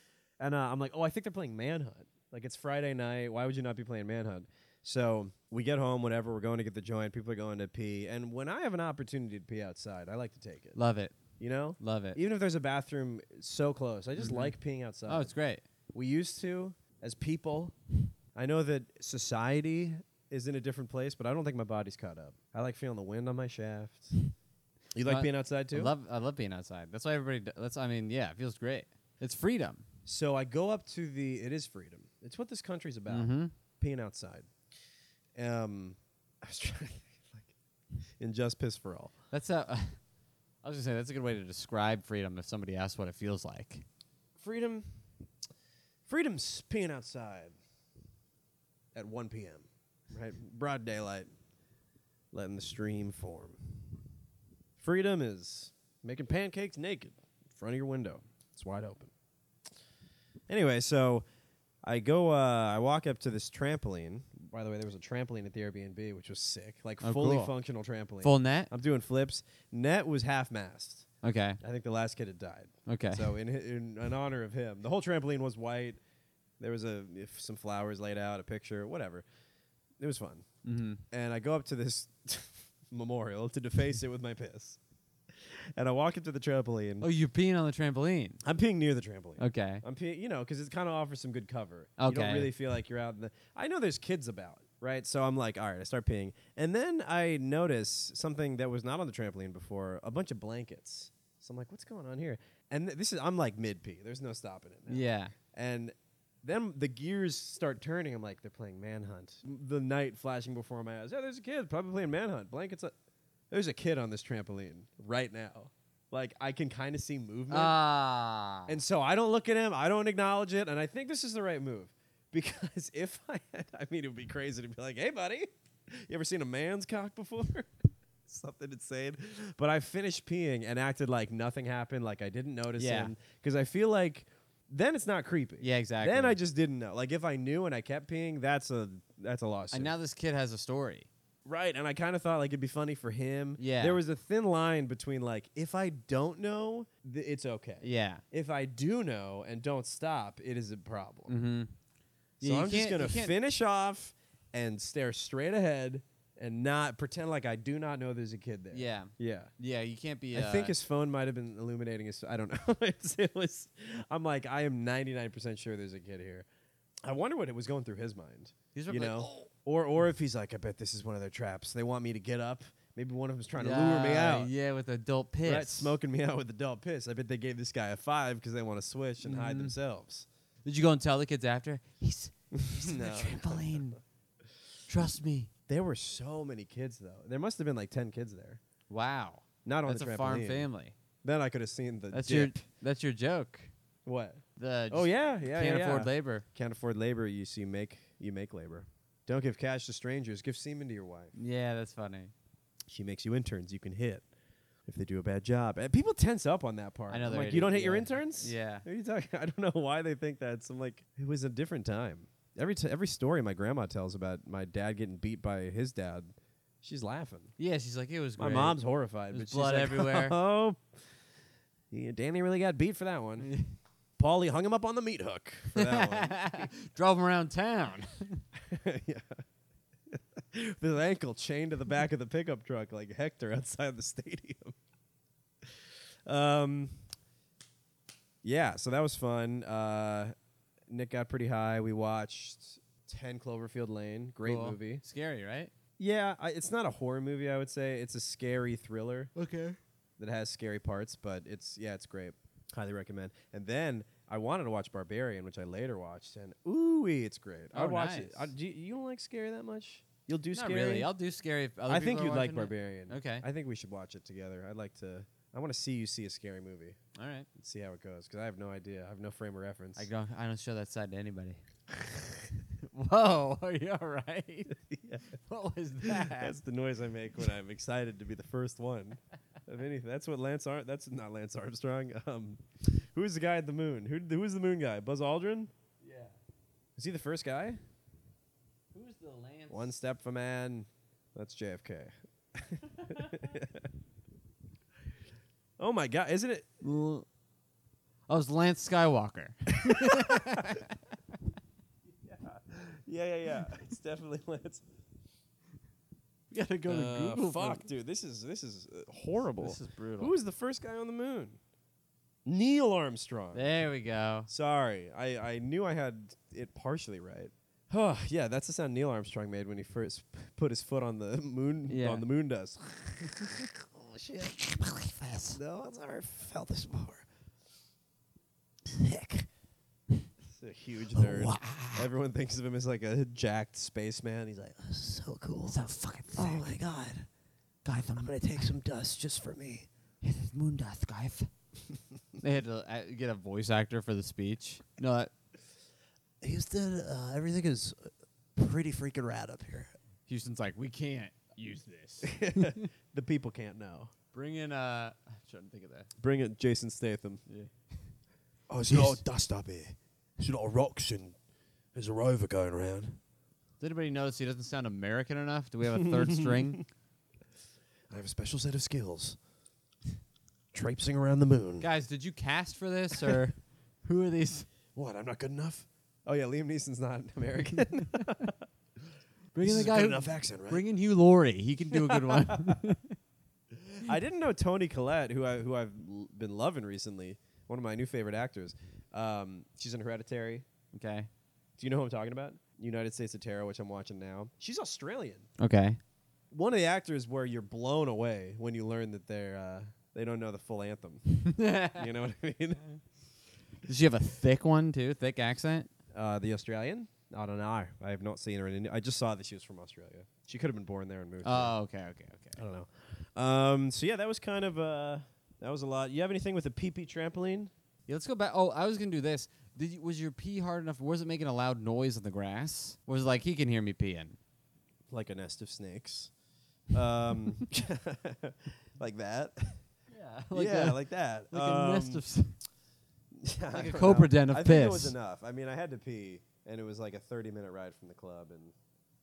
And uh, I'm like, "Oh, I think they're playing Manhunt." Like it's Friday night. Why would you not be playing Manhunt? So we get home, whatever. We're going to get the joint. People are going to pee. And when I have an opportunity to pee outside, I like to take it.
Love it.
You know,
Love it.
even if there's a bathroom so close, I just like peeing outside.
Oh, it's great.
we used to as people. I know that society is in a different place, but I don't think my body's caught up. I like feeling the wind on my shaft. You like
Uh,
being outside
I
too?
love I love being outside. That's why everybody. d- That's I mean, yeah, it feels great. It's freedom.
So I go up to the. It is freedom. It's what this country's about.
Mhm.
Peeing outside. Um, <laughs> I was trying to think, like, in just piss for all.
That's a. <laughs> I was gonna say that's a good way to describe freedom if somebody asks what it feels like.
Freedom. Freedom's peeing outside. At 1 p.m. Right, broad daylight, letting the stream form. Freedom is making pancakes naked in front of your window. It's wide open. Anyway, so I go, uh, I walk up to this trampoline. By the way, there was a trampoline at the Airbnb, which was sick, like
Oh,
fully
cool.
functional trampoline.
Full net.
I'm doing flips. Net was half mast.
Okay.
I think the last kid had died.
Okay.
uh, So in, hi- in in honor of him, the whole trampoline was white. There was a if some flowers laid out, a picture, whatever. It was fun.
Mhm.
And I go up to this <laughs> memorial to deface it with my piss. And I walk up to the trampoline.
Oh, you're peeing on the trampoline.
I'm peeing near the trampoline.
Okay.
I'm peeing, you know, because it kind of offers some good cover. You
Okay.
don't really feel like you're out in the. I know there's kids about, right? So I'm like, all right, I start peeing, and then I notice something that was not on the trampoline before, a bunch of blankets. So I'm like, what's going on here? And th- this is, I'm like mid pee. There's no stopping it. Now.
Yeah.
And then the gears start turning. I'm like, they're playing manhunt. The night flashing before my eyes. Oh, there's a kid probably playing manhunt. Blankets. up. There's a kid on this trampoline right now. Like I can kind of see movement.
Ah.
And so I don't look at him. I don't acknowledge it. And I think this is the right move <laughs> because if <laughs> I had, I mean, it would be crazy to be like, hey, buddy, you ever seen a man's cock before? <laughs> Something insane. But I finished peeing and acted like nothing happened, like I didn't notice
Yeah.
him. Because I feel like then it's not creepy.
Yeah, exactly.
Then I just didn't know. Like if I knew and I kept peeing, that's a that's a lawsuit.
and now this kid has a story.
Right, and I kind of thought like it'd be funny for him.
Yeah.
there was a thin line between like if I don't know, th- it's okay
Yeah.
if I do know and don't stop, it is a problem.
Mm-hmm.
So I'm just gonna finish off and stare straight ahead and not pretend like I do not know there's a kid there.
Yeah.
Yeah.
Yeah. You can't be. Uh,
I think his phone might have been illuminating his. I don't know. <laughs> It's- it was. I'm like, I am 99% sure there's a kid here. I wonder what it was going through his mind.
He's
you
probably
know,
like, oh.
or or if he's like, I bet this is one of their traps. They want me to get up. Maybe one of them's trying to lure me
Yeah,
out.
Yeah, with adult piss.
Right, smoking me out with adult piss. I bet they gave this guy a five because they want to switch and
Mm-hmm.
hide themselves.
Did you go and tell the kids after?
<laughs>
He's, he's on the
No.
trampoline. Trust me.
There were so many kids though. There must have been like ten kids there.
Wow.
Not on
That's
the
a farm
trampoline.
family.
Then I could have seen the
That's
dip.
your that's your joke.
what?
The
Oh
just
yeah, yeah,
can't
yeah,
afford
yeah.
labor.
Can't afford labor. You see, make you make labor. Don't give cash to strangers. Give semen to your wife.
Yeah, that's funny.
She makes you interns. You can hit if they do a bad job. And people tense up on that part.
I know
I'm
they're
like you don't hit
idiots. Yeah.
your interns.
Yeah.
What are you talking? <laughs> I don't know why they think that. So I'm like, it was a different time. Every t- every story my grandma tells about my dad getting beat by his dad, she's laughing.
Yeah, she's like, it was
My
great. <laughs>
mom's horrified,
There's
but she's
blood
like,
everywhere.
<laughs> Oh, yeah, Danny really got beat for that
<laughs>
one. Paulie hung him up on the meat hook for that
drove him around town.
one. <laughs> yeah. With his ankle chained to the back of the pickup truck like Hector outside the stadium. Um, yeah, so that was fun. Uh, Nick got pretty high. We watched 10 Cloverfield Lane. Great
Cool.
movie.
Scary, right?
Yeah, I, it's not a horror movie, I would say. It's a scary thriller.
Okay.
that has scary parts, but it's yeah, it's great. Highly recommend. And then I wanted to watch Barbarian, which I later watched, and ooh, it's great. I
Oh,
would watch it.
nice.
I, do you, you don't like scary that much? You'll do
Not
scary.
really. I'll do scary. If other
I think
people
you'd
are watching
like
it.
Barbarian.
Okay.
I think we should watch it together. I'd like to. I want to see you see a scary movie
All right.
and see how it goes because I have no idea. I have no frame of reference.
I don't. I don't show that side to anybody.
<laughs>
Whoa, are you all right?
<laughs> Yeah.
What was that?
That's the noise I make when I'm excited to be the first one of anything. That's what Lance Ar- That's not Lance Armstrong. Um, who's the guy at the moon? Who who was the moon guy? Buzz Aldrin.
yeah.
Is he the first guy?
Who's the Lance?
One step for man. That's
<laughs>
JFK. oh my god, isn't it? <laughs>
L- oh, it's Lance Skywalker.
Yeah, yeah, yeah. It's definitely <laughs> Lance.
You gotta go to
Uh,
Google. for-
fuck, dude. This is this is uh, horrible.
This is brutal.
Who was the first guy on the moon? Neil Armstrong.
There we go.
Sorry, I, I knew I had it partially right. Huh, yeah, that's the sound Neil Armstrong made when he first p- put his foot on the <laughs> moon
Yeah.
on the moon dust. oh shit! No one's ever felt this before. Sick. He's a huge
Oh,
nerd. Everyone thinks of him as like a jacked spaceman. He's like,
so cool. So fucking Oh my god. Guys, I'm, gonna take some dust just for me. This is moon dust, guys.
They had to uh, get a voice actor for the speech. No, that,
Houston, uh, everything is pretty freaking rad up here.
Houston's like, we can't use this.
the people can't know.
Bring in uh, I'm trying to think of that.
Bring it, Jason Statham.
Oh, is it all dust up here? Is it all rocks and there's a rover going around?
Does anybody notice he doesn't sound American enough? Do we have a third <laughs> string?
I have a special set of skills. Traipsing around the moon.
Guys, did you cast for this or <laughs> who are these?
What? I'm not good enough.
Oh yeah, Liam Neeson's not <laughs> American.
Bring in
This
the
is a
guy.
good
Who,
enough accent, right?
bring in Hugh Laurie. He can do a good one. <laughs>
I didn't know Tony Collette, who I who I've l- been loving recently, one of my new favorite actors. Um, she's in Hereditary.
okay.
Do you know who I'm talking about? United States of Terror, which I'm watching now. She's Australian.
<laughs> Okay.
One of the actors where you're blown away when you learn that they're uh, they don't know the
<laughs>
full anthem. you know what I mean?
Does she have a thick one too? Thick accent?
Uh, the Australian. I don't know. I have not seen her in. India. I just saw that she was from Australia. She could have been born there and moved.
Oh, okay, okay, okay.
here. I don't know. Um, so yeah, that was kind of uh, that was a lot. You have anything with the pee pee trampoline?
Yeah, let's go back. Oh, I was gonna do this. Did you, was your pee hard enough? Was it making a loud noise on the grass? Or was it like he can hear me peeing?
like a nest of snakes.
<laughs>
Um, <laughs> like that.
Yeah, <laughs>
yeah, like that.
like a nest
Um,
of. <laughs> s-
I
like a
don't know.
cobra den of
I think it was
piss.
enough. I mean, I had to pee, and it was like a 30 minute ride from the club, and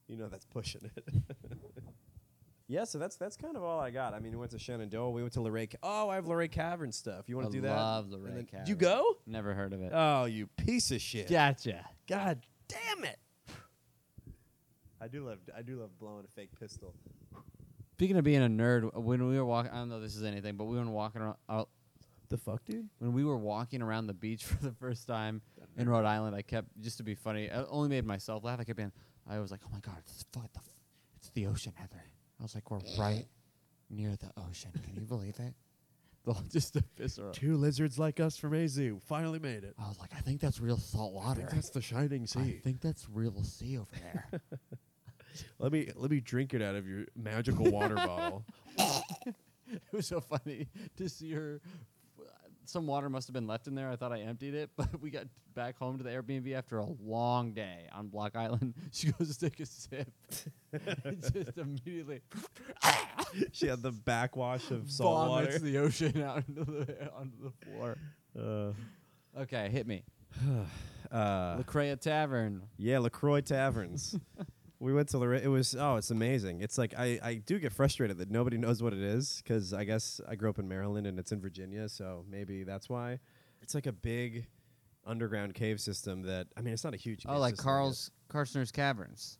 you know that's pushing it. <laughs> yeah, so that's that's kind of all I got. I mean, we went to Shenandoah, we went to Luray. Ca- oh, I have Luray Cavern stuff. You want
I
to do that?
love
And
Luray
then-
Cavern.
You go?
Never heard of it.
Oh, you piece of shit.
gotcha.
God damn it. I do love I do love blowing a fake pistol.
Speaking of being a nerd, when we were walking, I don't know if this is anything, but we were walking around. Uh,
The fuck, dude?
when we were walking around the beach <laughs> for the first time in Rhode Island, I kept just to be funny. I only made myself laugh. I kept being, I was like, "Oh my god, it's fuck the, f- it's the ocean, Heather." I was like, "We're right near the ocean. Can you believe it?" The whole- just to piss her off.
Two lizards like us from AZ finally made it.
I was like, "I think that's real salt
I think
water.
that's the shining
I
sea.
think that's real sea over there."
Let me let me drink it out of your magical <laughs> water bottle.
<laughs> it was so funny to see her. Some water must have been left in there. I thought I emptied it, <laughs> but we got back home to the Airbnb after a long day on Block Island. <laughs> She goes to take a sip. <laughs> and just immediately
<laughs> she had the backwash <laughs> of <laughs> salt
vomits
water.
the ocean <laughs> out into the, onto the floor.
Uh.
Okay, hit me. La Crea Tavern. Oh,
yeah,
<laughs>
Lacroix Taverns. we went to Lor- it was oh, it's amazing. It's like I I do get frustrated that nobody knows what it is because I guess I grew up in Maryland and it's in Virginia, so maybe that's why. It's like a big underground cave system that I mean, it's not a huge.
Oh,
cave
like
system, I guess.
Carl's Carstner's Caverns.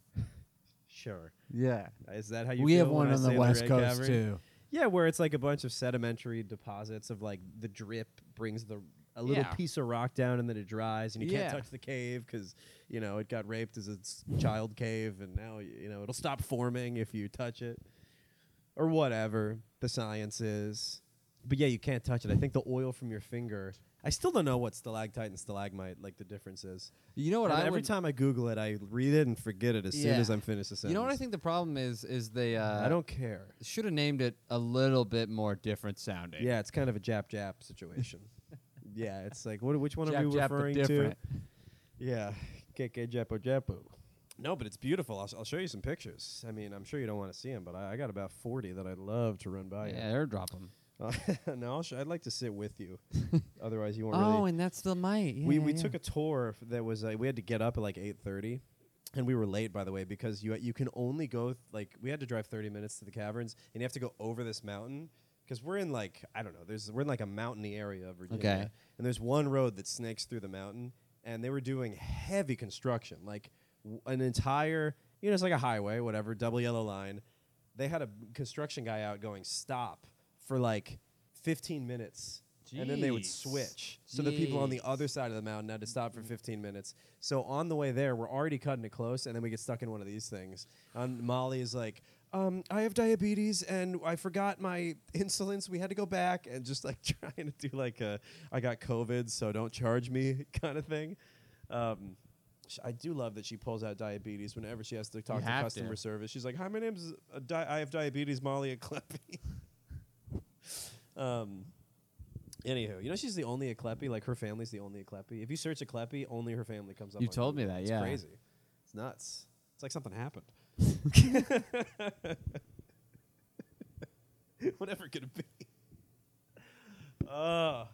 Sure.
Yeah,
Is that how you?
we
feel
have
when
one
I
on the
say
West
Red
Coast
Cavern?
too.
Yeah, where it's like a bunch of sedimentary deposits of like the drip brings the a little
Yeah.
piece of rock down and then it dries and you
Yeah.
can't touch the cave because you know it got raped as a s- child cave and now y- you know it'll stop forming if you touch it or whatever the science is. But yeah, you can't touch it. I think the oil from your finger. I still don't know what stalactite and stalagmite like the difference is.
you know what
And
I
every
would,
time I Google it, I read it and forget it as
Yeah.
soon as I'm finished the sentence.
You know what I think the problem is is they uh,
I don't care.
should have named it a little bit more different sounding.
Yeah, it's kind of a jap jap situation. <laughs> yeah, it's like what? Which one
Jap
are we
Jap, but
referring to?
different.
Yeah, KK Japo Japo. No, but it's beautiful. I'll, I'll show you some pictures. I mean, I'm sure you don't want to see them, but I, I got about 40 that I'd love to run by
Oh, Yeah, airdrop them.
you. <laughs> Uh, no, I'll sh- I'd like to sit
<laughs>
with you. Otherwise, you won't
Oh,
really.
and that's the might.
we we took a tour f- that was uh, we had to get up at like 8:30. And we were late, by the way, because you you can only go th- like we had to drive thirty minutes to the caverns, and you have to go over this mountain because we're in like I don't know, there's we're in like a mountainy area of Virginia,
Okay.
and there's one road that snakes through the mountain, and they were doing heavy construction, like w- an entire, you know, it's like a highway, whatever, double yellow line. They had a construction guy out going stop for like 15 minutes. And then they would
Jeez.
switch. So the people on the other side of the mountain had to stop
Mm-hmm.
for 15 minutes. So on the way there, we're already cutting it close, and then we get stuck in one of these things. And Molly is like, um, I have diabetes and I forgot my insulin, so we had to go back and just like <laughs> trying to do like a I got COVID, so don't charge me <laughs> kind of thing. Um, sh- I do love that she pulls out diabetes whenever she has to talk to
have
customer
to.
service. She's like, "Hi, my name's uh, di- I have diabetes, Molly at Kleppy." um, anywho, you know she's the only Aklepi. Like her family's the only Aklepi. If you search Aklepi, only her family comes up.
You
on
told me
Google.
that,
It's
yeah.
crazy. It's nuts. It's like
<laughs>
something happened. <laughs> Whatever it could be. Uh,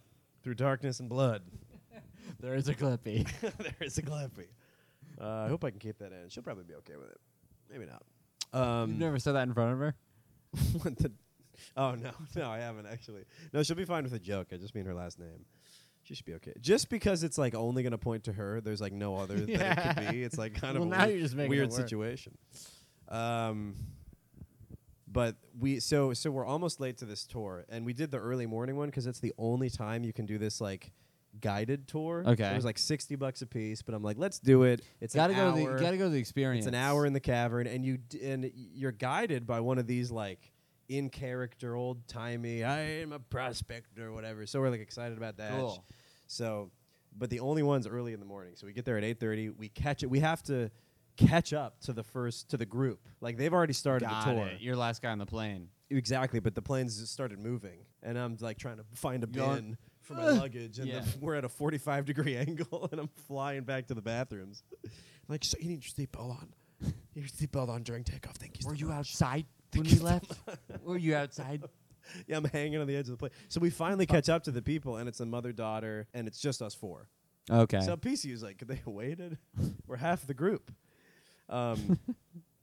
through darkness and blood, <laughs>
There is a Clippy.
there is a Aklepi. Uh, I hope I can keep that in. She'll probably be okay with it. Maybe not. Um,
You've never said that in front of her.
<laughs> what the? Oh no, <laughs> no, I haven't actually. No, she'll be fine with a joke. I just mean her last name. She should be okay. Just because it's like only gonna point to her. There's like no other that
<laughs>
it could be. It's like kind
Well,
of a
now
weird,
you're just making it
weird
work.
situation. Um, but we so so we're almost late to this tour, and we did the early morning one because it's the only time you can do this like guided tour.
Okay.
it was like sixty bucks a piece, but I'm like, let's do it. It's
gotta
an
go.
hour.
To the, gotta go to the experience.
It's an hour in the cavern, and you d- and you're guided by one of these like in character, old timey. I am a prospect or whatever. So we're like excited about that.
Cool.
So, but the only one's early in the morning. So we get there at eight thirty. We catch it. We have to catch up to the first to the group. Like they've already started
Got
the tour. E,
it. You're the last guy on the plane.
Exactly, but the planes just started moving, and I'm like trying to find a
You're-
bin
<laughs>
for my luggage, and
Yeah.
the, <laughs> we're at a 45 degree <laughs> angle, and I'm flying back to the bathrooms.
Like, so you need your seatbelt on. Your seatbelt on during takeoff. Thank you. so
Were you
much.
outside
<laughs>
when we left? Were you outside?
<laughs> yeah, I'm hanging on the edge of the plane. So we finally catch up to the people, and it's a mother daughter, and it's just us four.
Okay.
So PC was like, could they <laughs> have waited? We're half the group.
<laughs>
Um,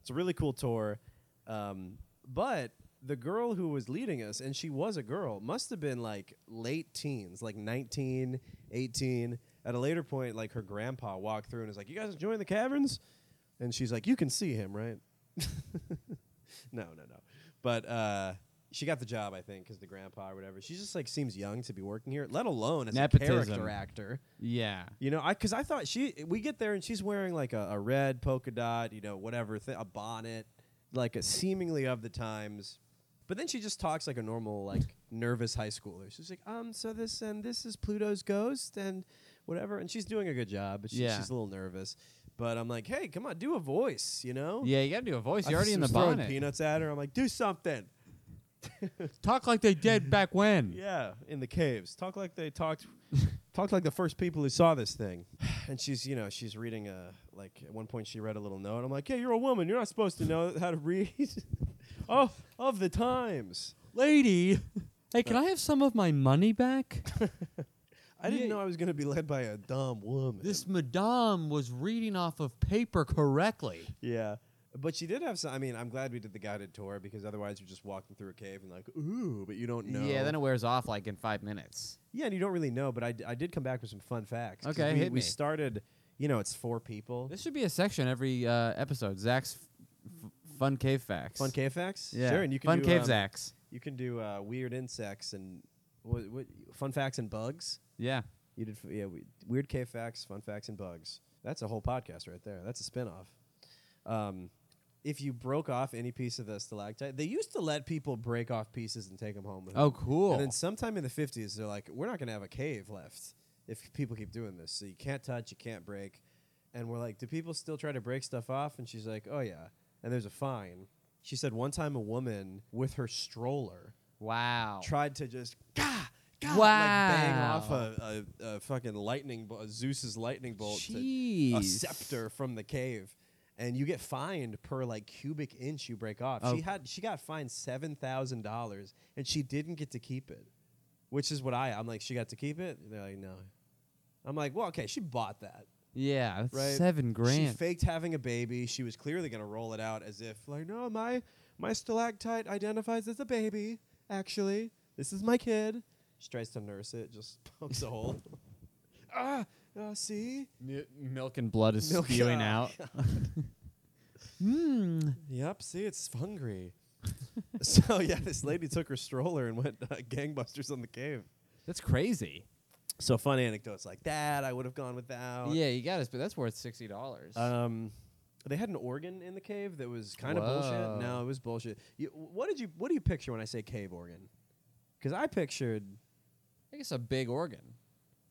it's a really cool tour. Um, but the girl who was leading us, and she was a girl, must have been like late teens, like 19, 18. At a later point, like her grandpa walked through and was like, You guys enjoying the caverns? And she's like, You can see him, right? <laughs> no, no, no. But uh, she got the job, I think, because the grandpa or whatever. She just like seems young to be working here, let alone as a
Nepotism.
character actor.
yeah.
You know, I because I thought she we get there and she's wearing like a, a red polka dot, you know, whatever, th- a bonnet, like a seemingly of the times. But then she just talks like a normal, like nervous high schooler. She's like, um, so this and this is Pluto's ghost and whatever, and she's doing a good job, but she,
Yeah.
she's a little nervous. But I'm like, hey, come on, do a voice, you know?
Yeah. You gotta do a voice.
I
You're already in the
was Oh. throwing
bonnet.
Peanuts at her. I'm like, do something.
Talk like they did back when.
Yeah, in the caves. Talk like they talked <laughs> talked like the first people who saw this thing. <sighs> And she's, you know, she's reading a like at one point she read a little note. I'm like, "Yeah, you're a woman. You're not supposed to know how to read." <laughs> oh, of the times. <laughs>
Lady, hey, can I have some of my money back?
I didn't
Yeah.
know I was going to be led by a dumb woman.
This madame was reading off of paper correctly.
yeah. But she did have some. I mean, I'm glad we did the guided tour because otherwise you're just walking through a cave and like, ooh, but you don't know.
Yeah. Then it wears off like in five minutes.
Yeah, and you don't really know, but I, d- I did come back with some fun facts. 'cause
Okay,
we,
hit
we
me.
started, you know, it's four people.
This should be a section every uh, episode. Zach's f- fun cave facts.
fun cave facts?
Yeah.
Sure, and you can
fun
do,
cave
um,
Zach's.
You can do uh, weird insects and what, what, fun facts and bugs.
Yeah.
You did, f- yeah, we, weird cave facts, fun facts and bugs. That's a whole podcast right there. That's a spinoff. Um, if you broke off any piece of the stalactite, they used to let people break off pieces and take them home with
Oh,
them.
cool.
And then sometime in the fifties, they're like, "We're not going to have a cave left if people keep doing this. So you can't touch, you can't break." And we're like, "Do people still try to break stuff off?" And she's like, "Oh yeah." And there's a fine. She said one time a woman with her stroller
wow.
tried to just gah, gah, like bang
Wow.
off a, a, a fucking lightning bo- a Zeus's lightning bolt to a
Jeez.
scepter from the cave. And you get fined per like cubic inch you break off.
Oh.
She had she got fined seven thousand dollars and she didn't get to keep it. Which is what I I'm like, she got to keep it? They're like, No. I'm like, well, okay, she bought that.
yeah. That's
Right.
Seven
She
grand.
faked having a baby. She was clearly gonna roll it out as if like, no, my my stalactite identifies as a baby. <laughs> Actually, this is my kid. She tries to nurse it, just pokes a hole. ah, Uh, see?
Mi- milk and blood is
Milk-
spewing
Oh, <laughs>
out. Hmm.
Yep, see, it's <laughs> hungry. so, yeah, this lady took her stroller and went uh, gangbusters on the cave.
That's crazy.
So, fun anecdotes like that, I would have gone without.
Yeah, you got it, but that's worth sixty dollars.
Um, they had an organ in the cave that was kind of bullshit.
Whoa.
No, it was bullshit. You, what did you What do you picture when I say cave organ? Because I pictured
I guess a big organ,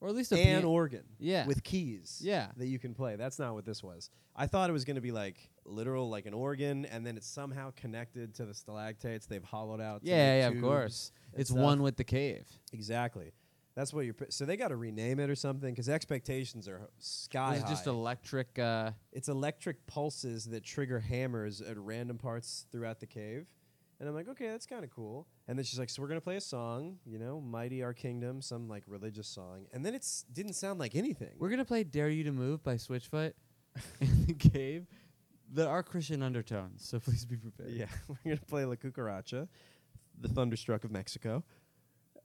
or at least a
an
pian-
organ,
Yeah.
with keys,
Yeah.
that you can play. That's not what this was. I thought it was going to be like literal, like an organ, and then it's somehow connected to the stalactites they've hollowed out. to
Yeah,
the
yeah, of
tubes
course.
and
It's
stuff.
one with the cave.
exactly. That's what you're. pi- So they got to rename it or something because expectations are sky
It's
high.
just electric. Uh,
it's electric pulses that trigger hammers at random parts throughout the cave. And I'm like, okay, that's kind of cool. And then she's like, so we're gonna play a song, you know, "Mighty Our Kingdom," some like religious song. And then it's didn't sound like anything.
we're gonna play "Dare You to Move" by Switchfoot <laughs> in the cave. There are Christian undertones, so please be prepared.
yeah, <laughs> we're gonna play La Cucaracha, the thunderstruck of Mexico.
<laughs>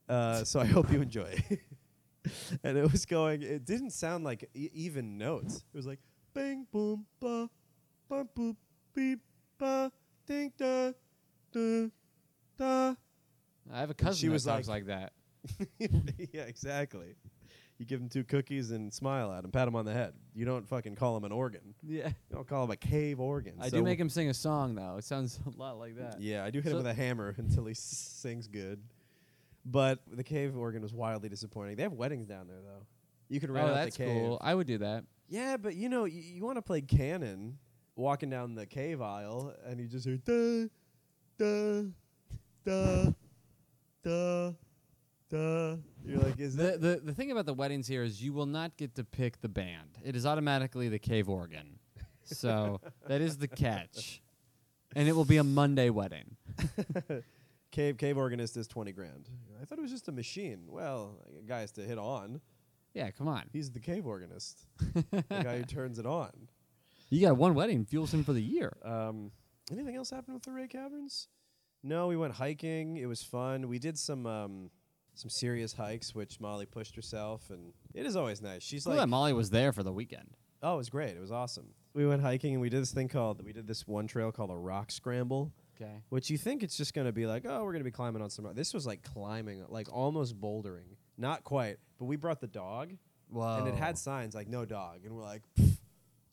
Uh, so I hope you enjoy. <laughs> and it was going. It didn't sound like e- even notes. It was like bang boom ba, bum boop beep ba, ding da, da,
<laughs>
da.
I have a
she
cousin that
was
talks
like-
like that.
yeah, exactly. You give him two cookies and smile at him, pat him on the head. You don't fucking call him an organ.
Yeah,
You don't call him a cave organ.
I
So-
do make him sing a song though. It sounds <laughs> a lot like that.
Yeah, I do
So-
hit him with a hammer <laughs> until he s- sings good. But the cave organ was wildly disappointing. They have weddings down there though. You can rent
oh,
out
that's
the cave.
cool. I would do that.
Yeah, but you know, you, you want to play canon walking down the cave aisle and you just hear da da da da da. You're like, is
The,
that
the the thing about the weddings here is you will not get to pick the band. It is automatically the cave organ.
<laughs>
So that is the catch. And it will be a Monday wedding.
cave cave organist is 20 grand. I thought it was just a machine. Well, a guy has to hit on.
Yeah, come
<laughs>
on.
He's the cave organist. the
<laughs>
guy who turns it on.
You got one wedding, fuels him for the year.
Um, anything else happened with the Ray Caverns? No, we went hiking. It was fun. We did some um, some serious hikes, which Molly pushed herself, and it is always nice. She's
Look
like,
that Molly was there for the weekend.
oh, it was great. It was awesome. We went hiking, and we did this thing called we did this one trail called a rock scramble,
Okay.
which you think it's just gonna be like, oh, we're gonna be climbing on some. rock. This was like climbing, like almost bouldering, not quite. But we brought the dog,
Whoa.
and it had signs like no dog, and we're like, "Pff,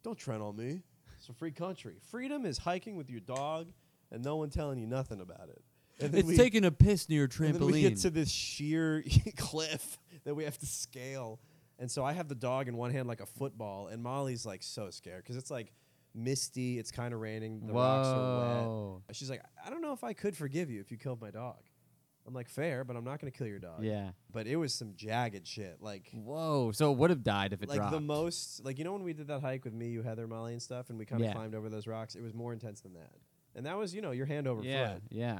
don't tread on me. It's a free country. Freedom is hiking with your dog and no one telling you nothing about it. And then
It's
we,
taking a piss near
and then we
trampoline.
get to this sheer <laughs> cliff that we have to scale, and so I have the dog in one hand like a football, and Molly's like so scared because it's like misty, it's kind of raining, the rocks are
Whoa.
wet. She's like, I don't know if I could forgive you if you killed my dog. I'm like, fair, but I'm not gonna kill your dog.
yeah.
But it was some jagged shit, like
Whoa. So it would have died if it
like
dropped.
the most like you know when we did that hike with me you heather molly and stuff and we kind of
Yeah.
climbed over those rocks it was more intense than that and that was you know your hand over
yeah.
foot
Yeah.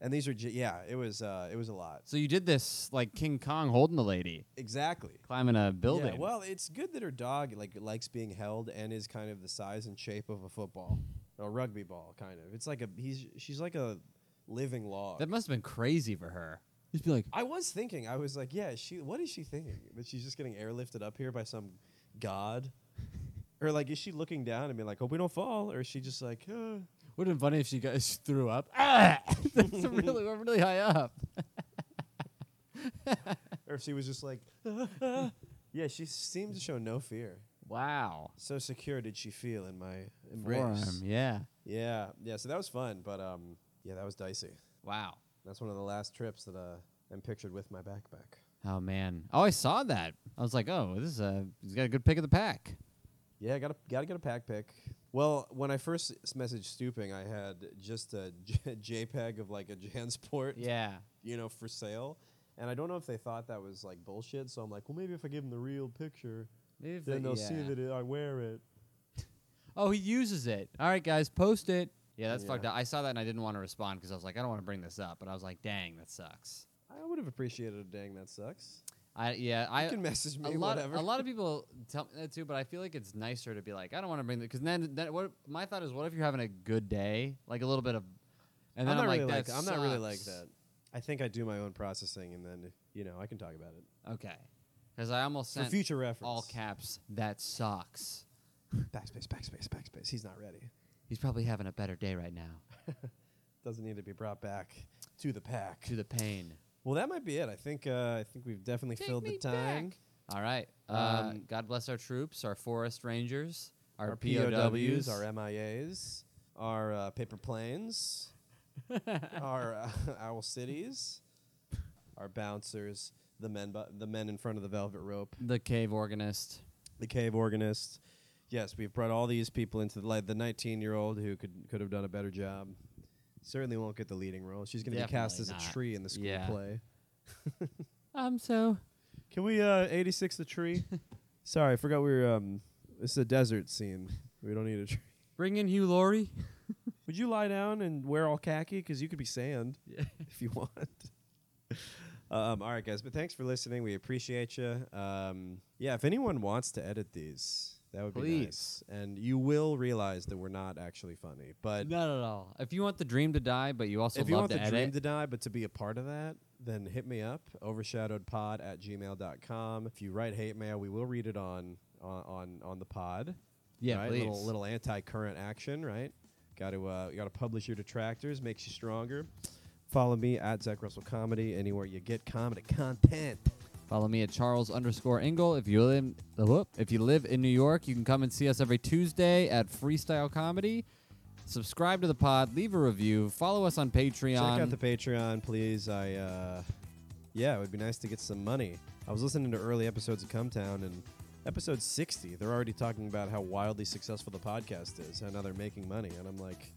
and these are j- yeah it was uh it was a lot
So you did this like King Kong holding the lady,
exactly
climbing a
Yeah,
building.
well it's good that her dog like likes being held and is kind of the size and shape of a football a rugby ball kind of it's like a he's she's like a living log
that must have been crazy for her. Just be like,
I was thinking, I was like, yeah, she. What is she thinking? That she's just getting airlifted up here by some god, or like, is she looking down and being like, hope we don't fall, or is she just like, uh,
Would have been funny if she got she <laughs> threw up. Ah! <laughs> That's really we're really high up.
or if she was just like, yeah, she seemed to show no fear.
Wow.
So secure did she feel in my embrace.
Forearm, yeah.
Yeah, yeah. So that was fun, but um, yeah, that was dicey.
Wow.
That's one of the last trips that uh, I'm pictured with my backpack.
Oh man. Oh, I saw that. I was like, oh, this is a he's got a good pick of the pack.
Yeah, gotta gotta get a pack pick. Well, when I first s- messaged Stooping, I had just a <laughs> j- JPEG of like a Jansport,
Yeah.
you know, for sale. And I don't know if they thought that was like bullshit. So I'm like, well, maybe if I give them the real picture, then they'll see that it, I wear it.
Oh, he uses it. All right, guys, post it. Yeah, that's
Yeah.
fucked up. I saw that and I didn't want to respond because I was like, I don't want to bring this up, but I was like, dang, that sucks.
I would have appreciated a dang that sucks.
I yeah,
you
I
can message me
a lot
whatever.
Of, a lot of people tell me that too, but I feel like it's nicer to be like, I don't want to bring that because then, then what my thought is, what if you're having a good day, like a little bit of, and then
I'm
I'm,
not
like,
really like
that
I'm not really like
sucks.
that. I think I do my own processing, and then you know I can talk about it.
Okay, Because I almost
For
sent
future reference.
all caps. That sucks.
Backspace, backspace, backspace. He's not ready.
He's probably having a better day right now.
Doesn't need to be brought back to the pack.
To the pain.
Well, that might be it. I think uh, I think we've definitely filled the time.
All right. Uh,
Um,
God bless our troops, our forest rangers, our,
Our
POWs,
POWs, our MIAs, our uh,
<laughs>
paper planes, our uh, <laughs> owl cities, our bouncers, the men, bu- the men in front of the velvet rope,
the cave organist.
the cave organist. Yes, we've brought all these people into the light. The 19-year-old who could could have done a better job certainly won't get the leading role. She's going to be cast
Definitely
as a
not.
tree in the school
Yeah.
play.
I'm so.
Can we uh 86 the tree? Sorry, I forgot we were um this is a desert scene. We don't need a tree.
Bring in Hugh Laurie.
Would you lie down and wear all khaki cuz you could be sand if you want. <laughs> Um, all right, guys, but thanks for listening. We appreciate you. Um, yeah, if anyone wants to edit these, that would be nice. And you will realize that we're not actually funny. But
Not at all. If you want the dream to die, but you also
if you
love
want
to
the
edit,
dream to die, but to be a part of that, then hit me up, overshadowedpod at gmail.com. If you write hate mail, we will read it on on on, on the pod.
Yeah,
right? Little,
please.
little anti-current action, right? Got to uh, got to publish your detractors, makes you stronger. Follow me at Zach Russell Comedy anywhere you get comedy content.
Follow me at Charles underscore Engel. If you live, uh, whoop, if you live in New York, you can come and see us every Tuesday at Freestyle Comedy. Subscribe to the pod, leave a review, follow us on Patreon.
Check out the Patreon, please. I uh, yeah, it would be nice to get some money. I was listening to early episodes of Come Town and episode 60, they're already talking about how wildly successful the podcast is and how they're making money and I'm like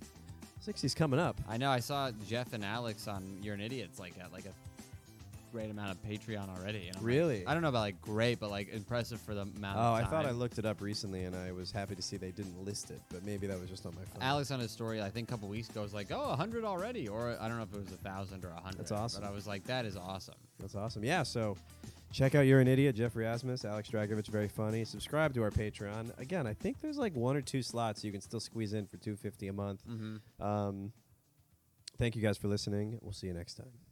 60's coming up.
I know I saw Jeff and Alex on You're an Idiot's like at like a great amount of Patreon already. And I'm like-
Really?
I don't know about like great, but like impressive for the amount.
Oh,
of
I
time.
thought I looked it up recently and I was happy to see they didn't list it, but maybe that was just on my phone.
Alex on his story, I think a couple weeks ago, was like, "Oh, hundred already," or I don't know if it was a thousand or a hundred.
That's awesome.
But I was like, "That is awesome."
That's awesome. Yeah, so check out You're an Idiot, Jeffrey Asmus, Alex Dragovich, very funny. Subscribe to our Patreon. Again, I think there's like one or two slots you can still squeeze Mm-hmm. in for 250 a month. Um, thank you guys for listening. We'll see you next time.